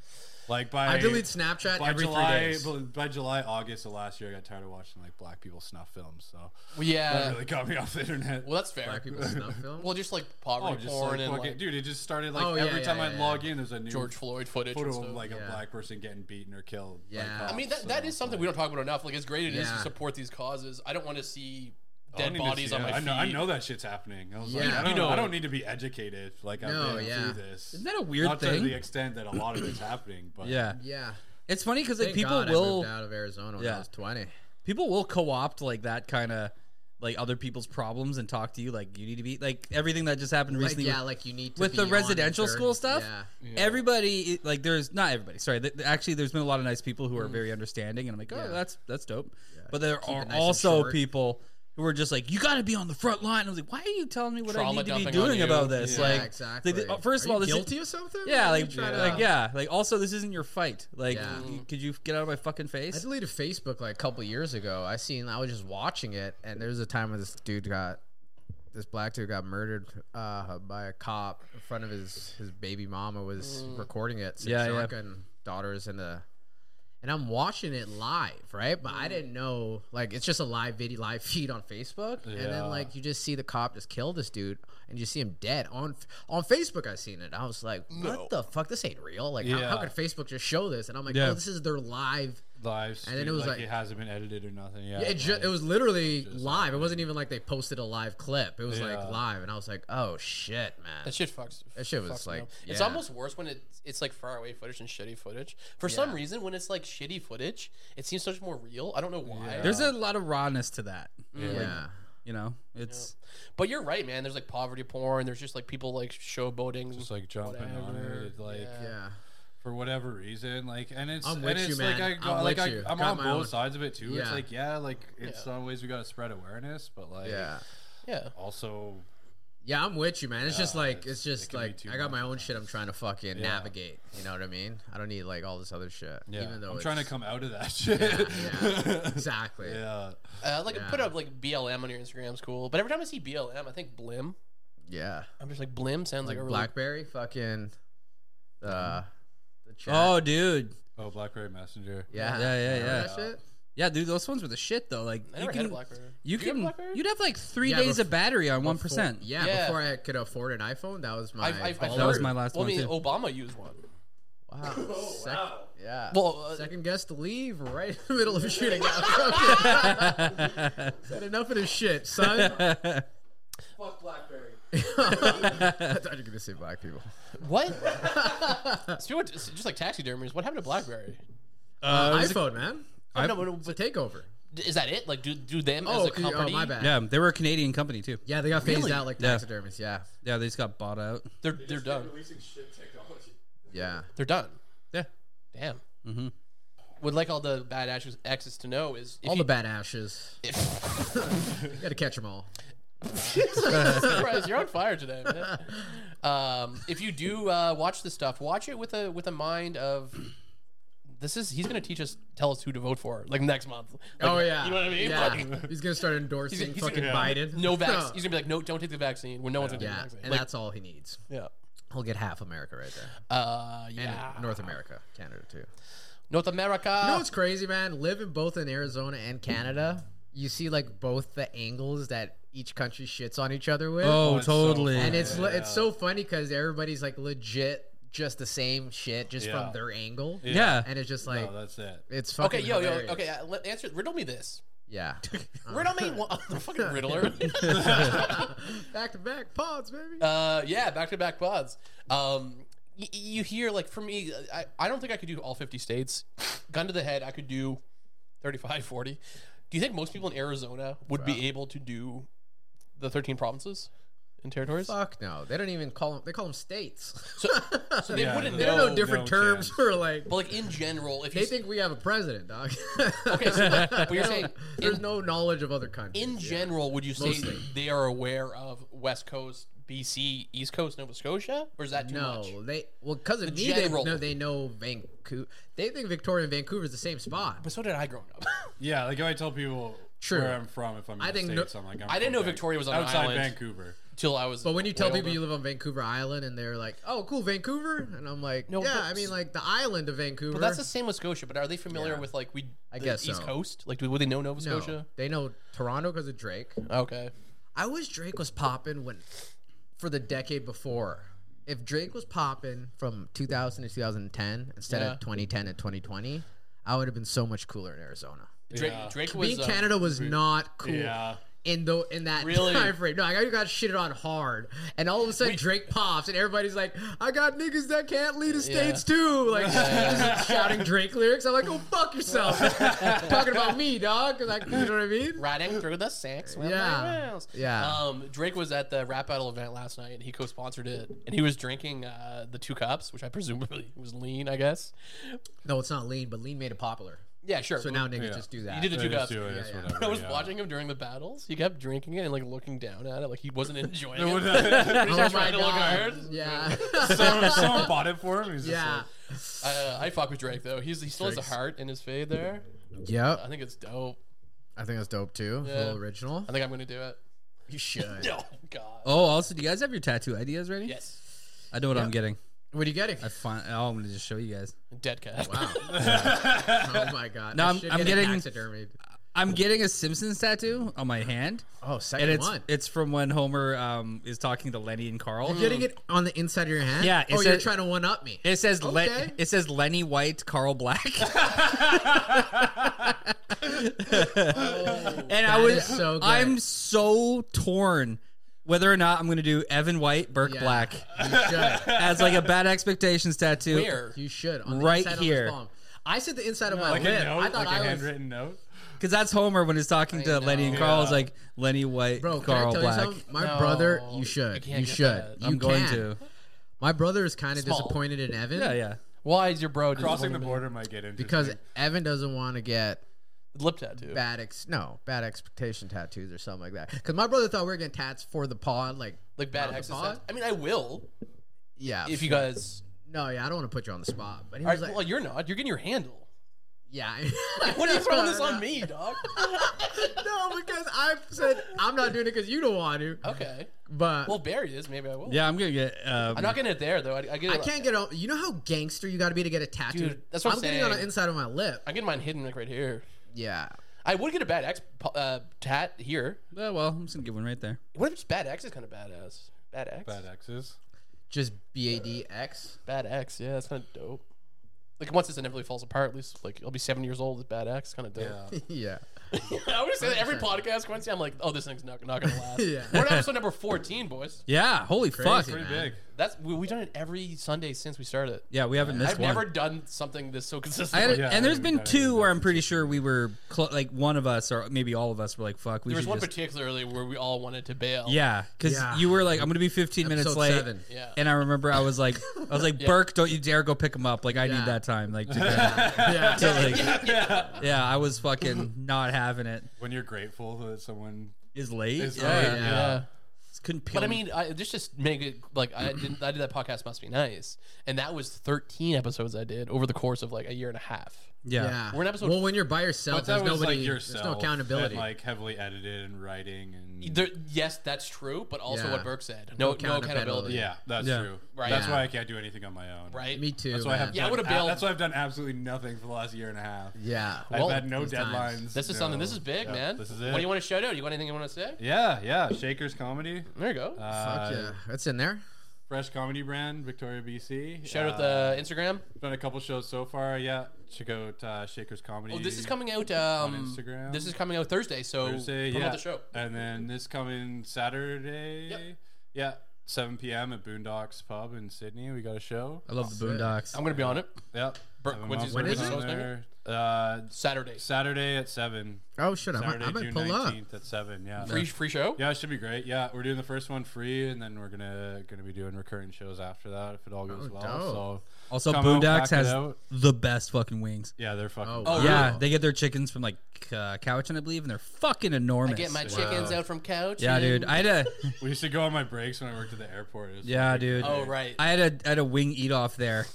[SPEAKER 4] Like by
[SPEAKER 3] I delete Snapchat
[SPEAKER 4] by
[SPEAKER 3] every
[SPEAKER 4] July,
[SPEAKER 3] three days.
[SPEAKER 4] by- by July, August of last year, I got tired of watching like black people snuff films. So
[SPEAKER 2] Well,
[SPEAKER 3] Uh,
[SPEAKER 2] yeah.
[SPEAKER 4] that really got me off the internet.
[SPEAKER 2] Well, that's fair.
[SPEAKER 3] Black people snuff films.
[SPEAKER 2] Well, just like
[SPEAKER 4] oh,
[SPEAKER 2] poverty
[SPEAKER 4] just
[SPEAKER 2] porn
[SPEAKER 4] like,
[SPEAKER 2] and
[SPEAKER 4] fucking-
[SPEAKER 2] like,
[SPEAKER 4] dude, it just started like
[SPEAKER 3] Oh, yeah,
[SPEAKER 4] every
[SPEAKER 3] yeah,
[SPEAKER 4] time
[SPEAKER 3] yeah,
[SPEAKER 4] I
[SPEAKER 3] yeah.
[SPEAKER 4] log in, there's a new
[SPEAKER 2] George Floyd footage. and
[SPEAKER 4] photo
[SPEAKER 2] stuff.
[SPEAKER 4] of like
[SPEAKER 3] Yeah.
[SPEAKER 4] a black person getting beaten or killed. by
[SPEAKER 3] Yeah.
[SPEAKER 4] cops,
[SPEAKER 3] I
[SPEAKER 2] I mean, that,
[SPEAKER 4] so-
[SPEAKER 2] that is something we don't talk about enough. Like, as great it is
[SPEAKER 3] Yeah.
[SPEAKER 2] to support these causes, I don't want to see
[SPEAKER 4] I don't
[SPEAKER 2] dead
[SPEAKER 4] need to
[SPEAKER 2] bodies
[SPEAKER 4] see
[SPEAKER 2] on
[SPEAKER 4] it.
[SPEAKER 2] my
[SPEAKER 4] I know, I
[SPEAKER 2] feed.
[SPEAKER 4] know that shit's happening. I was like,
[SPEAKER 3] Yeah.
[SPEAKER 4] I don't,
[SPEAKER 2] You know-
[SPEAKER 4] I don't need to be educated. Like, I've
[SPEAKER 3] No,
[SPEAKER 4] been
[SPEAKER 3] yeah.
[SPEAKER 4] through this.
[SPEAKER 1] Isn't that a weird
[SPEAKER 4] Not
[SPEAKER 1] thing?
[SPEAKER 4] to the extent that a lot of it's happening, but
[SPEAKER 1] Yeah.
[SPEAKER 3] Yeah.
[SPEAKER 1] It's funny because like
[SPEAKER 3] Thank
[SPEAKER 1] people
[SPEAKER 3] God I
[SPEAKER 1] will
[SPEAKER 3] moved out of Arizona when
[SPEAKER 1] Yeah.
[SPEAKER 3] I was 20.
[SPEAKER 1] people will co-opt like that kind of like other people's problems and talk to you like you need to be like everything that just happened
[SPEAKER 3] Like,
[SPEAKER 1] recently
[SPEAKER 3] yeah,
[SPEAKER 1] with,
[SPEAKER 3] like you need to
[SPEAKER 1] with
[SPEAKER 3] be
[SPEAKER 1] the
[SPEAKER 3] on
[SPEAKER 1] residential
[SPEAKER 3] certain-
[SPEAKER 1] school stuff
[SPEAKER 3] Yeah.
[SPEAKER 1] everybody like there's not everybody sorry th- actually there's been a lot of nice people who are very understanding and i'm like oh
[SPEAKER 3] Mm. Yeah.
[SPEAKER 1] that's that's dope but there
[SPEAKER 3] it
[SPEAKER 1] are
[SPEAKER 3] nice and
[SPEAKER 1] also
[SPEAKER 3] short.
[SPEAKER 1] people who are just like you got to be on the front line i was like why are you telling me what i
[SPEAKER 2] Trauma
[SPEAKER 1] need to be
[SPEAKER 2] dumping on
[SPEAKER 1] doing
[SPEAKER 2] you.
[SPEAKER 1] about this
[SPEAKER 3] Yeah,
[SPEAKER 1] like
[SPEAKER 3] exactly.
[SPEAKER 1] like, uh, first
[SPEAKER 3] Are
[SPEAKER 1] of all
[SPEAKER 3] you
[SPEAKER 1] this is-
[SPEAKER 3] guilty of something?
[SPEAKER 1] yeah,
[SPEAKER 3] What are
[SPEAKER 1] like,
[SPEAKER 3] you trying to-
[SPEAKER 1] like yeah, like. Also, this isn't your fight. Like,
[SPEAKER 3] Yeah.
[SPEAKER 1] you- could you get out of my fucking
[SPEAKER 3] I
[SPEAKER 1] face?
[SPEAKER 3] deleted Facebook like a couple years ago. I seen I was just watching it, and there was a time when this dude got this black dude got murdered uh, by a cop in front of his his baby mama was recording it. So
[SPEAKER 1] Mm. Yeah, yeah.
[SPEAKER 3] shotgun daughters and the and I'm watching it live, right? But
[SPEAKER 1] Mm.
[SPEAKER 3] I didn't know like it's just a live video, live feed on Facebook, and
[SPEAKER 4] Yeah.
[SPEAKER 3] then like you just see the cop just kill this dude, and you see him dead on on Facebook. I seen it. I was like, what the fuck? This ain't real. Like how, how
[SPEAKER 4] Yeah.
[SPEAKER 3] could Facebook just show this? And I'm like,
[SPEAKER 1] Yeah.
[SPEAKER 3] oh, this is their live.
[SPEAKER 4] live.
[SPEAKER 3] And then
[SPEAKER 4] stream,
[SPEAKER 3] it was
[SPEAKER 4] like,
[SPEAKER 3] like-
[SPEAKER 4] it hasn't been edited or nothing. Yeah,
[SPEAKER 3] It, ju-
[SPEAKER 4] like-
[SPEAKER 3] it was literally live. It wasn't even like they posted a live clip. It was
[SPEAKER 4] Yeah.
[SPEAKER 3] like live, and I was like, "Oh shit, man!"
[SPEAKER 2] That shit fucks.
[SPEAKER 3] That shit was
[SPEAKER 2] fucks me
[SPEAKER 3] like-
[SPEAKER 2] up. it's
[SPEAKER 3] yeah.
[SPEAKER 2] almost worse when it's it's like far away footage and shitty footage. For some reason, when it's like shitty footage, it seems so much more real. I don't know why.
[SPEAKER 4] Yeah.
[SPEAKER 1] There's a lot of rawness to that.
[SPEAKER 3] yeah,
[SPEAKER 1] You know, it's
[SPEAKER 2] But you're right, man. There's like poverty porn. There's just like people like showboating.
[SPEAKER 4] just like jumping on
[SPEAKER 2] Whatever.
[SPEAKER 4] it, like
[SPEAKER 2] Yeah.
[SPEAKER 3] yeah,
[SPEAKER 4] for whatever reason, like, and it's
[SPEAKER 3] I'm
[SPEAKER 4] and
[SPEAKER 3] with
[SPEAKER 4] it's
[SPEAKER 3] you,
[SPEAKER 4] like
[SPEAKER 3] man.
[SPEAKER 4] I go,
[SPEAKER 3] I'm
[SPEAKER 4] like
[SPEAKER 3] with
[SPEAKER 4] I,
[SPEAKER 3] you.
[SPEAKER 4] I'm
[SPEAKER 3] Got
[SPEAKER 4] on both
[SPEAKER 3] my own-
[SPEAKER 4] sides of it too. It's
[SPEAKER 3] Yeah.
[SPEAKER 4] like yeah, like in
[SPEAKER 2] Yeah.
[SPEAKER 4] some ways we gotta spread awareness, but like
[SPEAKER 3] yeah,
[SPEAKER 2] yeah.
[SPEAKER 4] also
[SPEAKER 3] yeah. I'm with you, man. It's just
[SPEAKER 4] Yeah,
[SPEAKER 3] like
[SPEAKER 4] it's-
[SPEAKER 3] it's just
[SPEAKER 4] it can be
[SPEAKER 3] like
[SPEAKER 4] too
[SPEAKER 3] I got my
[SPEAKER 4] much
[SPEAKER 3] own shit. I'm trying to fucking navigate. You know what I mean? I don't need like all this other shit.
[SPEAKER 4] yeah.
[SPEAKER 3] Even though
[SPEAKER 4] I'm trying to
[SPEAKER 3] it's-
[SPEAKER 4] come out of that shit.
[SPEAKER 3] yeah. exactly. Yeah.
[SPEAKER 4] yeah.
[SPEAKER 2] Uh, like put up like BLM on your Instagram's cool. But every time I see BLM, I think Blim. I'm just like Blim sounds like,
[SPEAKER 3] Like
[SPEAKER 2] a really
[SPEAKER 3] BlackBerry, fucking uh, the chat.
[SPEAKER 1] oh, dude,
[SPEAKER 4] Oh, BlackBerry Messenger.
[SPEAKER 3] yeah,
[SPEAKER 1] yeah, yeah,
[SPEAKER 3] Remember
[SPEAKER 1] yeah.
[SPEAKER 3] that shit?
[SPEAKER 1] yeah, dude, those ones were the shit though. Like
[SPEAKER 2] I
[SPEAKER 1] you
[SPEAKER 2] never had a
[SPEAKER 1] can,
[SPEAKER 2] BlackBerry.
[SPEAKER 1] you
[SPEAKER 2] Do you have
[SPEAKER 1] can,
[SPEAKER 2] BlackBerry?
[SPEAKER 1] you'd have like three
[SPEAKER 3] Yeah,
[SPEAKER 1] days
[SPEAKER 3] bef-
[SPEAKER 1] of battery on one percent.
[SPEAKER 3] Yeah,
[SPEAKER 2] Yeah.
[SPEAKER 3] before I could afford an iPhone, that was my.
[SPEAKER 2] I've- I've- I've
[SPEAKER 1] that was
[SPEAKER 2] heard.
[SPEAKER 1] my last
[SPEAKER 2] Well, I
[SPEAKER 1] one
[SPEAKER 2] mean,
[SPEAKER 1] too.
[SPEAKER 2] Obama used one.
[SPEAKER 3] Wow. Sec- Yeah.
[SPEAKER 2] Well, uh,
[SPEAKER 3] Second guest to leave right in the middle of a shooting. Said enough of this shit, son.
[SPEAKER 2] Fuck BlackBerry.
[SPEAKER 3] I thought you were gonna say black people.
[SPEAKER 2] What? so you went to- just like taxidermies. What happened to BlackBerry?
[SPEAKER 3] Uh, iPhone, man. Oh,
[SPEAKER 2] no, but-
[SPEAKER 3] It's a takeover.
[SPEAKER 2] Is that it? Like, do do them as
[SPEAKER 3] Oh,
[SPEAKER 2] a
[SPEAKER 3] c- oh,
[SPEAKER 2] company?
[SPEAKER 3] my bad. Yeah.
[SPEAKER 1] Yeah, they were a Canadian company too.
[SPEAKER 3] they got phased
[SPEAKER 2] Really?
[SPEAKER 3] out like
[SPEAKER 1] Yeah.
[SPEAKER 3] taxidermists. Yeah,
[SPEAKER 1] Yeah, they just got bought out.
[SPEAKER 2] They're they're done.
[SPEAKER 5] Releasing shit technology.
[SPEAKER 3] yeah.
[SPEAKER 2] They're done.
[SPEAKER 1] Yeah.
[SPEAKER 2] Damn. Mm-hmm. Would like all the bad ashes exes to know is if
[SPEAKER 3] All
[SPEAKER 2] you-
[SPEAKER 3] the bad ashes. You got to catch them all.
[SPEAKER 2] Surprise, you're on fire today. man. Um, if you do uh, watch this stuff, watch it with a with a mind of this is he's gonna teach us tell us who to vote for like next month. Like,
[SPEAKER 3] oh yeah,
[SPEAKER 2] you know what I mean?
[SPEAKER 3] Yeah.
[SPEAKER 2] Like,
[SPEAKER 3] he's gonna start endorsing
[SPEAKER 2] he's
[SPEAKER 3] fucking
[SPEAKER 2] gonna-
[SPEAKER 3] Biden.
[SPEAKER 2] no vaccine.
[SPEAKER 3] Oh.
[SPEAKER 2] He's gonna be like, no, don't take the vaccine. When no one's gonna
[SPEAKER 3] Yeah,
[SPEAKER 2] take the
[SPEAKER 3] and
[SPEAKER 2] vaccine.
[SPEAKER 3] that's all he needs.
[SPEAKER 2] Like,
[SPEAKER 3] He'll get half America right there,
[SPEAKER 2] yeah. Uh,
[SPEAKER 3] and
[SPEAKER 2] yeah.
[SPEAKER 3] North America, Canada too.
[SPEAKER 2] North America.
[SPEAKER 3] You know what's crazy, man? Living both in Arizona and Canada, you see like both the angles that each country shits on each other with.
[SPEAKER 1] Oh,
[SPEAKER 4] it's so
[SPEAKER 1] totally.
[SPEAKER 4] funny.
[SPEAKER 3] and it's le- it's so funny because everybody's like legit just the same shit just
[SPEAKER 4] Yeah.
[SPEAKER 3] from their angle.
[SPEAKER 1] yeah.
[SPEAKER 3] And it's just like
[SPEAKER 4] No, that's it.
[SPEAKER 3] it's fucking
[SPEAKER 2] okay, yo, yo.
[SPEAKER 3] hilarious.
[SPEAKER 2] Okay, uh, let, answer. Riddle me this.
[SPEAKER 3] Yeah. Uh-huh.
[SPEAKER 2] Riddle me one- the fucking riddler.
[SPEAKER 3] back to back pods, baby.
[SPEAKER 2] Uh, yeah, back to back pods. Um, y- you hear like for me, I, I don't think I could do all 50 states. Gun to the head, I could do 35, 40. Do you think most people in Arizona would be able to do the 13 provinces and territories?
[SPEAKER 3] Fuck no. They don't even call them they call them states.
[SPEAKER 2] So, so they
[SPEAKER 4] Yeah,
[SPEAKER 2] wouldn't
[SPEAKER 4] they
[SPEAKER 3] They
[SPEAKER 2] know.
[SPEAKER 3] don't know different
[SPEAKER 4] no
[SPEAKER 3] terms
[SPEAKER 4] chance.
[SPEAKER 3] for like
[SPEAKER 2] but like in general, if you
[SPEAKER 3] they
[SPEAKER 2] s-
[SPEAKER 3] think we have a president, dog.
[SPEAKER 2] okay, so, but you're saying
[SPEAKER 3] There's
[SPEAKER 2] in,
[SPEAKER 3] no knowledge of other countries.
[SPEAKER 2] in
[SPEAKER 3] yeah.
[SPEAKER 2] general, would you say
[SPEAKER 3] Mostly.
[SPEAKER 2] they are aware of West Coast, BC, East Coast, Nova Scotia, or is that too
[SPEAKER 3] No,
[SPEAKER 2] much?
[SPEAKER 3] they well because of
[SPEAKER 2] The
[SPEAKER 3] me they
[SPEAKER 2] general.
[SPEAKER 3] know they know Vancouver. They think Victoria and Vancouver is the same spot.
[SPEAKER 2] But so did I growing up.
[SPEAKER 4] Yeah, like if I tell people
[SPEAKER 3] True.
[SPEAKER 4] where I'm from, if I'm in
[SPEAKER 3] I
[SPEAKER 4] the
[SPEAKER 3] think no-
[SPEAKER 4] states, I'm like I'm
[SPEAKER 2] I didn't
[SPEAKER 4] from
[SPEAKER 2] know
[SPEAKER 4] Van-
[SPEAKER 2] Victoria was on an
[SPEAKER 4] outside
[SPEAKER 2] island.
[SPEAKER 4] Vancouver.
[SPEAKER 2] Till I was.
[SPEAKER 3] But when you tell
[SPEAKER 2] way
[SPEAKER 3] people
[SPEAKER 2] older.
[SPEAKER 3] you live on Vancouver Island and they're like, "Oh, cool, Vancouver," and I'm like,
[SPEAKER 2] No,
[SPEAKER 3] "Yeah,
[SPEAKER 2] but-
[SPEAKER 3] I mean like the island of Vancouver."
[SPEAKER 2] Well, that's the same with Scotia, but are they familiar
[SPEAKER 3] Yeah.
[SPEAKER 2] with like we?
[SPEAKER 3] I
[SPEAKER 2] the
[SPEAKER 3] guess
[SPEAKER 2] East
[SPEAKER 3] so.
[SPEAKER 2] Coast. Like, do would they know Nova
[SPEAKER 3] no,
[SPEAKER 2] Scotia?
[SPEAKER 3] they know Toronto because of Drake.
[SPEAKER 2] Okay.
[SPEAKER 3] I wish Drake was popping when for the decade before. If Drake was popping from 2000 to 2010 instead
[SPEAKER 2] Yeah.
[SPEAKER 3] of 2010 to 2020, I would have been so much cooler in Arizona.
[SPEAKER 2] Drake,
[SPEAKER 4] Yeah.
[SPEAKER 2] Drake was
[SPEAKER 3] Being
[SPEAKER 2] uh,
[SPEAKER 3] Canada was not cool.
[SPEAKER 4] Yeah.
[SPEAKER 3] in the in that
[SPEAKER 2] Really?
[SPEAKER 3] time frame. No, I got shitted on hard, and all of a sudden Drake pops, and everybody's like, "I got niggas that can't lead the states too," like just shouting Drake lyrics. I'm like, "Oh fuck yourself," talking about me, dog. 'cause I, you know what I mean?
[SPEAKER 2] riding through the six. with my
[SPEAKER 3] Yeah.
[SPEAKER 2] wheels.
[SPEAKER 3] Yeah.
[SPEAKER 2] Um, Drake was at the rap battle event last night, and he co-sponsored it, and he was drinking uh, the two cups, which I presumably was lean. I guess.
[SPEAKER 3] No, it's not lean, but lean made it popular.
[SPEAKER 2] Yeah, sure.
[SPEAKER 3] So
[SPEAKER 2] but
[SPEAKER 3] now niggas
[SPEAKER 4] Yeah.
[SPEAKER 3] just do that.
[SPEAKER 2] he did the two
[SPEAKER 4] They
[SPEAKER 2] cups.
[SPEAKER 4] just do it, it's
[SPEAKER 3] yeah.
[SPEAKER 4] whatever,
[SPEAKER 2] I was
[SPEAKER 4] yeah.
[SPEAKER 2] watching him during the battles. He kept drinking it and like looking down at it, like he wasn't enjoying
[SPEAKER 4] It would-
[SPEAKER 2] it.
[SPEAKER 4] someone,
[SPEAKER 3] Oh
[SPEAKER 2] Just
[SPEAKER 3] my
[SPEAKER 2] trying to look
[SPEAKER 3] God.
[SPEAKER 2] hard.
[SPEAKER 3] Yeah.
[SPEAKER 4] someone bought it for him. He's
[SPEAKER 3] yeah.
[SPEAKER 2] Uh, I fuck with Drake though. He's he still has a heart in his fade there. I
[SPEAKER 3] Yep.
[SPEAKER 2] think it's dope.
[SPEAKER 3] I think that's dope too. A
[SPEAKER 2] Yeah.
[SPEAKER 3] little original.
[SPEAKER 2] I think I'm gonna do it.
[SPEAKER 3] You should.
[SPEAKER 2] Oh God.
[SPEAKER 1] Oh, also, do you guys have your tattoo ideas ready?
[SPEAKER 2] Yes.
[SPEAKER 1] I know what I'm getting.
[SPEAKER 3] What are you getting?
[SPEAKER 1] I find. Oh, I'm gonna just show you guys.
[SPEAKER 2] Dead cat.
[SPEAKER 3] Wow. oh my god.
[SPEAKER 1] No,
[SPEAKER 3] I
[SPEAKER 1] I'm-
[SPEAKER 3] should
[SPEAKER 1] I'm
[SPEAKER 3] get it
[SPEAKER 1] getting-
[SPEAKER 3] taxidermied.
[SPEAKER 1] I'm getting a Simpsons tattoo on my hand,
[SPEAKER 3] Oh,
[SPEAKER 1] and
[SPEAKER 3] second
[SPEAKER 1] it's
[SPEAKER 3] one.
[SPEAKER 1] it's from when Homer um is talking to Lenny and Carl.
[SPEAKER 3] You're getting it on the inside of your hand?
[SPEAKER 1] Yeah, it
[SPEAKER 3] Oh, you're
[SPEAKER 1] says-
[SPEAKER 3] trying to one up me.
[SPEAKER 1] It says Le-
[SPEAKER 3] Okay. Oh,
[SPEAKER 1] it says Lenny White, Carl Black. and I
[SPEAKER 3] that
[SPEAKER 1] was
[SPEAKER 3] is so good.
[SPEAKER 1] I'm so torn whether or not I'm going to do Evan White, Burke
[SPEAKER 3] Yeah.
[SPEAKER 1] Black
[SPEAKER 3] You should.
[SPEAKER 1] as like a bad expectations tattoo.
[SPEAKER 2] Where?
[SPEAKER 3] You should. On the
[SPEAKER 1] Right
[SPEAKER 3] inside of his
[SPEAKER 1] here.
[SPEAKER 3] palm. I said the inside of my
[SPEAKER 4] Like
[SPEAKER 3] lip.
[SPEAKER 4] a note,
[SPEAKER 3] I thought
[SPEAKER 4] like a
[SPEAKER 3] I was.
[SPEAKER 4] handwritten note.
[SPEAKER 1] Because that's Homer when he's talking to
[SPEAKER 2] I
[SPEAKER 1] Lenny and
[SPEAKER 2] know.
[SPEAKER 1] Carl. It's
[SPEAKER 4] Yeah.
[SPEAKER 1] like Lenny White,
[SPEAKER 3] Bro, can I
[SPEAKER 1] Carl
[SPEAKER 3] tell you
[SPEAKER 1] Black.
[SPEAKER 3] something? My
[SPEAKER 2] No,
[SPEAKER 3] brother,
[SPEAKER 2] you
[SPEAKER 3] you should.
[SPEAKER 2] can't
[SPEAKER 3] You
[SPEAKER 2] get
[SPEAKER 3] should.
[SPEAKER 2] that.
[SPEAKER 3] You
[SPEAKER 1] I'm going
[SPEAKER 3] can.
[SPEAKER 1] to.
[SPEAKER 3] My brother is kind of
[SPEAKER 2] Small.
[SPEAKER 3] disappointed in Evan
[SPEAKER 1] Yeah, yeah.
[SPEAKER 2] Why is your bro just
[SPEAKER 4] Crossing the border might get interesting.
[SPEAKER 3] because Evan doesn't want to get
[SPEAKER 2] lip tattoo?
[SPEAKER 3] bad ex no bad expectation tattoos or something like that. Because my brother thought we were getting tats for the pod, like
[SPEAKER 2] Like bad
[SPEAKER 3] Out of the
[SPEAKER 2] exercise.
[SPEAKER 3] pod?
[SPEAKER 2] I mean, I will
[SPEAKER 3] yeah.
[SPEAKER 2] if you guys.
[SPEAKER 3] no, yeah, I don't want to put you on the spot, but he
[SPEAKER 2] All
[SPEAKER 3] was
[SPEAKER 2] right,
[SPEAKER 3] like,
[SPEAKER 2] well, you're not. You're getting your handle.
[SPEAKER 3] yeah.
[SPEAKER 2] What are you throwing this on me, dog?
[SPEAKER 3] No, because I said I'm not doing it because you don't want to.
[SPEAKER 2] Okay.
[SPEAKER 3] But
[SPEAKER 2] Well, Barry is. Maybe I will.
[SPEAKER 1] Yeah, I'm going to get. Um,
[SPEAKER 2] I'm not getting it there though. I, I get.
[SPEAKER 3] I
[SPEAKER 2] It,
[SPEAKER 3] can't get on. You know how gangster you got to be to get a tattoo.
[SPEAKER 2] Dude, that's what I'm
[SPEAKER 3] getting on the
[SPEAKER 2] saying.
[SPEAKER 3] inside of my lip.
[SPEAKER 2] I get mine hidden like right here.
[SPEAKER 3] Yeah.
[SPEAKER 2] I would get a bad ex uh, tat here.
[SPEAKER 1] oh, well, I'm just going to get one right there.
[SPEAKER 2] What if just bad X is kind of badass? Bad X.
[SPEAKER 4] bad exes.
[SPEAKER 3] Just B A D X.
[SPEAKER 2] Bad X. Yeah, that's kind of dope. Like once this inevitably falls apart, at least like I'll be seven years old. It's bad X. Kind of dope.
[SPEAKER 4] Yeah.
[SPEAKER 3] yeah.
[SPEAKER 2] I always say that every podcast, Quincy. I'm like, oh, this thing's not, not gonna last.
[SPEAKER 3] Yeah.
[SPEAKER 2] We're at episode number 14, boys.
[SPEAKER 1] Yeah, holy fuck.
[SPEAKER 3] Crazy.
[SPEAKER 4] Pretty
[SPEAKER 3] Man.
[SPEAKER 4] big.
[SPEAKER 2] That's we, we've done it every Sunday since we started.
[SPEAKER 1] Yeah, we haven't missed
[SPEAKER 2] I've
[SPEAKER 1] one.
[SPEAKER 2] never done something this so
[SPEAKER 1] I
[SPEAKER 2] consistent.
[SPEAKER 1] had,
[SPEAKER 4] Yeah,
[SPEAKER 1] and there's
[SPEAKER 4] I
[SPEAKER 1] been
[SPEAKER 4] mean,
[SPEAKER 1] two where I'm pretty sure we were cl- like one of us or maybe all of us were like, "Fuck, we
[SPEAKER 2] there was
[SPEAKER 1] should
[SPEAKER 2] one
[SPEAKER 1] just."
[SPEAKER 2] particularly where we all wanted to bail.
[SPEAKER 1] yeah, because
[SPEAKER 3] Yeah.
[SPEAKER 1] you were like, "I'm gonna be 15 minutes
[SPEAKER 3] Episode
[SPEAKER 1] late,"
[SPEAKER 3] seven.
[SPEAKER 2] Yeah.
[SPEAKER 1] and I remember I was like, "I was like,
[SPEAKER 2] Yeah.
[SPEAKER 1] Burke, don't you dare go pick him up. Like, I
[SPEAKER 3] Yeah.
[SPEAKER 1] need that time. Like, to get-
[SPEAKER 3] Yeah.
[SPEAKER 1] to, like yeah, I was fucking not having it.
[SPEAKER 4] When you're grateful that someone
[SPEAKER 1] Is late.
[SPEAKER 4] is
[SPEAKER 1] yeah,
[SPEAKER 4] late,
[SPEAKER 3] yeah.
[SPEAKER 2] yeah.
[SPEAKER 1] couldn't. Peel
[SPEAKER 2] But I mean, I, this just make it like I didn't. I did that podcast must be nice, and that was 13 episodes I did over the course of like a year and a half.
[SPEAKER 1] yeah.
[SPEAKER 3] Yeah.
[SPEAKER 2] We're in episode-
[SPEAKER 3] Well, when you're by yourself,
[SPEAKER 4] But that
[SPEAKER 3] there's
[SPEAKER 4] was
[SPEAKER 3] nobody.
[SPEAKER 4] like
[SPEAKER 3] there's
[SPEAKER 4] yourself.
[SPEAKER 3] no accountability.
[SPEAKER 4] and, like heavily edited and writing and
[SPEAKER 2] There, yes, that's true, but also
[SPEAKER 3] Yeah.
[SPEAKER 2] what Burke said. No, no
[SPEAKER 3] accountability.
[SPEAKER 2] accountability.
[SPEAKER 4] yeah, that's
[SPEAKER 1] Yeah.
[SPEAKER 4] true.
[SPEAKER 2] Right.
[SPEAKER 4] That's
[SPEAKER 3] Yeah.
[SPEAKER 4] why I can't do anything on my own.
[SPEAKER 2] Right.
[SPEAKER 3] Me too.
[SPEAKER 4] That's why I
[SPEAKER 3] man.
[SPEAKER 4] have.
[SPEAKER 2] Yeah, I
[SPEAKER 4] done-
[SPEAKER 2] would've bailed.
[SPEAKER 4] That's why I've done absolutely nothing for the last year and a half.
[SPEAKER 3] Yeah.
[SPEAKER 2] Well,
[SPEAKER 4] I've had no
[SPEAKER 3] these times.
[SPEAKER 4] deadlines.
[SPEAKER 2] This is
[SPEAKER 4] no-
[SPEAKER 2] something. This is big,
[SPEAKER 4] yeah,
[SPEAKER 2] man.
[SPEAKER 4] This is it.
[SPEAKER 2] What do you want to shout out? You got anything you want to say?
[SPEAKER 4] Yeah, yeah. Shakers Comedy.
[SPEAKER 2] There you go.
[SPEAKER 4] Uh,
[SPEAKER 3] Fuck yeah. That's in there.
[SPEAKER 4] Fresh comedy brand, Victoria, BC.
[SPEAKER 2] shout out
[SPEAKER 4] Uh,
[SPEAKER 2] the Instagram.
[SPEAKER 4] done a couple shows so far. Yeah, check out uh, Shakers Comedy.
[SPEAKER 2] Oh, this is coming out. Um,
[SPEAKER 4] Instagram.
[SPEAKER 2] This is coming out Thursday. So
[SPEAKER 4] Thursday,
[SPEAKER 2] promote
[SPEAKER 4] yeah.
[SPEAKER 2] the show.
[SPEAKER 4] And then this coming Saturday.
[SPEAKER 2] Yep.
[SPEAKER 4] Yeah, 7 p.m. at Boondocks Pub in Sydney. We got a show.
[SPEAKER 1] I love the Boondocks.
[SPEAKER 2] I'm gonna be on it
[SPEAKER 4] Yep.
[SPEAKER 2] Bur-
[SPEAKER 4] Have a
[SPEAKER 2] when's
[SPEAKER 4] mom
[SPEAKER 2] his-
[SPEAKER 4] with
[SPEAKER 2] when's
[SPEAKER 4] us
[SPEAKER 2] his
[SPEAKER 4] on
[SPEAKER 2] show's
[SPEAKER 4] there. Uh,
[SPEAKER 2] Saturday.
[SPEAKER 4] Saturday at 7.
[SPEAKER 3] Oh shit! I'm,
[SPEAKER 4] Saturday,
[SPEAKER 3] I'm gonna
[SPEAKER 4] June
[SPEAKER 3] pull up.
[SPEAKER 4] 19th at 7. Yeah.
[SPEAKER 2] Free free show.
[SPEAKER 4] Yeah, it should be great. Yeah, we're doing the first one free, and then we're gonna gonna be doing recurring shows after that if it all goes
[SPEAKER 3] Oh, dope.
[SPEAKER 4] well. So
[SPEAKER 1] also,
[SPEAKER 4] come out,
[SPEAKER 1] Boondocks
[SPEAKER 4] pack it
[SPEAKER 1] has
[SPEAKER 4] out.
[SPEAKER 1] the best fucking wings.
[SPEAKER 4] yeah, they're fucking.
[SPEAKER 3] Oh,
[SPEAKER 2] Oh,
[SPEAKER 3] wow.
[SPEAKER 1] Yeah,
[SPEAKER 2] really?
[SPEAKER 1] they get their chickens from like uh, Cowichan, I believe, and they're fucking enormous.
[SPEAKER 2] I get my chickens
[SPEAKER 4] Wow.
[SPEAKER 2] out from couch.
[SPEAKER 1] yeah,
[SPEAKER 2] and-
[SPEAKER 1] dude. I had a
[SPEAKER 4] We used to go on my breaks when I worked at the airport. It was
[SPEAKER 1] yeah,
[SPEAKER 4] fucking
[SPEAKER 1] dude.
[SPEAKER 2] oh right.
[SPEAKER 1] I had a I had a wing eat off there.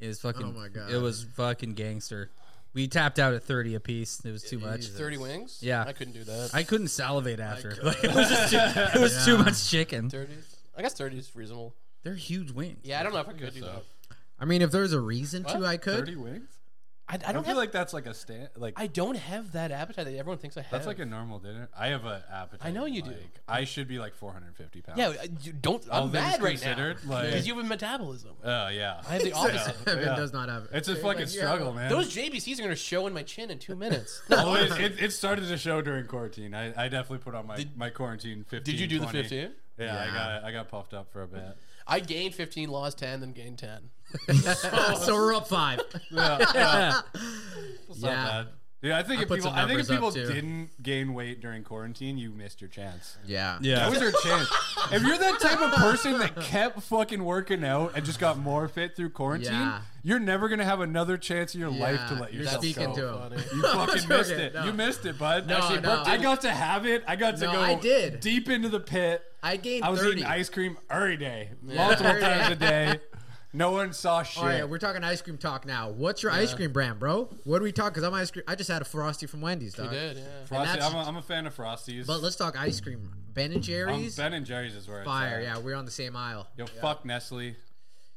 [SPEAKER 1] It was fucking.
[SPEAKER 3] Oh my God.
[SPEAKER 1] It was fucking gangster. We tapped out at thirty apiece. It was too much.
[SPEAKER 3] Jesus.
[SPEAKER 2] Thirty wings.
[SPEAKER 1] Yeah.
[SPEAKER 2] I couldn't do that.
[SPEAKER 1] I couldn't salivate after. Like, it was just too, it was too
[SPEAKER 3] Yeah.
[SPEAKER 1] much chicken.
[SPEAKER 2] Thirty. I guess thirty is reasonable.
[SPEAKER 1] They're huge wings.
[SPEAKER 2] Yeah, I don't know if I could do
[SPEAKER 4] so.
[SPEAKER 2] that.
[SPEAKER 3] I mean, if there's a reason
[SPEAKER 2] What?
[SPEAKER 3] to, I could.
[SPEAKER 4] Thirty wings?
[SPEAKER 2] I, I
[SPEAKER 4] I don't
[SPEAKER 2] don't
[SPEAKER 4] feel
[SPEAKER 2] have. Like,
[SPEAKER 4] like that's like a stand. Like
[SPEAKER 2] I don't have that appetite that everyone thinks I have.
[SPEAKER 4] that's like a normal dinner. I have an appetite.
[SPEAKER 2] I know you do.
[SPEAKER 4] like, I should be like 450 pounds.
[SPEAKER 2] Yeah, I- you don't.
[SPEAKER 4] All
[SPEAKER 2] I'm
[SPEAKER 4] things
[SPEAKER 2] mad right now
[SPEAKER 4] considered, like-
[SPEAKER 2] because you have a metabolism.
[SPEAKER 4] Oh yeah.
[SPEAKER 2] I have the opposite.
[SPEAKER 3] Evan
[SPEAKER 4] Yeah.
[SPEAKER 3] does not have it.
[SPEAKER 4] It's a fucking struggle, man.
[SPEAKER 2] Those JBCs are gonna show in my chin in two minutes.
[SPEAKER 4] Oh, it, it, it started to show during quarantine. I, I definitely put on my, my quarantine 15.
[SPEAKER 2] Did you do the
[SPEAKER 4] 20.
[SPEAKER 2] 15?
[SPEAKER 4] Yeah,
[SPEAKER 3] Yeah.
[SPEAKER 4] I got I got puffed up for a bit.
[SPEAKER 2] I gained 15, lost 10, then gained 10.
[SPEAKER 3] so we're up five.
[SPEAKER 1] Yeah.
[SPEAKER 4] It's
[SPEAKER 3] Yeah.
[SPEAKER 4] not bad. Dude, I think if
[SPEAKER 3] put
[SPEAKER 4] people
[SPEAKER 3] some
[SPEAKER 4] I think if
[SPEAKER 3] numbers up,
[SPEAKER 4] people
[SPEAKER 3] too.
[SPEAKER 4] didn't gain weight during quarantine, you missed your chance.
[SPEAKER 3] yeah.
[SPEAKER 4] That
[SPEAKER 1] yeah.
[SPEAKER 4] was your chance. If you're that type of person that kept fucking working out and just got more fit through quarantine,
[SPEAKER 3] Yeah.
[SPEAKER 4] you're never gonna have another chance in your life to
[SPEAKER 3] Yeah,
[SPEAKER 4] let
[SPEAKER 3] you're
[SPEAKER 4] yourself
[SPEAKER 3] speaking
[SPEAKER 4] go.
[SPEAKER 3] to him.
[SPEAKER 2] Funny.
[SPEAKER 4] You fucking missed
[SPEAKER 3] Okay,
[SPEAKER 4] it.
[SPEAKER 3] no.
[SPEAKER 4] You missed it, bud.
[SPEAKER 3] No, Actually, no.
[SPEAKER 4] I got to have it. I got to
[SPEAKER 3] No,
[SPEAKER 4] go.
[SPEAKER 3] I did.
[SPEAKER 4] deep into the pit.
[SPEAKER 3] I gained
[SPEAKER 4] I was
[SPEAKER 3] 30.
[SPEAKER 4] eating ice cream every day, multiple
[SPEAKER 3] Every
[SPEAKER 4] times a day. No one saw shit.
[SPEAKER 3] All right, we're talking ice cream talk now. What's your ice cream brand, bro? What do we talk? Because I'm ice cream. I just had a frosty from Wendy's,
[SPEAKER 2] You
[SPEAKER 3] dog.
[SPEAKER 2] did, yeah.
[SPEAKER 4] Frosty,
[SPEAKER 3] that's-
[SPEAKER 4] I'm, a, I'm a fan of Frosties.
[SPEAKER 3] But let's talk ice cream. Ben and
[SPEAKER 4] um,
[SPEAKER 3] Jerry's,
[SPEAKER 4] Ben and Jerry's is where
[SPEAKER 3] fire.
[SPEAKER 4] it's at.
[SPEAKER 3] Yeah, we're on the same aisle.
[SPEAKER 4] Yo, fuck Nestle.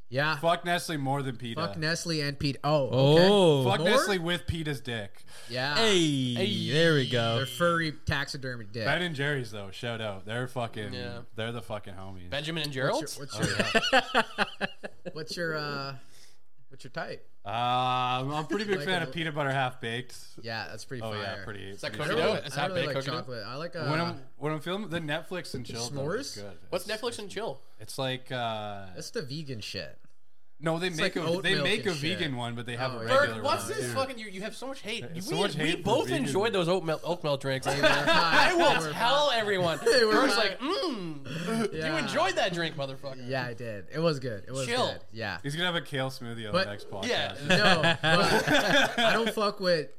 [SPEAKER 3] Yeah, fuck,
[SPEAKER 4] Fuck Nestle more than PETA.
[SPEAKER 3] Nestle and Pete. Oh, okay.
[SPEAKER 1] Oh.
[SPEAKER 4] Fuck
[SPEAKER 3] more?
[SPEAKER 4] Nestle with PETA's dick.
[SPEAKER 3] yeah.
[SPEAKER 1] Hey, There we go.
[SPEAKER 3] They're furry taxidermy dick.
[SPEAKER 4] Ben and Jerry's though, shout out. They're fucking.
[SPEAKER 2] Yeah.
[SPEAKER 4] They're the fucking homies.
[SPEAKER 2] Benjamin and Gerald?
[SPEAKER 3] What's your what's your,
[SPEAKER 4] Oh,
[SPEAKER 3] what's your uh, what's your type?
[SPEAKER 4] Um, I'm a pretty big
[SPEAKER 3] Like
[SPEAKER 4] fan
[SPEAKER 3] a-
[SPEAKER 4] of peanut butter half baked.
[SPEAKER 3] Yeah, that's pretty.
[SPEAKER 4] Oh
[SPEAKER 3] fire.
[SPEAKER 4] yeah, pretty.
[SPEAKER 2] Is that
[SPEAKER 4] pretty
[SPEAKER 3] I
[SPEAKER 2] cookie
[SPEAKER 4] good.
[SPEAKER 2] dough?
[SPEAKER 3] really,
[SPEAKER 2] It's
[SPEAKER 3] I
[SPEAKER 2] half
[SPEAKER 3] really
[SPEAKER 2] baked
[SPEAKER 3] like
[SPEAKER 2] cookie dough?
[SPEAKER 3] chocolate. I like uh,
[SPEAKER 4] When I'm when I'm filming the Netflix and chill. though, is
[SPEAKER 3] S'mores?
[SPEAKER 4] Good.
[SPEAKER 2] What's
[SPEAKER 4] It's-
[SPEAKER 2] Netflix and chill?
[SPEAKER 4] It's like uh,
[SPEAKER 3] that's the vegan shit.
[SPEAKER 4] no, they make
[SPEAKER 3] like
[SPEAKER 4] a
[SPEAKER 3] oat
[SPEAKER 4] they
[SPEAKER 3] milk
[SPEAKER 4] make a
[SPEAKER 3] and shit.
[SPEAKER 4] vegan one, but they have
[SPEAKER 3] Oh,
[SPEAKER 4] a
[SPEAKER 3] yeah.
[SPEAKER 4] regular
[SPEAKER 2] Berg, what's
[SPEAKER 4] one.
[SPEAKER 2] this
[SPEAKER 4] too.
[SPEAKER 2] fucking? You, you have so much hate.
[SPEAKER 4] There's
[SPEAKER 2] we
[SPEAKER 4] so much hate
[SPEAKER 2] we
[SPEAKER 4] for
[SPEAKER 2] both
[SPEAKER 4] vegan.
[SPEAKER 2] enjoyed those oat milk, oat milk drinks. I
[SPEAKER 3] I
[SPEAKER 2] will tell everyone.
[SPEAKER 3] were
[SPEAKER 2] Berg's like,
[SPEAKER 3] fine.
[SPEAKER 2] mmm, you
[SPEAKER 3] Yeah.
[SPEAKER 2] enjoyed that drink, motherfucker.
[SPEAKER 3] Yeah, I did. It was good. It was
[SPEAKER 2] Chill.
[SPEAKER 3] good. Yeah.
[SPEAKER 4] He's gonna have a kale smoothie on
[SPEAKER 3] But-
[SPEAKER 4] the next podcast.
[SPEAKER 2] Yeah.
[SPEAKER 3] No, but I don't fuck with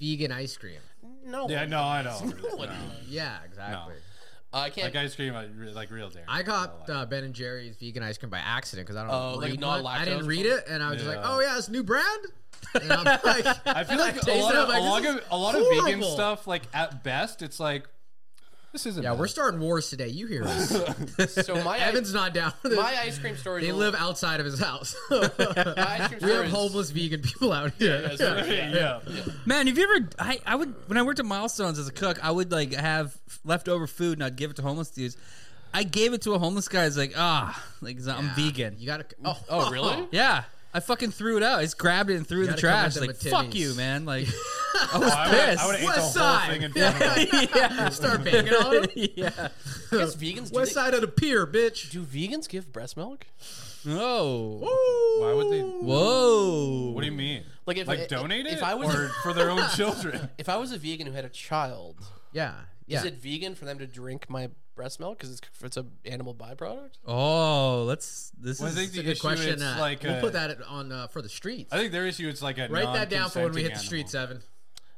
[SPEAKER 3] vegan ice cream.
[SPEAKER 2] No.
[SPEAKER 4] Yeah, no, I don't.
[SPEAKER 2] No one-
[SPEAKER 4] No.
[SPEAKER 3] Yeah, exactly.
[SPEAKER 2] Uh, I can't.
[SPEAKER 4] Like ice cream, I re- like real dairy.
[SPEAKER 3] I got
[SPEAKER 4] like-
[SPEAKER 3] uh, Ben and Jerry's vegan ice cream by accident because I don't.
[SPEAKER 2] Oh, like
[SPEAKER 3] read one. I
[SPEAKER 2] non-lactose
[SPEAKER 3] didn't read it, and I was just like,
[SPEAKER 4] Yeah.
[SPEAKER 3] "Oh yeah, it's new brand." And I'm like,
[SPEAKER 4] I feel like a
[SPEAKER 3] tasted
[SPEAKER 4] lot
[SPEAKER 3] it,
[SPEAKER 4] of
[SPEAKER 3] I'm
[SPEAKER 4] a
[SPEAKER 3] like,
[SPEAKER 4] lot
[SPEAKER 3] this
[SPEAKER 4] of
[SPEAKER 3] is
[SPEAKER 4] a lot of vegan
[SPEAKER 3] horrible.
[SPEAKER 4] stuff. Like at best, it's like this isn't.
[SPEAKER 3] Yeah,
[SPEAKER 4] bad.
[SPEAKER 3] we're starting wars today. You hear us?
[SPEAKER 2] so my
[SPEAKER 3] Evan's not down for this.
[SPEAKER 2] my ice cream store. is
[SPEAKER 3] they
[SPEAKER 2] a-
[SPEAKER 3] live outside of his house. we
[SPEAKER 2] My ice cream store
[SPEAKER 3] have
[SPEAKER 2] is-
[SPEAKER 3] homeless vegan people out here.
[SPEAKER 2] Yeah, sorry,
[SPEAKER 4] yeah.
[SPEAKER 1] Man, have you ever? I, I would when I worked at Milestones as a cook, I would like have leftover food and I'd give it to homeless dudes. I gave it to a homeless guy. He's like, ah, like I'm vegan.
[SPEAKER 3] You gotta. Oh,
[SPEAKER 2] Oh, really?
[SPEAKER 1] Yeah, I fucking threw it out. I just grabbed it and threw it in the
[SPEAKER 3] gotta come
[SPEAKER 1] trash.
[SPEAKER 3] at them
[SPEAKER 1] Like
[SPEAKER 3] with
[SPEAKER 1] fuck
[SPEAKER 3] titties.
[SPEAKER 1] you, man. Like I
[SPEAKER 5] I would've-
[SPEAKER 1] was
[SPEAKER 5] I
[SPEAKER 1] pissed.
[SPEAKER 5] would've ate the whole
[SPEAKER 3] West side.
[SPEAKER 5] thing in front of
[SPEAKER 1] yeah.
[SPEAKER 3] Start picking on him.
[SPEAKER 1] yeah.
[SPEAKER 2] I guess vegans do,
[SPEAKER 3] West
[SPEAKER 2] they,
[SPEAKER 3] side of the pier, bitch.
[SPEAKER 2] do vegans give breast milk?
[SPEAKER 1] Oh.
[SPEAKER 5] Why would they?
[SPEAKER 1] Whoa.
[SPEAKER 5] What do you mean?
[SPEAKER 2] Like if-
[SPEAKER 5] like
[SPEAKER 2] i-
[SPEAKER 5] donate
[SPEAKER 2] if
[SPEAKER 5] it
[SPEAKER 2] I was-
[SPEAKER 5] or for their own children?
[SPEAKER 2] If I was a vegan who had a child,
[SPEAKER 3] Yeah, yeah.
[SPEAKER 2] is it vegan for them to drink my breast milk because it's it's an animal byproduct?
[SPEAKER 1] Oh, let's. This
[SPEAKER 5] Well, I
[SPEAKER 1] is.
[SPEAKER 5] think the
[SPEAKER 3] Good
[SPEAKER 5] issue
[SPEAKER 3] question.
[SPEAKER 5] is
[SPEAKER 3] uh,
[SPEAKER 5] like
[SPEAKER 3] we'll
[SPEAKER 5] a-
[SPEAKER 3] put that on uh, for the streets.
[SPEAKER 5] I think their issue it's like a
[SPEAKER 3] Write that down for when we hit the
[SPEAKER 5] streets.
[SPEAKER 3] streets, Evan.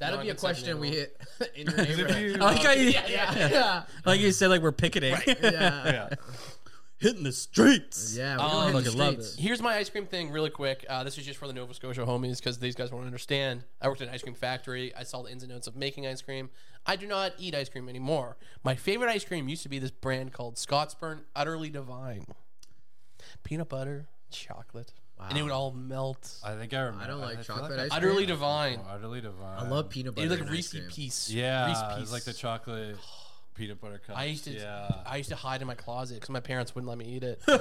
[SPEAKER 3] That'll be a
[SPEAKER 2] Non-consenting
[SPEAKER 3] question we
[SPEAKER 2] animal.
[SPEAKER 3] hit in your neighborhood.
[SPEAKER 5] you-
[SPEAKER 1] I like how you,
[SPEAKER 3] yeah, yeah,
[SPEAKER 1] like you said, like we're picketing,
[SPEAKER 3] yeah.
[SPEAKER 5] Yeah.
[SPEAKER 1] hitting the streets.
[SPEAKER 3] yeah we're
[SPEAKER 2] Um,
[SPEAKER 3] gonna hit the
[SPEAKER 1] fucking love
[SPEAKER 3] streets.
[SPEAKER 2] Here's my ice cream thing, really quick. Uh, this is just for the Nova Scotia homies because these guys won't understand. I worked at an ice cream factory. I saw the ins and outs of making ice cream. I do not eat ice cream anymore. My favorite ice cream used to be this brand called Scottsburn Utterly Divine. Peanut butter, chocolate, and it would all melt.
[SPEAKER 4] I think I remember.
[SPEAKER 3] I don't like
[SPEAKER 4] feel
[SPEAKER 3] chocolate
[SPEAKER 4] I- Oh,
[SPEAKER 3] ice cream.
[SPEAKER 2] Utterly Divine.
[SPEAKER 4] Utterly divine.
[SPEAKER 3] I love peanut
[SPEAKER 2] It
[SPEAKER 3] butter.
[SPEAKER 2] was like
[SPEAKER 3] and ice
[SPEAKER 2] Reese
[SPEAKER 3] cream.
[SPEAKER 2] Piece. Reese
[SPEAKER 4] Yeah,
[SPEAKER 2] Piece.
[SPEAKER 4] it's like the chocolate peanut butter cup.
[SPEAKER 2] I used to,
[SPEAKER 4] Yeah.
[SPEAKER 2] I used to hide in my closet because my parents wouldn't let me eat it. and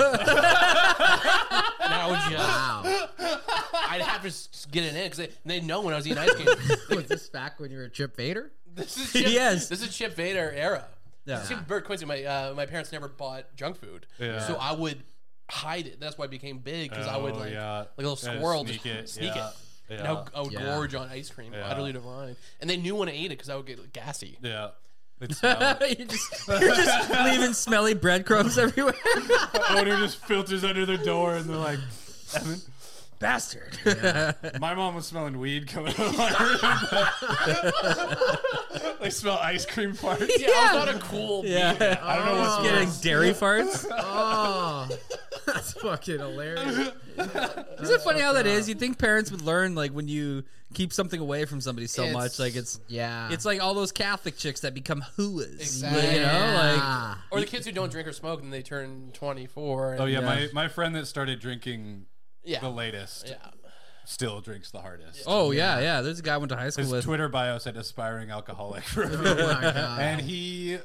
[SPEAKER 2] I would just,
[SPEAKER 3] Wow.
[SPEAKER 2] I'd have to s- get it in because they, they know when I was eating ice cream.
[SPEAKER 3] Was this back when you were Chip Vader?
[SPEAKER 2] This is Chip,
[SPEAKER 1] Yes.
[SPEAKER 2] This is Chip Vader era.
[SPEAKER 1] Yeah.
[SPEAKER 2] See, Bert Quincy, my uh, my parents never bought junk food,
[SPEAKER 4] Yeah.
[SPEAKER 2] so I would hide it. That's why I became big because I would
[SPEAKER 4] Oh,
[SPEAKER 2] like
[SPEAKER 4] yeah.
[SPEAKER 2] like a little
[SPEAKER 4] Yeah,
[SPEAKER 2] squirrel,
[SPEAKER 4] sneak
[SPEAKER 2] just
[SPEAKER 4] it,
[SPEAKER 2] sneak
[SPEAKER 4] yeah,
[SPEAKER 2] it. And I would, I would
[SPEAKER 3] yeah.
[SPEAKER 2] gorge on ice cream,
[SPEAKER 4] Yeah.
[SPEAKER 2] utterly divine. And they knew when I ate it because I would get like, gassy.
[SPEAKER 4] Yeah. It's uh,
[SPEAKER 1] you're just you're just leaving smelly breadcrumbs everywhere.
[SPEAKER 4] owner just filters under their door and they're like, Evan.
[SPEAKER 1] Bastard.
[SPEAKER 5] My mom was smelling weed coming out of my room. they smell ice cream farts.
[SPEAKER 2] Yeah, I was not a cool.
[SPEAKER 1] Yeah.
[SPEAKER 5] I don't know what's
[SPEAKER 3] Oh.
[SPEAKER 1] Getting dairy farts.
[SPEAKER 3] Oh, that's fucking hilarious.
[SPEAKER 1] Isn't it funny how that is? You'd think parents would learn like when you keep something away from somebody so
[SPEAKER 2] It's-
[SPEAKER 1] much, like it's
[SPEAKER 3] Yeah.
[SPEAKER 1] it's like all those Catholic chicks that become hooas.
[SPEAKER 2] Exactly.
[SPEAKER 1] You know,
[SPEAKER 3] Yeah.
[SPEAKER 2] Or the kids who don't drink or smoke and they turn 24. And,
[SPEAKER 4] Oh yeah,
[SPEAKER 1] Yeah.
[SPEAKER 4] my my friend that started drinking
[SPEAKER 2] Yeah.
[SPEAKER 4] the latest
[SPEAKER 2] yeah.
[SPEAKER 4] still drinks the
[SPEAKER 1] like
[SPEAKER 4] hardest.
[SPEAKER 1] oh yeah, yeah. There's a guy I went to high school
[SPEAKER 4] His
[SPEAKER 1] with.
[SPEAKER 4] Twitter bio said aspiring alcoholic for
[SPEAKER 3] Oh my God.
[SPEAKER 4] and he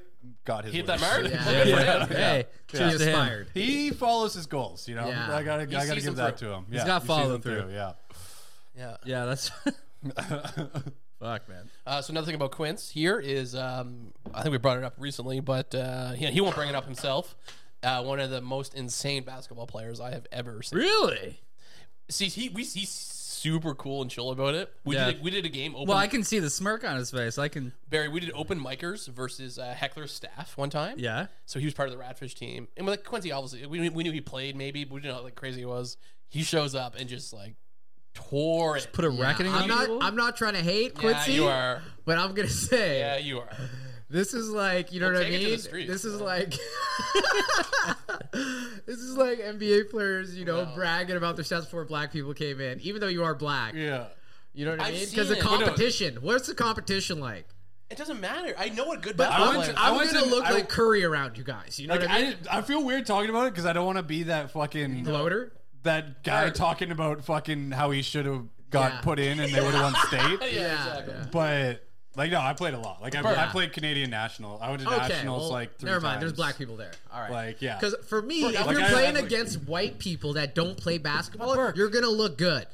[SPEAKER 4] got his
[SPEAKER 2] Hit that
[SPEAKER 4] wish.
[SPEAKER 2] mark.
[SPEAKER 3] Yeah.
[SPEAKER 1] Yeah, yeah.
[SPEAKER 4] Yeah.
[SPEAKER 1] Hey, cheers
[SPEAKER 3] He
[SPEAKER 1] to him.
[SPEAKER 3] aspired.
[SPEAKER 4] He follows his goals, you know.
[SPEAKER 3] Yeah.
[SPEAKER 4] I gotta, I gotta
[SPEAKER 2] sees
[SPEAKER 4] give
[SPEAKER 2] them
[SPEAKER 4] that
[SPEAKER 2] through.
[SPEAKER 4] to him. Yeah,
[SPEAKER 1] got
[SPEAKER 4] you see
[SPEAKER 1] follow
[SPEAKER 4] them
[SPEAKER 1] through.
[SPEAKER 4] Yeah,
[SPEAKER 2] Yeah.
[SPEAKER 1] Yeah, that's fuck, man.
[SPEAKER 2] Uh, so another thing about Quince here is, um, I think we brought it up recently, but uh, he, he won't bring it up himself. Uh, one of the most insane basketball players I have ever seen.
[SPEAKER 1] Really?
[SPEAKER 2] See, he we he's super cool and chill about it. We
[SPEAKER 1] Yeah.
[SPEAKER 2] did a, we did a game open.
[SPEAKER 1] Well, I can see the smirk on his face. I can.
[SPEAKER 2] Barry, we did open micers versus uh, Heckler's staff one time.
[SPEAKER 1] Yeah.
[SPEAKER 2] So he was part of the Ratfish team, and like Quincy, obviously we, knew- we knew he played maybe, but we didn't know how like crazy he was. He shows up and just like tore it.
[SPEAKER 1] Put a
[SPEAKER 3] Yeah,
[SPEAKER 1] reckoning on
[SPEAKER 3] I'm not.
[SPEAKER 1] people?
[SPEAKER 3] I'm not trying to hate
[SPEAKER 2] yeah,
[SPEAKER 3] Quincy,
[SPEAKER 2] you are.
[SPEAKER 3] but I'm gonna say
[SPEAKER 2] Yeah, you are.
[SPEAKER 3] this is like you know
[SPEAKER 2] Well,
[SPEAKER 3] what I
[SPEAKER 2] take it to the
[SPEAKER 3] mean.
[SPEAKER 2] streets,
[SPEAKER 3] this is
[SPEAKER 2] bro.
[SPEAKER 3] like this is like NBA players, you know,
[SPEAKER 2] No.
[SPEAKER 3] bragging about their stats before black people came in, even though you are black.
[SPEAKER 5] Yeah.
[SPEAKER 3] You know what I
[SPEAKER 2] I've
[SPEAKER 3] mean? Because the
[SPEAKER 2] seen it. But no-
[SPEAKER 3] competition. What's the competition like?
[SPEAKER 2] It doesn't matter. I know what good.
[SPEAKER 3] But
[SPEAKER 2] basketball
[SPEAKER 3] I'm,
[SPEAKER 5] went
[SPEAKER 2] players-
[SPEAKER 5] to- I
[SPEAKER 3] I'm
[SPEAKER 5] went
[SPEAKER 3] gonna
[SPEAKER 5] to-
[SPEAKER 3] look
[SPEAKER 5] I-
[SPEAKER 3] like Curry around you guys. You know
[SPEAKER 5] Like
[SPEAKER 3] what I mean?
[SPEAKER 5] I, I feel weird talking about it because I don't want to be that fucking
[SPEAKER 3] Bloater.
[SPEAKER 5] that guy talking about fucking how he should have got
[SPEAKER 3] Yeah.
[SPEAKER 5] put in and they would have won state.
[SPEAKER 2] yeah,
[SPEAKER 3] Yeah,
[SPEAKER 2] exactly.
[SPEAKER 3] yeah.
[SPEAKER 5] But like no, I played a lot. Like I, I
[SPEAKER 2] Yeah.
[SPEAKER 5] played Canadian national. I went to
[SPEAKER 3] Okay.
[SPEAKER 5] nationals
[SPEAKER 3] well,
[SPEAKER 5] like three
[SPEAKER 3] never mind. There's
[SPEAKER 5] times.
[SPEAKER 3] black people there. All right.
[SPEAKER 5] Like yeah.
[SPEAKER 3] Because for me, if
[SPEAKER 2] I'm
[SPEAKER 3] you're
[SPEAKER 5] like, I-
[SPEAKER 3] playing
[SPEAKER 5] I'm-
[SPEAKER 3] against white people that don't play basketball,
[SPEAKER 2] Burke.
[SPEAKER 3] you're gonna look good.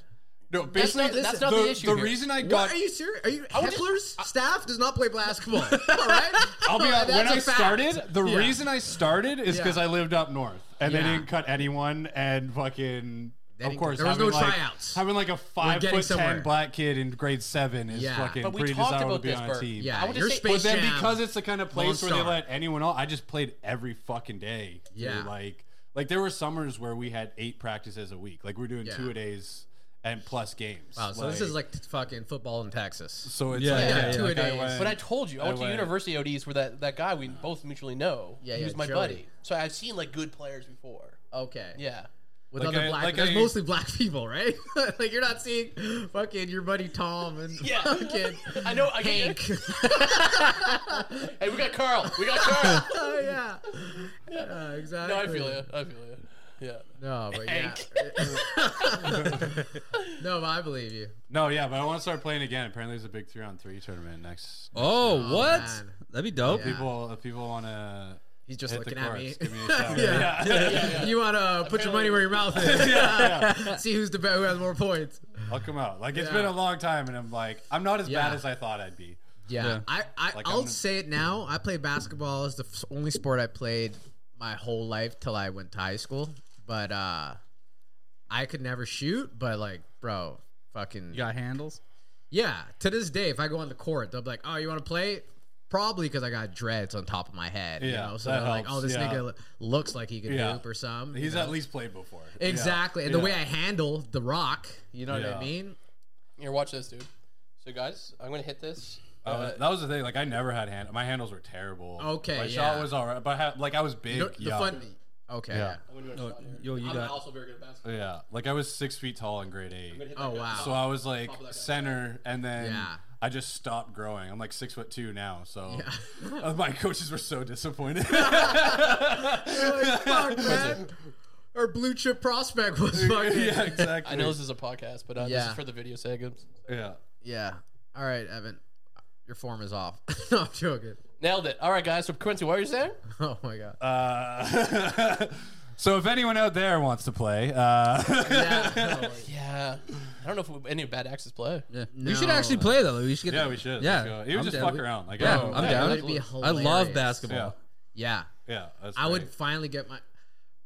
[SPEAKER 5] No,
[SPEAKER 2] That's
[SPEAKER 5] basically
[SPEAKER 2] not, that's
[SPEAKER 3] listen,
[SPEAKER 2] not
[SPEAKER 5] the,
[SPEAKER 2] the, issue.
[SPEAKER 5] the
[SPEAKER 2] here.
[SPEAKER 5] reason I
[SPEAKER 3] What
[SPEAKER 5] got
[SPEAKER 3] are you serious? Are you
[SPEAKER 2] would just-
[SPEAKER 3] Heckler's staff does not play basketball? All right.
[SPEAKER 5] I'll be
[SPEAKER 3] All right,
[SPEAKER 5] honest. When
[SPEAKER 3] that's a
[SPEAKER 5] I
[SPEAKER 3] fact.
[SPEAKER 5] started, the
[SPEAKER 3] Yeah.
[SPEAKER 5] reason I started is because
[SPEAKER 3] Yeah.
[SPEAKER 5] I lived up north, and they
[SPEAKER 3] Yeah.
[SPEAKER 5] didn't cut anyone, and fucking.
[SPEAKER 3] They
[SPEAKER 5] Of
[SPEAKER 3] didn't-
[SPEAKER 5] course,
[SPEAKER 3] there was
[SPEAKER 5] having
[SPEAKER 3] no
[SPEAKER 5] like,
[SPEAKER 3] tryouts.
[SPEAKER 5] Having like a five
[SPEAKER 3] getting
[SPEAKER 5] foot
[SPEAKER 3] somewhere.
[SPEAKER 5] ten black kid in grade seven is
[SPEAKER 3] Yeah.
[SPEAKER 5] fucking
[SPEAKER 2] But we
[SPEAKER 5] pretty
[SPEAKER 2] talked
[SPEAKER 5] desirable to
[SPEAKER 2] about
[SPEAKER 5] be
[SPEAKER 2] this,
[SPEAKER 5] on a
[SPEAKER 2] Bert.
[SPEAKER 5] team.
[SPEAKER 3] Yeah,
[SPEAKER 2] I would
[SPEAKER 3] your
[SPEAKER 2] just say-
[SPEAKER 5] But
[SPEAKER 3] space
[SPEAKER 5] then
[SPEAKER 3] Jam-
[SPEAKER 5] because it's the kind of place where they
[SPEAKER 3] Star.
[SPEAKER 5] let anyone else, I just played every fucking day. through,
[SPEAKER 3] Yeah.
[SPEAKER 5] like like there were summers where we had eight practices a week. Like we we're doing
[SPEAKER 3] Yeah.
[SPEAKER 5] two a days and plus games.
[SPEAKER 3] Wow, so this is like t- fucking football in Texas.
[SPEAKER 5] so it's
[SPEAKER 1] Yeah,
[SPEAKER 5] like,
[SPEAKER 1] yeah,
[SPEAKER 5] yeah,
[SPEAKER 1] yeah.
[SPEAKER 5] like, I
[SPEAKER 3] Two-a-days.
[SPEAKER 5] went-
[SPEAKER 2] But I told you, I went to
[SPEAKER 5] went-
[SPEAKER 2] University of East where that, that guy we both mutually know.
[SPEAKER 3] Yeah,
[SPEAKER 2] he
[SPEAKER 3] yeah,
[SPEAKER 2] was my
[SPEAKER 3] Joey.
[SPEAKER 2] buddy. So I've seen like good players before.
[SPEAKER 3] Okay.
[SPEAKER 2] Yeah.
[SPEAKER 3] With
[SPEAKER 5] Like
[SPEAKER 3] other
[SPEAKER 5] I-
[SPEAKER 3] black,
[SPEAKER 5] like
[SPEAKER 3] there's
[SPEAKER 5] I-
[SPEAKER 3] mostly black people, right? like you're not seeing fucking your buddy Tom and
[SPEAKER 2] Yeah.
[SPEAKER 3] fucking
[SPEAKER 2] I know. I get
[SPEAKER 3] Hank.
[SPEAKER 2] you. Hey, we got Carl. We got Carl.
[SPEAKER 3] oh yeah. Yeah, exactly.
[SPEAKER 2] no, I feel you. I feel you. Yeah.
[SPEAKER 3] No, but
[SPEAKER 2] Hank.
[SPEAKER 3] yeah. No, but I believe you.
[SPEAKER 5] No, yeah, but I want to start playing again. Apparently, there's a big three on three tournament next.
[SPEAKER 1] Oh, what?
[SPEAKER 3] man.
[SPEAKER 1] That'd be dope.
[SPEAKER 3] Yeah.
[SPEAKER 5] People, if people want to
[SPEAKER 3] He's just
[SPEAKER 6] Hit the
[SPEAKER 3] looking at me.
[SPEAKER 6] cards. Give me a shout.
[SPEAKER 3] yeah. You want to put your money where your mouth is. See who's the bet who has more points.
[SPEAKER 4] I'll come out. Like it's
[SPEAKER 3] Yeah.
[SPEAKER 4] been a long time, and I'm like, I'm not as
[SPEAKER 3] Yeah.
[SPEAKER 4] bad as I thought I'd be.
[SPEAKER 3] Yeah,
[SPEAKER 1] Yeah.
[SPEAKER 3] I, I
[SPEAKER 4] Like,
[SPEAKER 3] I'll
[SPEAKER 4] I'm-
[SPEAKER 3] say it now. I played basketball as the f- only sport I played my whole life till I went to high school. But uh, I could never shoot. But like, bro, fucking
[SPEAKER 1] You got handles?
[SPEAKER 3] yeah. To this day, if I go on the court, they'll be like, "Oh, you want to play?" Probably because I got dreads on top of my head.
[SPEAKER 4] Yeah,
[SPEAKER 3] you know? so
[SPEAKER 4] that
[SPEAKER 3] they're like,
[SPEAKER 4] helps,
[SPEAKER 3] "Oh, this
[SPEAKER 4] yeah.
[SPEAKER 3] nigga lo- looks like he can
[SPEAKER 4] Yeah.
[SPEAKER 3] hoop or something."
[SPEAKER 4] He's
[SPEAKER 3] you
[SPEAKER 4] at
[SPEAKER 3] know?
[SPEAKER 4] least played before.
[SPEAKER 3] exactly, and the
[SPEAKER 4] Yeah.
[SPEAKER 3] way I handle the rock, you know what
[SPEAKER 4] Yeah.
[SPEAKER 3] I mean?
[SPEAKER 2] Here, watch this, dude. So, guys, I'm gonna hit this. Uh,
[SPEAKER 4] That was, that was the thing. Like I never had hand. My handles were terrible.
[SPEAKER 3] Okay,
[SPEAKER 4] my
[SPEAKER 3] yeah.
[SPEAKER 4] shot was all right, but I had, like I was big.
[SPEAKER 3] The, the
[SPEAKER 4] yeah.
[SPEAKER 3] fun. Okay.
[SPEAKER 6] Yeah.
[SPEAKER 2] I'm gonna do a
[SPEAKER 1] Oh,
[SPEAKER 2] shot here.
[SPEAKER 1] yo, you
[SPEAKER 2] I'm
[SPEAKER 1] got-
[SPEAKER 2] also very good at basketball.
[SPEAKER 4] Yeah, like I was six feet tall in grade eight.
[SPEAKER 2] I'm gonna hit
[SPEAKER 3] Oh
[SPEAKER 2] that guy.
[SPEAKER 3] wow.
[SPEAKER 4] So I was like
[SPEAKER 2] Top of that guy.
[SPEAKER 4] center, and then
[SPEAKER 3] Yeah.
[SPEAKER 4] I just stopped growing. I'm like six foot two now, so
[SPEAKER 3] Yeah.
[SPEAKER 4] Uh, my coaches were so disappointed.
[SPEAKER 3] Like, fuck, man. Our blue chip prospect was fucking.
[SPEAKER 4] yeah,
[SPEAKER 3] yeah.
[SPEAKER 4] exactly.
[SPEAKER 2] I know this is a podcast, but uh, this
[SPEAKER 3] Yeah.
[SPEAKER 2] is for the video sake.
[SPEAKER 4] Yeah,
[SPEAKER 3] All right, Evan. Your form is off. no, I'm joking.
[SPEAKER 2] Nailed it. All right, guys. So, Quincy, what are you saying?
[SPEAKER 3] Oh my god.
[SPEAKER 4] Uh, so if anyone out there wants to play, uh,
[SPEAKER 3] Yeah. no,
[SPEAKER 2] Yeah.
[SPEAKER 4] Mm.
[SPEAKER 2] I don't know if we, any bad axes play.
[SPEAKER 1] Yeah.
[SPEAKER 3] No.
[SPEAKER 1] We should actually play though. We should get
[SPEAKER 4] yeah, we should.
[SPEAKER 1] Yeah,
[SPEAKER 4] Let's go. Even
[SPEAKER 1] I'm
[SPEAKER 4] just
[SPEAKER 1] down.
[SPEAKER 4] fuck
[SPEAKER 1] We-
[SPEAKER 4] around. Like,
[SPEAKER 1] Yeah,
[SPEAKER 4] oh,
[SPEAKER 1] I'm
[SPEAKER 4] yeah,
[SPEAKER 1] down.
[SPEAKER 3] That'd be
[SPEAKER 1] I
[SPEAKER 3] hilarious.
[SPEAKER 1] love basketball.
[SPEAKER 4] Yeah,
[SPEAKER 3] Yeah.
[SPEAKER 4] yeah. That's
[SPEAKER 3] I would
[SPEAKER 4] great.
[SPEAKER 3] finally get my.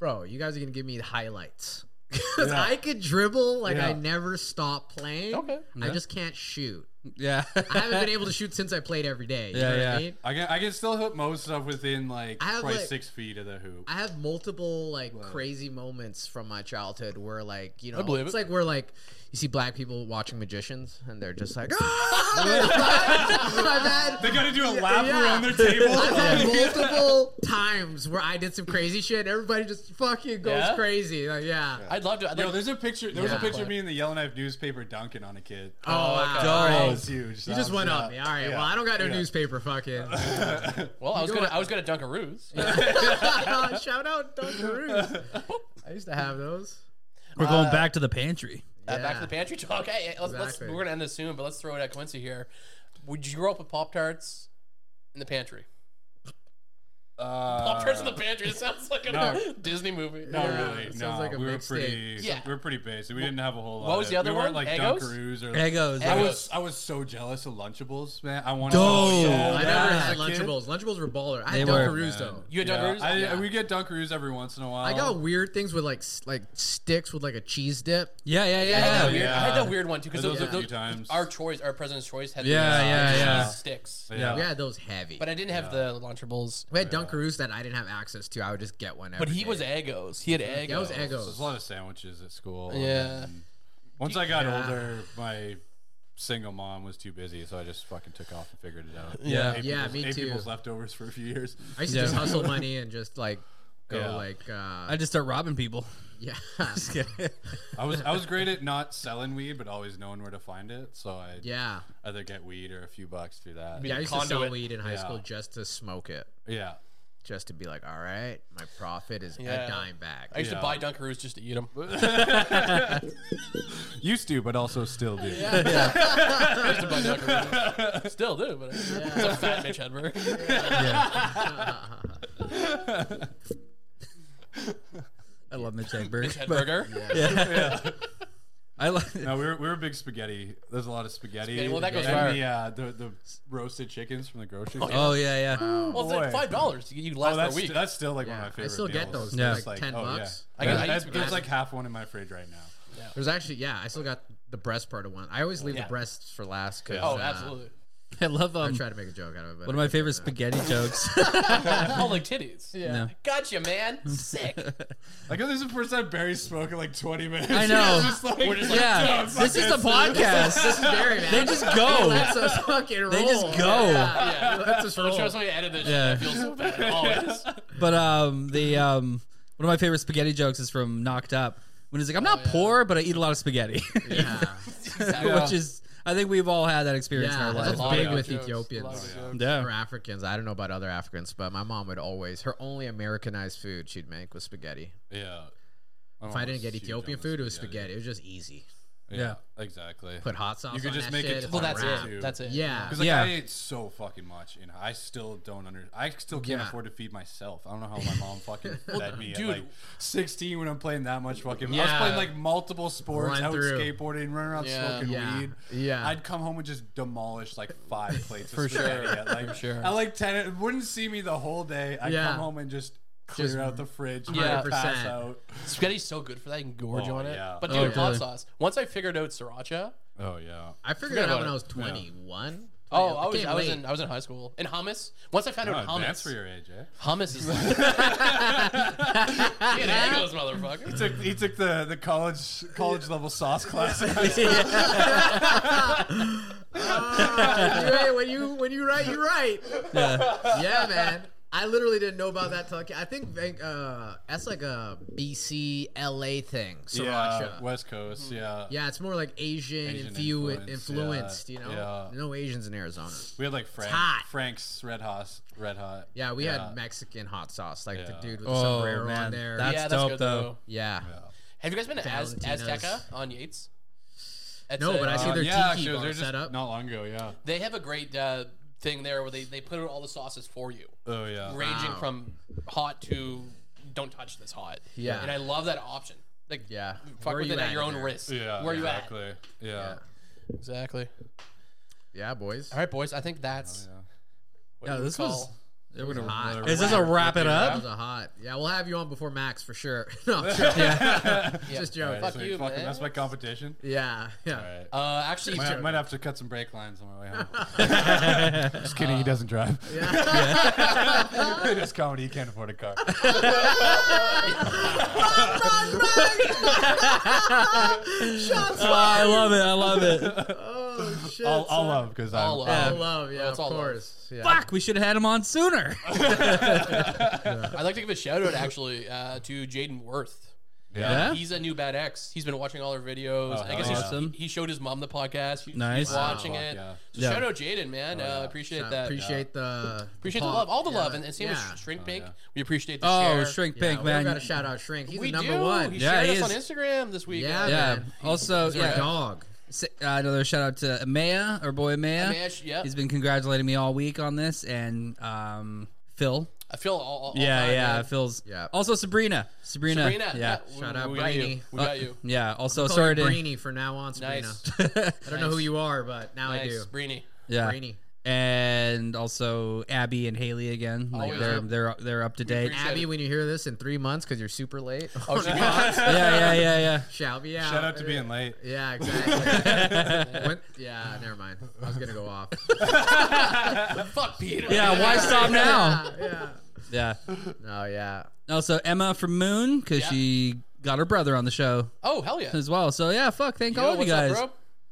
[SPEAKER 3] Bro, you guys are gonna give me the highlights. 'Cause
[SPEAKER 4] Yeah.
[SPEAKER 3] I could dribble like I
[SPEAKER 4] Yeah.
[SPEAKER 3] never stopped playing.
[SPEAKER 2] Okay.
[SPEAKER 3] I just can't shoot.
[SPEAKER 1] Yeah.
[SPEAKER 3] I haven't been able to shoot since I played every day. You
[SPEAKER 1] Yeah,
[SPEAKER 3] know what
[SPEAKER 1] yeah.
[SPEAKER 3] I mean?
[SPEAKER 4] I can I can still hoop most stuff within like
[SPEAKER 3] I have,
[SPEAKER 4] probably
[SPEAKER 3] like-
[SPEAKER 4] six feet of the hoop.
[SPEAKER 3] I have multiple like crazy moments from my childhood where like you know
[SPEAKER 2] believe
[SPEAKER 3] it's
[SPEAKER 2] it.
[SPEAKER 3] like where like you see black people watching magicians and they're just like ah! I've had-
[SPEAKER 4] they got to do a lap
[SPEAKER 3] Yeah.
[SPEAKER 4] around their table.
[SPEAKER 3] I've had multiple times where I did some crazy shit and everybody just fucking goes
[SPEAKER 2] Yeah?
[SPEAKER 3] crazy like yeah,
[SPEAKER 2] I'd love to. I'd
[SPEAKER 4] Yo,
[SPEAKER 2] like-
[SPEAKER 4] there's a picture. There was a
[SPEAKER 3] Yeah.
[SPEAKER 4] picture of me in the Yellowknife newspaper dunking on a kid.
[SPEAKER 3] oh wow.
[SPEAKER 1] God.
[SPEAKER 3] All right.
[SPEAKER 4] that was huge.
[SPEAKER 3] you just went up me all right well I don't got no
[SPEAKER 4] Yeah.
[SPEAKER 3] newspaper fucking
[SPEAKER 2] well, I was
[SPEAKER 3] You
[SPEAKER 2] gonna.
[SPEAKER 3] know what?
[SPEAKER 2] I was gonna Dunkaroos.
[SPEAKER 3] shout out Dunkaroos I used to have those
[SPEAKER 1] We're going back to the pantry.
[SPEAKER 2] Uh, back to
[SPEAKER 3] Yeah.
[SPEAKER 2] the pantry talk. Hey, let's, let's,
[SPEAKER 3] Exactly.
[SPEAKER 2] we're gonna end this soon, but let's throw it at Quincy here. Would you grow up with Pop Tarts in the pantry?
[SPEAKER 4] Uh,
[SPEAKER 2] Pop Tarts in the pantry. It sounds like a
[SPEAKER 4] no.
[SPEAKER 2] Disney movie.
[SPEAKER 4] Not
[SPEAKER 3] Yeah,
[SPEAKER 4] really.
[SPEAKER 3] it
[SPEAKER 4] No,
[SPEAKER 3] sounds like a
[SPEAKER 4] we were
[SPEAKER 3] mixtape.
[SPEAKER 4] pretty.
[SPEAKER 2] Yeah.
[SPEAKER 4] we were pretty basic. We didn't have a whole lot.
[SPEAKER 2] was
[SPEAKER 4] of-
[SPEAKER 2] the other
[SPEAKER 4] we weren't
[SPEAKER 2] one?
[SPEAKER 4] like
[SPEAKER 2] Eggos?
[SPEAKER 4] Dunkaroos or.
[SPEAKER 1] Eggos.
[SPEAKER 4] I
[SPEAKER 2] Eggos.
[SPEAKER 4] was I was so jealous of Lunchables, man. I wanted.
[SPEAKER 1] Dude.
[SPEAKER 4] so
[SPEAKER 1] I
[SPEAKER 3] I
[SPEAKER 4] bad
[SPEAKER 3] never
[SPEAKER 4] as
[SPEAKER 3] had
[SPEAKER 4] a Oh, kid.
[SPEAKER 3] Lunchables Lunchables were baller I had
[SPEAKER 1] They were.
[SPEAKER 3] Dunkaroos
[SPEAKER 4] Man. Oh.
[SPEAKER 3] though
[SPEAKER 2] You had
[SPEAKER 4] Yeah,
[SPEAKER 2] Dunkaroos?
[SPEAKER 4] I,
[SPEAKER 3] Yeah.
[SPEAKER 4] We get Dunkaroos every once in a while.
[SPEAKER 3] I got weird things with like s- like sticks with like a cheese dip.
[SPEAKER 1] Yeah, yeah,
[SPEAKER 2] I had,
[SPEAKER 1] yeah.
[SPEAKER 2] that weird, I had
[SPEAKER 4] Yeah.
[SPEAKER 2] that weird one too because
[SPEAKER 4] Those
[SPEAKER 2] those,
[SPEAKER 4] a
[SPEAKER 2] those,
[SPEAKER 4] few times.
[SPEAKER 2] our choice, our president's choice had
[SPEAKER 1] Yeah,
[SPEAKER 2] the,
[SPEAKER 1] yeah, yeah.
[SPEAKER 2] sticks.
[SPEAKER 4] Yeah.
[SPEAKER 3] We had those heavy.
[SPEAKER 2] But I didn't have the Lunchables.
[SPEAKER 3] we had Dunkaroos that I didn't have access to. I would just get one. Every
[SPEAKER 2] But he
[SPEAKER 3] day.
[SPEAKER 2] was Eggos. He had Eggos.
[SPEAKER 3] Yeah, it was
[SPEAKER 4] There's
[SPEAKER 3] Eggos.
[SPEAKER 4] a lot of sandwiches at school. and
[SPEAKER 2] Yeah.
[SPEAKER 4] then Once I got
[SPEAKER 3] Yeah.
[SPEAKER 4] older, my single mom was too busy, so I just fucking took off and figured it out.
[SPEAKER 1] Yeah.
[SPEAKER 4] Ate
[SPEAKER 3] Yeah,
[SPEAKER 4] people's-
[SPEAKER 3] me
[SPEAKER 4] ate
[SPEAKER 3] too.
[SPEAKER 4] people's leftovers for a few years.
[SPEAKER 3] I used to
[SPEAKER 1] Yeah.
[SPEAKER 3] just hustle money and just like go
[SPEAKER 4] Yeah.
[SPEAKER 3] like uh,
[SPEAKER 1] I just start robbing people.
[SPEAKER 3] yeah.
[SPEAKER 4] I was I was great at not selling weed, but always knowing where to find it. So I
[SPEAKER 3] yeah.
[SPEAKER 4] either get weed or a few bucks through that.
[SPEAKER 3] Yeah, I used to
[SPEAKER 2] Conduit.
[SPEAKER 3] sell weed in high
[SPEAKER 4] Yeah.
[SPEAKER 3] school just to smoke it,
[SPEAKER 4] Yeah.
[SPEAKER 3] just to be like, all right, my profit is
[SPEAKER 2] Yeah.
[SPEAKER 3] a dime back.
[SPEAKER 2] I used
[SPEAKER 4] Yeah.
[SPEAKER 2] to buy Dunkaroos just to eat them. I
[SPEAKER 4] Used to, but also still do.
[SPEAKER 2] used to buy Dunkaroos. Still do, but it's a fat Mitch Hedberg.
[SPEAKER 1] I love Mitch
[SPEAKER 2] Mitch
[SPEAKER 1] Hedberg. but-
[SPEAKER 2] Hedberger.
[SPEAKER 1] I like.
[SPEAKER 4] No, we were, we were big spaghetti. There's a lot of spaghetti.
[SPEAKER 2] Spaghetti, well, that goes
[SPEAKER 4] and
[SPEAKER 2] far.
[SPEAKER 4] The, uh, the the roasted chickens from the grocery. store.
[SPEAKER 1] Oh yeah, yeah.
[SPEAKER 2] Well, it's like
[SPEAKER 4] Boy.
[SPEAKER 2] five dollars. You, you last
[SPEAKER 4] Oh, that's,
[SPEAKER 2] for a week. Oh,
[SPEAKER 4] that's still like one
[SPEAKER 3] Yeah, I
[SPEAKER 4] of my favorite.
[SPEAKER 3] still get
[SPEAKER 4] meals.
[SPEAKER 3] those for,
[SPEAKER 4] It's
[SPEAKER 3] like, 10 bucks.
[SPEAKER 4] oh, Yeah.
[SPEAKER 2] I got-
[SPEAKER 4] That-
[SPEAKER 2] I used to
[SPEAKER 4] that-
[SPEAKER 2] be
[SPEAKER 4] there's
[SPEAKER 2] mad.
[SPEAKER 4] like half one in my fridge right now.
[SPEAKER 3] There's actually yeah, I still got the breast part of one. I always leave
[SPEAKER 2] Yeah.
[SPEAKER 3] the breasts for last. 'cause,
[SPEAKER 2] oh,
[SPEAKER 3] uh,
[SPEAKER 2] absolutely.
[SPEAKER 1] I love
[SPEAKER 3] I
[SPEAKER 1] um.
[SPEAKER 3] try to make a joke out of it. But
[SPEAKER 1] One of my favorite spaghetti jokes.
[SPEAKER 2] oh, like titties. Oh. Yeah.
[SPEAKER 1] No.
[SPEAKER 2] Gotcha, man. Sick.
[SPEAKER 4] Like this is the first time Barry spoke in like 20 minutes.
[SPEAKER 1] I know.
[SPEAKER 2] We're just like,
[SPEAKER 1] yeah,
[SPEAKER 4] Dude,
[SPEAKER 1] this is the
[SPEAKER 3] this is
[SPEAKER 1] podcast.
[SPEAKER 3] very bad.
[SPEAKER 1] They just go.
[SPEAKER 3] That's us fucking roll.
[SPEAKER 1] They just go.
[SPEAKER 2] Yeah.
[SPEAKER 3] That's us roll.
[SPEAKER 2] Trust me, I edit this. shit.
[SPEAKER 1] Yeah.
[SPEAKER 2] I feel so bad. Always.
[SPEAKER 1] But um, the um, one of my favorite spaghetti jokes is from Knocked Up when he's like, "I'm not poor, but I eat a lot of spaghetti,"
[SPEAKER 3] Yeah.
[SPEAKER 1] which is I think we've all had that experience
[SPEAKER 3] Yeah,
[SPEAKER 1] in our
[SPEAKER 3] that's
[SPEAKER 1] lives.
[SPEAKER 3] a lot. big with Ethiopians. Or
[SPEAKER 1] Yeah,
[SPEAKER 3] Africans. I don't know about other Africans, but my mom would always her only Americanized food she'd make was spaghetti.
[SPEAKER 4] Yeah.
[SPEAKER 2] Oh,
[SPEAKER 3] If I didn't get Ethiopian food, it was spaghetti. It was just easy.
[SPEAKER 1] Yeah.
[SPEAKER 4] exactly.
[SPEAKER 3] Put hot sauce.
[SPEAKER 5] You could
[SPEAKER 3] on
[SPEAKER 5] just
[SPEAKER 3] that
[SPEAKER 5] make it
[SPEAKER 3] shit, it's
[SPEAKER 5] Well,
[SPEAKER 2] Well,
[SPEAKER 3] a
[SPEAKER 2] that's
[SPEAKER 3] wrap.
[SPEAKER 2] it. That's it.
[SPEAKER 3] Yeah.
[SPEAKER 4] Because like
[SPEAKER 1] Yeah.
[SPEAKER 4] I ate so fucking much, and I still don't under. I still can't
[SPEAKER 3] Yeah.
[SPEAKER 4] afford to feed myself. I don't know how my mom fucking fed me
[SPEAKER 2] dude.
[SPEAKER 4] at like 16 when I'm playing that much fucking. I was
[SPEAKER 3] Yeah.
[SPEAKER 4] playing like multiple sports,
[SPEAKER 3] Run
[SPEAKER 4] out
[SPEAKER 3] through.
[SPEAKER 4] skateboarding, running around
[SPEAKER 2] Yeah.
[SPEAKER 4] smoking
[SPEAKER 3] Yeah.
[SPEAKER 4] weed.
[SPEAKER 3] Yeah.
[SPEAKER 4] I'd come home and just demolish like five plates
[SPEAKER 2] For
[SPEAKER 4] of spaghetti.
[SPEAKER 2] sure.
[SPEAKER 4] At, like,
[SPEAKER 2] For sure.
[SPEAKER 4] At like 10, it wouldn't see me the whole day. I'd
[SPEAKER 3] Yeah.
[SPEAKER 4] come home and just clear
[SPEAKER 3] Just
[SPEAKER 4] out the fridge,
[SPEAKER 2] Yeah.
[SPEAKER 4] yeah, pass
[SPEAKER 3] 100%.
[SPEAKER 4] out.
[SPEAKER 2] Spaghetti's so good for that. You can gorge
[SPEAKER 4] Oh,
[SPEAKER 2] on it.
[SPEAKER 4] yeah.
[SPEAKER 2] But
[SPEAKER 3] Oh,
[SPEAKER 2] dude, hot
[SPEAKER 3] really?
[SPEAKER 2] sauce. Once I figured out sriracha,
[SPEAKER 4] Oh yeah.
[SPEAKER 3] I figured it out
[SPEAKER 2] about
[SPEAKER 3] when
[SPEAKER 2] it.
[SPEAKER 3] I was 21.
[SPEAKER 2] oh,
[SPEAKER 3] Yeah,
[SPEAKER 2] I was
[SPEAKER 3] came
[SPEAKER 2] I was
[SPEAKER 3] late.
[SPEAKER 2] in I was in high school. And hummus. Once I found out
[SPEAKER 4] Oh,
[SPEAKER 2] hummus,
[SPEAKER 4] that's for your age, eh?
[SPEAKER 2] hummus is like, Get angles, motherfucker.
[SPEAKER 4] He took, he took the, the college college level sauce class.
[SPEAKER 3] Ah, right, when you when you write, you write. Yeah, man. I literally didn't know about that till I, ca- I think like, uh, that's like a BC LA thing. Sriracha.
[SPEAKER 4] Yeah,
[SPEAKER 3] Yeah,
[SPEAKER 4] West Coast. Yeah.
[SPEAKER 3] it's more like Asian,
[SPEAKER 4] Asian
[SPEAKER 3] influ-
[SPEAKER 4] influence,
[SPEAKER 3] influenced.
[SPEAKER 4] yeah,
[SPEAKER 3] You know,
[SPEAKER 4] yeah.
[SPEAKER 3] no Asians in Arizona.
[SPEAKER 4] We had like Frank,
[SPEAKER 3] hot.
[SPEAKER 4] Frank's Red Hot. Red Hot.
[SPEAKER 3] Yeah, we had Mexican hot sauce, like the
[SPEAKER 4] Yeah.
[SPEAKER 3] dude with the
[SPEAKER 1] Oh,
[SPEAKER 3] sombrero on
[SPEAKER 1] man.
[SPEAKER 3] there.
[SPEAKER 1] That's
[SPEAKER 2] yeah, that's
[SPEAKER 1] dope,
[SPEAKER 2] good
[SPEAKER 1] though.
[SPEAKER 2] though.
[SPEAKER 3] yeah.
[SPEAKER 2] Have you guys been to Az-
[SPEAKER 3] Valentino's.
[SPEAKER 2] Azteca on Yates? It's
[SPEAKER 3] No,
[SPEAKER 2] a-
[SPEAKER 3] but I see
[SPEAKER 4] Uh,
[SPEAKER 3] their
[SPEAKER 4] yeah,
[SPEAKER 3] tiki
[SPEAKER 4] actually,
[SPEAKER 3] bar
[SPEAKER 4] they're just
[SPEAKER 3] set up.
[SPEAKER 4] not long ago. Yeah.
[SPEAKER 2] they have a great uh, thing there where they, they put out all the sauces for you,
[SPEAKER 4] Oh yeah.
[SPEAKER 2] ranging
[SPEAKER 3] Wow.
[SPEAKER 2] from hot to don't touch this hot.
[SPEAKER 3] Yeah.
[SPEAKER 2] and I love that option. Like
[SPEAKER 3] Yeah.
[SPEAKER 2] fuck
[SPEAKER 3] Where
[SPEAKER 2] with
[SPEAKER 3] you
[SPEAKER 2] it
[SPEAKER 3] at
[SPEAKER 2] at your
[SPEAKER 3] in
[SPEAKER 2] own
[SPEAKER 3] there?
[SPEAKER 2] risk.
[SPEAKER 4] Yeah.
[SPEAKER 2] where
[SPEAKER 4] exactly. Yeah.
[SPEAKER 2] you at? Exactly.
[SPEAKER 3] Yeah, boys.
[SPEAKER 2] All right, boys. I think that's
[SPEAKER 4] Oh, yeah.
[SPEAKER 2] what
[SPEAKER 1] Yeah,
[SPEAKER 2] we
[SPEAKER 1] this
[SPEAKER 2] call-
[SPEAKER 1] was-
[SPEAKER 3] It was hot.
[SPEAKER 1] Is this a wrap it
[SPEAKER 3] That
[SPEAKER 1] up?
[SPEAKER 3] was a hot. Yeah, we'll have you on before Max for sure. no, I'm joking.
[SPEAKER 2] Yeah.
[SPEAKER 3] just joking.
[SPEAKER 2] Fuck
[SPEAKER 4] So
[SPEAKER 2] you,
[SPEAKER 4] fucking-
[SPEAKER 2] man.
[SPEAKER 4] That's my competition.
[SPEAKER 3] Yeah, yeah.
[SPEAKER 4] All right.
[SPEAKER 2] Uh, actually,
[SPEAKER 4] Might, might have to cut some brake lines on my way home. Just kidding. he doesn't drive. Yeah. it is comedy. He can't afford a car.
[SPEAKER 1] Oh, I love it. I love it.
[SPEAKER 3] Oh shit.
[SPEAKER 4] All, all
[SPEAKER 3] son.
[SPEAKER 4] love because I.
[SPEAKER 2] all
[SPEAKER 3] All
[SPEAKER 2] up.
[SPEAKER 3] love. Yeah,
[SPEAKER 2] Well, it's
[SPEAKER 3] of
[SPEAKER 2] all love.
[SPEAKER 3] course. Yeah.
[SPEAKER 1] Fuck, we should have had him on sooner.
[SPEAKER 2] I'd like to give a shout out actually uh, to Jaden Worth.
[SPEAKER 1] Yeah?
[SPEAKER 2] He's a new bad ex. He's been watching all our videos. I guess he's,
[SPEAKER 1] Oh, awesome.
[SPEAKER 2] he showed his mom the podcast. He-
[SPEAKER 1] Nice.
[SPEAKER 2] He's watching
[SPEAKER 4] Wow.
[SPEAKER 2] it.
[SPEAKER 4] Yeah.
[SPEAKER 2] So
[SPEAKER 1] Yeah.
[SPEAKER 2] shout out Jaden, man. uh, appreciate
[SPEAKER 3] Oh, Yeah,
[SPEAKER 2] that. Appreciate,
[SPEAKER 3] Appreciate the
[SPEAKER 2] the
[SPEAKER 3] pop.
[SPEAKER 2] love, all the
[SPEAKER 3] Yeah, Oh,
[SPEAKER 2] love, and, and same
[SPEAKER 3] yeah.
[SPEAKER 2] with Shrink Pink.
[SPEAKER 4] yeah.
[SPEAKER 2] We appreciate the
[SPEAKER 1] Oh,
[SPEAKER 2] share.
[SPEAKER 1] shrink
[SPEAKER 3] Yeah,
[SPEAKER 1] pink,
[SPEAKER 3] we
[SPEAKER 1] man.
[SPEAKER 3] got to shout out Shrink. He's
[SPEAKER 2] We
[SPEAKER 3] the number
[SPEAKER 2] do.
[SPEAKER 3] one.
[SPEAKER 2] He
[SPEAKER 1] Yeah,
[SPEAKER 2] shared
[SPEAKER 1] he
[SPEAKER 2] us on
[SPEAKER 1] is.
[SPEAKER 2] Instagram this week. Uh,
[SPEAKER 3] Yeah,
[SPEAKER 1] yeah.
[SPEAKER 3] man.
[SPEAKER 1] Also,
[SPEAKER 3] He's our
[SPEAKER 1] yeah.
[SPEAKER 3] dog.
[SPEAKER 1] Say- Uh, another shout out to Amaya, our boy Amaya.
[SPEAKER 2] Amaya, sh- yep.
[SPEAKER 1] He's been congratulating me all week on this, and um, Phil.
[SPEAKER 2] I feel all, all all
[SPEAKER 1] yeah,
[SPEAKER 2] time,
[SPEAKER 1] yeah,
[SPEAKER 2] man.
[SPEAKER 1] Phil's.
[SPEAKER 3] Yeah.
[SPEAKER 1] Also Sabrina. Sabrina.
[SPEAKER 2] Sabrina.
[SPEAKER 1] Yeah. Uh,
[SPEAKER 2] we-
[SPEAKER 3] Shout out
[SPEAKER 2] we got you.
[SPEAKER 3] Brainy.
[SPEAKER 2] We got you.
[SPEAKER 1] Yeah. Also,
[SPEAKER 3] Call
[SPEAKER 1] Oh, sorry
[SPEAKER 3] you
[SPEAKER 1] to.
[SPEAKER 3] Brainy for now on, Sabrina.
[SPEAKER 2] Nice.
[SPEAKER 3] I don't know who you are, but now I do.
[SPEAKER 2] Nice. Brainy.
[SPEAKER 1] yeah.
[SPEAKER 3] Brainy.
[SPEAKER 1] And also Abby and Haley again. Like
[SPEAKER 2] Always
[SPEAKER 1] they're
[SPEAKER 2] up.
[SPEAKER 1] they're they're up to date.
[SPEAKER 2] appreciate-
[SPEAKER 3] Abby, when you hear this in three months because you're super late,
[SPEAKER 2] Oh, she got
[SPEAKER 1] yeah, yeah, yeah, yeah.
[SPEAKER 3] shall be out.
[SPEAKER 4] Shout out to being late.
[SPEAKER 3] Yeah, exactly. When- yeah, never mind. I was gonna go off.
[SPEAKER 2] Fuck Peter.
[SPEAKER 1] Yeah, why stop now?
[SPEAKER 3] Yeah.
[SPEAKER 1] Yeah.
[SPEAKER 3] No, yeah.
[SPEAKER 1] Also Emma from Moon because
[SPEAKER 2] Yeah.
[SPEAKER 1] she got her brother on the show
[SPEAKER 2] Oh, hell yeah.
[SPEAKER 1] as well. So yeah, fuck. Thank
[SPEAKER 2] Yo,
[SPEAKER 1] all of you
[SPEAKER 2] what's up,
[SPEAKER 1] guys.
[SPEAKER 2] bro?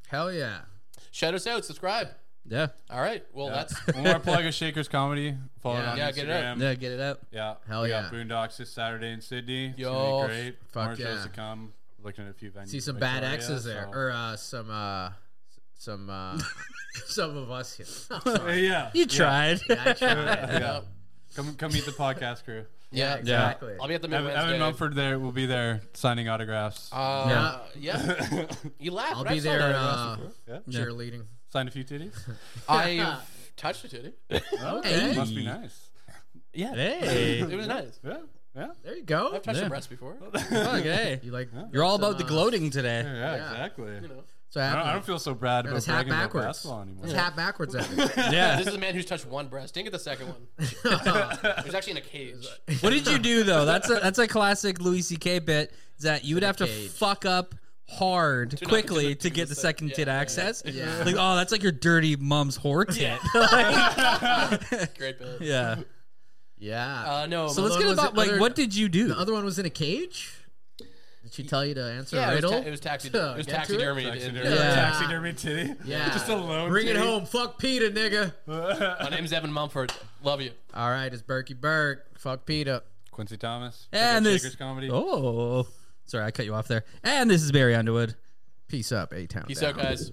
[SPEAKER 3] Hell yeah.
[SPEAKER 2] Shout us out. Subscribe.
[SPEAKER 1] Yeah.
[SPEAKER 2] All right. Well, that's
[SPEAKER 4] One more plug of Shakers Comedy. Follow
[SPEAKER 3] Yeah.
[SPEAKER 4] it on
[SPEAKER 2] Yeah,
[SPEAKER 4] Instagram.
[SPEAKER 2] get it up.
[SPEAKER 1] Yeah. Get it out.
[SPEAKER 4] Yeah.
[SPEAKER 3] Hell
[SPEAKER 4] we
[SPEAKER 3] yeah.
[SPEAKER 4] Got Boondocks this Saturday in Sydney. It's
[SPEAKER 2] Yo,
[SPEAKER 4] gonna be great.
[SPEAKER 3] fuck
[SPEAKER 4] More
[SPEAKER 3] yeah.
[SPEAKER 4] shows to come. Looking at a few venues.
[SPEAKER 3] See
[SPEAKER 4] in
[SPEAKER 3] some bad
[SPEAKER 4] Victoria,
[SPEAKER 3] exes there,
[SPEAKER 4] so-
[SPEAKER 3] or uh, some uh, s- some uh, some of us. Here.
[SPEAKER 4] Uh, yeah.
[SPEAKER 1] You tried.
[SPEAKER 3] I tried.
[SPEAKER 4] yeah. Come come meet the podcast crew.
[SPEAKER 2] yeah.
[SPEAKER 3] Exactly.
[SPEAKER 2] I'll be at the
[SPEAKER 4] Evan,
[SPEAKER 2] Midwest.
[SPEAKER 4] Evan Mumford there will be there signing autographs.
[SPEAKER 2] Uh, yeah. You laughed.
[SPEAKER 3] I'll
[SPEAKER 2] right? I
[SPEAKER 3] be
[SPEAKER 2] saw
[SPEAKER 3] there
[SPEAKER 2] that.
[SPEAKER 3] uh,
[SPEAKER 4] Yeah.
[SPEAKER 3] cheerleading.
[SPEAKER 4] Sign a few titties. Oh,
[SPEAKER 2] I touched a titty. It
[SPEAKER 3] Okay.
[SPEAKER 4] Must be nice.
[SPEAKER 1] Yeah. Hey.
[SPEAKER 2] was nice.
[SPEAKER 4] Yeah. Yeah.
[SPEAKER 3] There you
[SPEAKER 2] I've
[SPEAKER 3] go.
[SPEAKER 2] touched
[SPEAKER 1] Yeah.
[SPEAKER 2] a breast before.
[SPEAKER 1] Fuck, hey.
[SPEAKER 3] You like?
[SPEAKER 1] You're all
[SPEAKER 3] some,
[SPEAKER 1] about the
[SPEAKER 3] uh,
[SPEAKER 1] gloating today.
[SPEAKER 4] Yeah, exactly.
[SPEAKER 2] You know.
[SPEAKER 3] So
[SPEAKER 4] I, don't, I
[SPEAKER 3] I
[SPEAKER 4] don't feel so bad about
[SPEAKER 3] it's half
[SPEAKER 4] bragging about
[SPEAKER 3] backwards.
[SPEAKER 4] basketball anymore.
[SPEAKER 3] It's half backwards at me.
[SPEAKER 1] Yeah.
[SPEAKER 2] This is a man who's touched one breast. Didn't get the second one. it was actually in a cage.
[SPEAKER 1] What did you do though? That's a that's a classic Louis C.K. bit. Is that you would have to
[SPEAKER 3] cage.
[SPEAKER 1] fuck up hard
[SPEAKER 2] not
[SPEAKER 1] quickly
[SPEAKER 2] do it
[SPEAKER 1] to
[SPEAKER 2] to
[SPEAKER 1] get
[SPEAKER 2] the
[SPEAKER 1] the
[SPEAKER 2] sec-
[SPEAKER 1] second
[SPEAKER 2] yeah,
[SPEAKER 1] kid
[SPEAKER 2] yeah, yeah.
[SPEAKER 1] access.
[SPEAKER 3] Yeah.
[SPEAKER 1] Like, oh, that's like your dirty mom's whore tit.
[SPEAKER 2] Yeah.
[SPEAKER 1] Like,
[SPEAKER 2] Great bit.
[SPEAKER 1] yeah.
[SPEAKER 3] Yeah.
[SPEAKER 2] Uh, no.
[SPEAKER 1] So
[SPEAKER 2] but-
[SPEAKER 1] let's
[SPEAKER 3] one
[SPEAKER 1] get
[SPEAKER 3] was
[SPEAKER 1] about
[SPEAKER 3] the
[SPEAKER 1] like
[SPEAKER 3] other-
[SPEAKER 1] what did you do?
[SPEAKER 3] the other one was in a cage. Did she tell you to answer
[SPEAKER 2] yeah, it
[SPEAKER 3] a
[SPEAKER 2] was,
[SPEAKER 3] riddle?
[SPEAKER 2] ta- it was taxi. It was
[SPEAKER 3] Get to it.
[SPEAKER 2] taxidermy.
[SPEAKER 4] Taxidermy,
[SPEAKER 1] Yeah.
[SPEAKER 4] taxidermy titty.
[SPEAKER 3] Yeah.
[SPEAKER 4] Just alone.
[SPEAKER 3] Bring it home. Fuck Peter, nigga.
[SPEAKER 2] My name's Evan Mumford. Love you.
[SPEAKER 3] All right, it's Berkey Burke. Fuck Peter.
[SPEAKER 4] Quincy Thomas.
[SPEAKER 1] and
[SPEAKER 4] Shakers
[SPEAKER 1] this
[SPEAKER 4] comedy.
[SPEAKER 1] Oh. Sorry, I cut you off there. And this is Barry Underwood.
[SPEAKER 3] Peace up, A Town.
[SPEAKER 2] Peace out, guys.